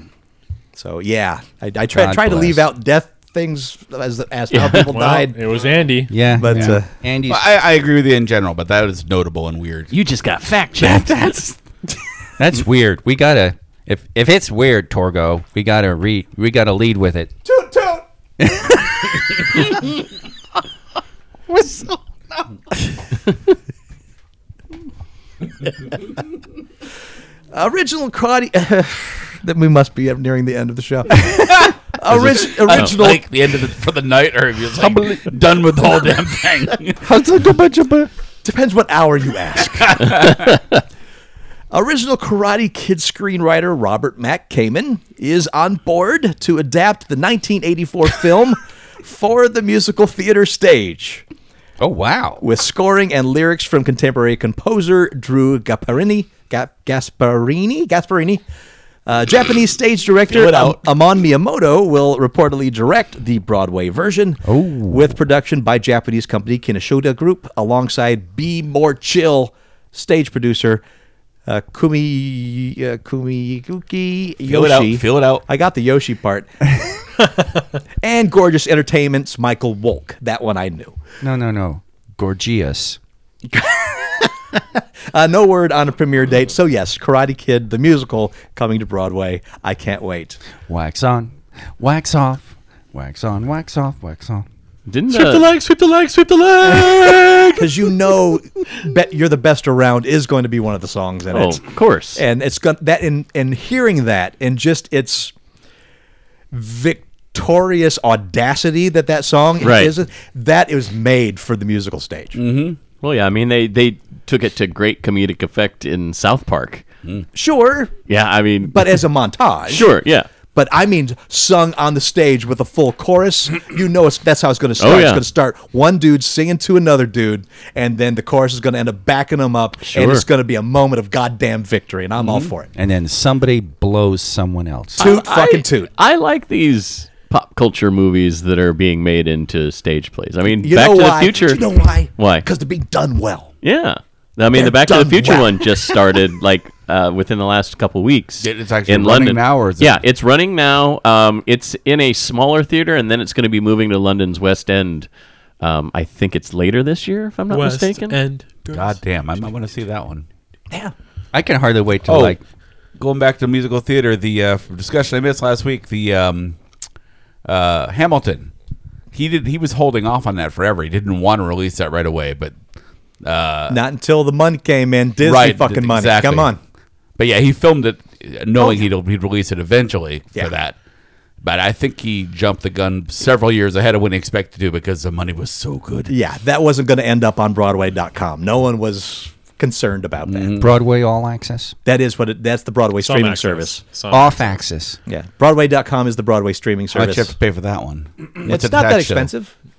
[SPEAKER 2] So yeah, I, I try
[SPEAKER 5] God
[SPEAKER 2] try to
[SPEAKER 5] bless.
[SPEAKER 2] leave out death things as as how people
[SPEAKER 6] Well,
[SPEAKER 2] died.
[SPEAKER 6] it was Andy.
[SPEAKER 5] Yeah,
[SPEAKER 2] But,
[SPEAKER 5] yeah.
[SPEAKER 2] uh,
[SPEAKER 5] Andy's
[SPEAKER 4] Well, I, I agree with you in general, but that is notable and weird.
[SPEAKER 3] You just got fact checked.
[SPEAKER 5] That's that's weird. We gotta if if it's weird, Torgo, we gotta re we gotta lead with it.
[SPEAKER 2] Original Cardi. that we must be nearing the end of the show. Orig- original
[SPEAKER 4] like the end of the, for the night, or if you're like done with the whole damn thing.
[SPEAKER 2] Depends what hour you ask. Original Karate Kid screenwriter Robert Mack Kamen is on board to adapt the 1984 film for the musical theater stage,
[SPEAKER 5] Oh wow.
[SPEAKER 2] with scoring and lyrics from contemporary composer Drew Gasparini. Ga- Gasparini? Gasparini? Uh, Japanese stage director Am- Amon Miyamoto will reportedly direct the Broadway version
[SPEAKER 4] Oh.
[SPEAKER 2] with production by Japanese company Kineshoda Group alongside Be More Chill stage producer uh, Kumi uh, Kumiyuki Yoshi.
[SPEAKER 4] it out, feel it out.
[SPEAKER 2] I got the Yoshi part. and Gorgeous Entertainment's Michael Wolk. That one I knew.
[SPEAKER 5] No no no. Gorgias.
[SPEAKER 2] Uh, no word on a premiere date. So, yes, Karate Kid, the musical, coming to Broadway. I can't wait.
[SPEAKER 5] Wax on, wax off, wax on, wax off, wax on.
[SPEAKER 3] Didn't
[SPEAKER 6] Sweep the
[SPEAKER 3] uh,
[SPEAKER 6] leg, sweep the leg, sweep the leg.
[SPEAKER 2] Because you know, bet you're the best around is going to be one of the songs in
[SPEAKER 3] Oh,
[SPEAKER 2] it.
[SPEAKER 3] of course.
[SPEAKER 2] And it's got that, and, and hearing that, and just its victorious audacity that that song
[SPEAKER 3] Right. Mm-hmm.
[SPEAKER 2] is, that is made for the musical stage.
[SPEAKER 3] Well, yeah, I mean they they took it to great comedic effect in South Park.
[SPEAKER 4] Mm-hmm.
[SPEAKER 2] Sure,
[SPEAKER 3] Yeah, I mean
[SPEAKER 2] but as a montage.
[SPEAKER 3] sure, yeah.
[SPEAKER 2] but I mean sung on the stage with a full chorus. You know, it's, that's how it's going to
[SPEAKER 3] Oh,
[SPEAKER 2] start. It's
[SPEAKER 3] yeah.
[SPEAKER 2] going to start one dude singing to another dude, and then the chorus is going to end up backing them up, and
[SPEAKER 3] Sure. Mm-hmm.
[SPEAKER 2] it's going to be a moment of goddamn victory, and I'm all for it.
[SPEAKER 5] And then somebody blows someone else.
[SPEAKER 2] Toot
[SPEAKER 3] I,
[SPEAKER 2] fucking toot.
[SPEAKER 3] I like these pop culture movies that are being made into stage plays. I mean,
[SPEAKER 2] You
[SPEAKER 3] Back
[SPEAKER 2] know
[SPEAKER 3] to
[SPEAKER 2] why?
[SPEAKER 3] the Future.
[SPEAKER 2] You know why?
[SPEAKER 3] Why?
[SPEAKER 2] Because they're being done well.
[SPEAKER 3] Yeah. I mean,
[SPEAKER 2] They're
[SPEAKER 3] the Back to the
[SPEAKER 2] done
[SPEAKER 3] Future
[SPEAKER 2] well.
[SPEAKER 3] one just started like uh, within the last couple weeks.
[SPEAKER 4] It- it's actually
[SPEAKER 3] in
[SPEAKER 4] running
[SPEAKER 3] London.
[SPEAKER 4] now, or is it-
[SPEAKER 3] yeah, it's running now. Um, it's in a smaller theater, and then it's going to be moving to London's West End. Um, I think it's later this year, if I'm not
[SPEAKER 6] West
[SPEAKER 3] mistaken.
[SPEAKER 6] End. Girls.
[SPEAKER 4] God damn, I might want to see that one.
[SPEAKER 5] I can hardly wait to
[SPEAKER 4] Oh,
[SPEAKER 5] like.
[SPEAKER 4] going back to musical theater, the uh, discussion I missed last week, the um, uh, Hamilton. He did. He was holding off on that forever. He didn't want to release that right away, but
[SPEAKER 3] Uh,
[SPEAKER 2] Not until the money came in, Disney
[SPEAKER 4] right,
[SPEAKER 2] fucking money.
[SPEAKER 4] exactly.
[SPEAKER 2] Come on.
[SPEAKER 4] But yeah, he filmed it uh, knowing he'd, he'd release it eventually
[SPEAKER 2] Yeah.
[SPEAKER 4] for that. But I think he jumped the gun several years ahead of when he expected to because the money was so good.
[SPEAKER 2] Yeah, that wasn't going to end up on Broadway.com. No one was concerned about that.
[SPEAKER 3] Mm-hmm.
[SPEAKER 5] Broadway All Access?
[SPEAKER 2] That is what it, that's the Broadway
[SPEAKER 6] Some
[SPEAKER 2] streaming
[SPEAKER 6] access.
[SPEAKER 2] service.
[SPEAKER 6] Some.
[SPEAKER 5] Off Access.
[SPEAKER 2] Yeah, Broadway.com is the Broadway streaming
[SPEAKER 4] How much
[SPEAKER 2] service.
[SPEAKER 4] you have to pay for that one?
[SPEAKER 2] it's
[SPEAKER 4] What's
[SPEAKER 2] not that
[SPEAKER 4] attached to it?
[SPEAKER 2] expensive.
[SPEAKER 4] Is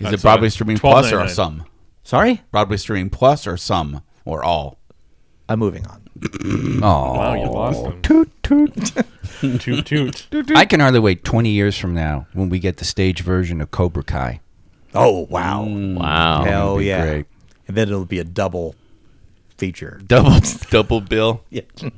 [SPEAKER 6] That's
[SPEAKER 4] it Broadway
[SPEAKER 6] a
[SPEAKER 4] Streaming Plus or
[SPEAKER 6] $12.99.
[SPEAKER 4] some?
[SPEAKER 2] Sorry,
[SPEAKER 4] Broadway Streaming Plus or some or all?
[SPEAKER 2] I'm moving on.
[SPEAKER 6] Wow,
[SPEAKER 5] Oh,
[SPEAKER 6] you lost him.
[SPEAKER 5] toot toot.
[SPEAKER 6] toot toot.
[SPEAKER 5] I can hardly wait 20 years from now when we get the stage version of Cobra Kai.
[SPEAKER 2] Oh wow,
[SPEAKER 6] Mm.
[SPEAKER 3] Wow.
[SPEAKER 5] that'd
[SPEAKER 2] hell
[SPEAKER 5] be
[SPEAKER 2] yeah!
[SPEAKER 5] great.
[SPEAKER 2] And then it'll be a double feature.
[SPEAKER 4] Double double bill.
[SPEAKER 2] Yeah. no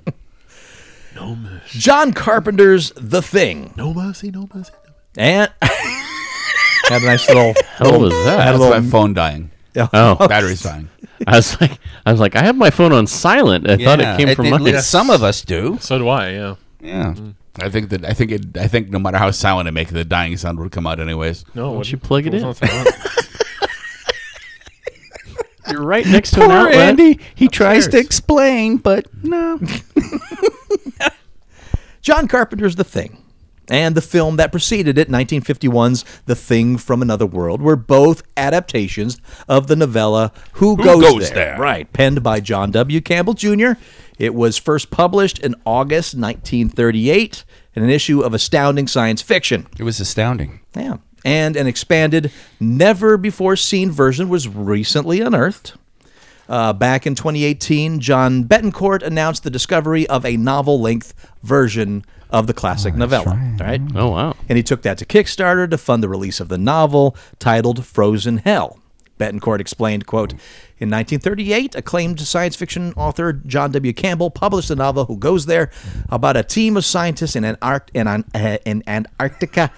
[SPEAKER 2] mercy. John Carpenter's The Thing.
[SPEAKER 6] No mercy, no mercy.
[SPEAKER 2] And had a nice little.
[SPEAKER 3] What was
[SPEAKER 4] That's
[SPEAKER 3] that?
[SPEAKER 4] my phone dying.
[SPEAKER 3] Oh,
[SPEAKER 4] Battery's dying.
[SPEAKER 3] I was like, I was like, I have my phone on silent. I thought it came from
[SPEAKER 5] at
[SPEAKER 3] mine.
[SPEAKER 5] least Some of us do.
[SPEAKER 6] So do I, yeah.
[SPEAKER 5] Yeah.
[SPEAKER 4] I think that I think it, I think no matter how silent I make it, the dying sound would come out anyways.
[SPEAKER 6] No,
[SPEAKER 3] Why
[SPEAKER 6] what
[SPEAKER 3] don't you plug it
[SPEAKER 6] was
[SPEAKER 3] in?
[SPEAKER 6] on silent?
[SPEAKER 3] You're right next to an
[SPEAKER 5] Poor
[SPEAKER 3] outlet.
[SPEAKER 5] Andy. He tries to
[SPEAKER 3] Upstairs.
[SPEAKER 5] explain, but no.
[SPEAKER 2] John Carpenter's The Thing and the film that preceded it, 1951's The Thing from Another World, were both adaptations of the novella Who, Goes,
[SPEAKER 4] Goes
[SPEAKER 2] there?
[SPEAKER 4] There?
[SPEAKER 2] Right, penned by John W. Campbell Jr. It was first published in August 1938 in an issue of Astounding Science Fiction.
[SPEAKER 5] It was astounding.
[SPEAKER 2] Yeah. And an expanded, never before seen version was recently unearthed. Uh, back in 2018, John Betancourt announced the discovery of a novel length version of the classic novella. Right.
[SPEAKER 3] Oh wow.
[SPEAKER 2] And he took that to Kickstarter to fund the release of the novel titled Frozen Hell. Betancourt explained, quote, in 1938, acclaimed science fiction author John W. Campbell published the novel Who Goes There about a team of scientists in, Antarct- in, An- uh, in Antarctica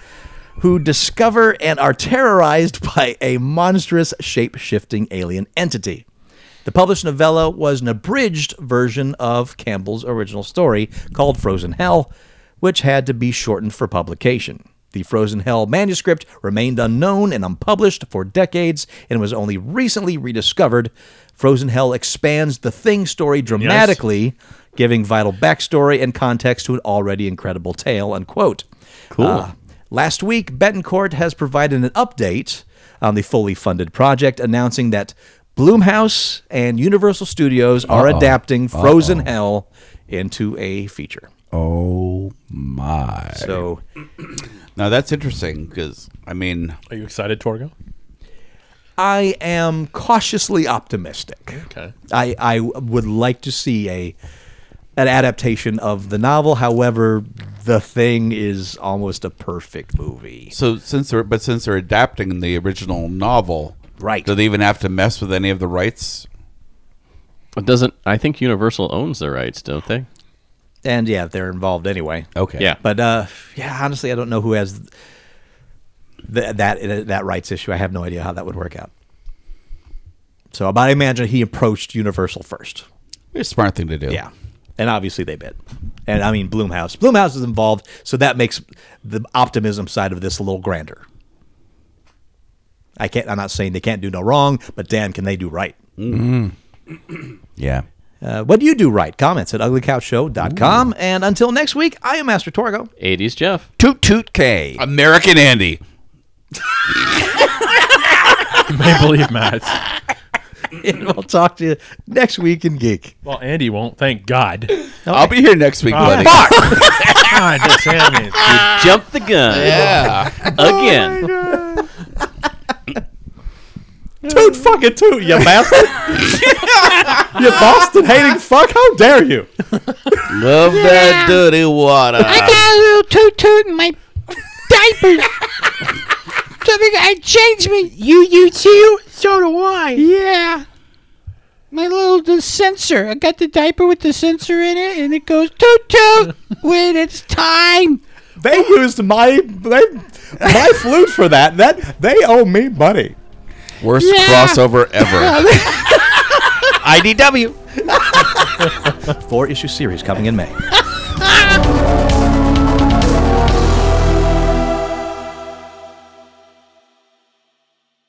[SPEAKER 2] who discover and are terrorized by a monstrous shape shifting alien entity. The published novella was an abridged version of Campbell's original story called Frozen Hell, which had to be shortened for publication. The Frozen Hell manuscript remained unknown and unpublished for decades and was only recently rediscovered. Frozen Hell expands the Thing story dramatically, giving vital backstory and context to an already incredible tale, unquote. Cool. last week, Betancourt has provided an update on the fully funded project, announcing that Bloomhouse and Universal Studios are adapting Frozen Hell into a feature.
[SPEAKER 5] Oh my.
[SPEAKER 2] So
[SPEAKER 4] Now that's interesting because I mean,
[SPEAKER 6] Are you excited, Torgo?
[SPEAKER 2] I am cautiously optimistic.
[SPEAKER 6] Okay.
[SPEAKER 2] I, I would like to see a an adaptation of the novel. However, the thing is almost a perfect movie.
[SPEAKER 4] so since they're but since they're adapting the original novel,
[SPEAKER 2] Right.
[SPEAKER 4] Do they even have to mess with any of the rights?
[SPEAKER 3] It doesn't. I think Universal owns the rights, don't they?
[SPEAKER 2] And yeah, they're involved anyway.
[SPEAKER 4] Okay.
[SPEAKER 3] Yeah.
[SPEAKER 2] But uh, yeah, honestly, I don't know who has th- that uh, that rights issue. I have no idea how that would work out. So, but I imagine he approached Universal first.
[SPEAKER 4] it's a smart thing to do.
[SPEAKER 2] Yeah, and obviously they bid, and I mean Bloomhouse. Bloomhouse is involved, so that makes the optimism side of this a little grander. I can't. I'm not saying they can't do no wrong, but damn, can they do right?
[SPEAKER 5] Yeah.
[SPEAKER 2] Uh, what do you do right? Comments at uglycouchshow.com. And until next week, I am Master Torgo.
[SPEAKER 3] 80s Jeff.
[SPEAKER 5] Toot Toot K.
[SPEAKER 4] American Andy.
[SPEAKER 6] Maple Leaf Matt.
[SPEAKER 2] and we'll talk to you next week in Geek.
[SPEAKER 6] Well, Andy won't, thank God.
[SPEAKER 2] Oh,
[SPEAKER 4] I'll be here next week, buddy.
[SPEAKER 6] God damn it. dude.
[SPEAKER 5] Ah!
[SPEAKER 3] Jump the gun. Yeah.
[SPEAKER 5] Oh,
[SPEAKER 3] Again.
[SPEAKER 2] Toot fucking toot, you bastard. you Boston hating fuck. How dare you?
[SPEAKER 4] Love that dirty water.
[SPEAKER 7] I got a little toot toot in my diaper. Something I changed me. You you too?
[SPEAKER 9] So do I.
[SPEAKER 7] Yeah. My little the sensor. I got the diaper with the sensor in it, and it goes toot toot when it's time.
[SPEAKER 2] They used my they, my flute for that. That they owe me money.
[SPEAKER 4] Worst
[SPEAKER 7] Yeah.
[SPEAKER 4] crossover ever. IDW.
[SPEAKER 2] Four issue series coming in May.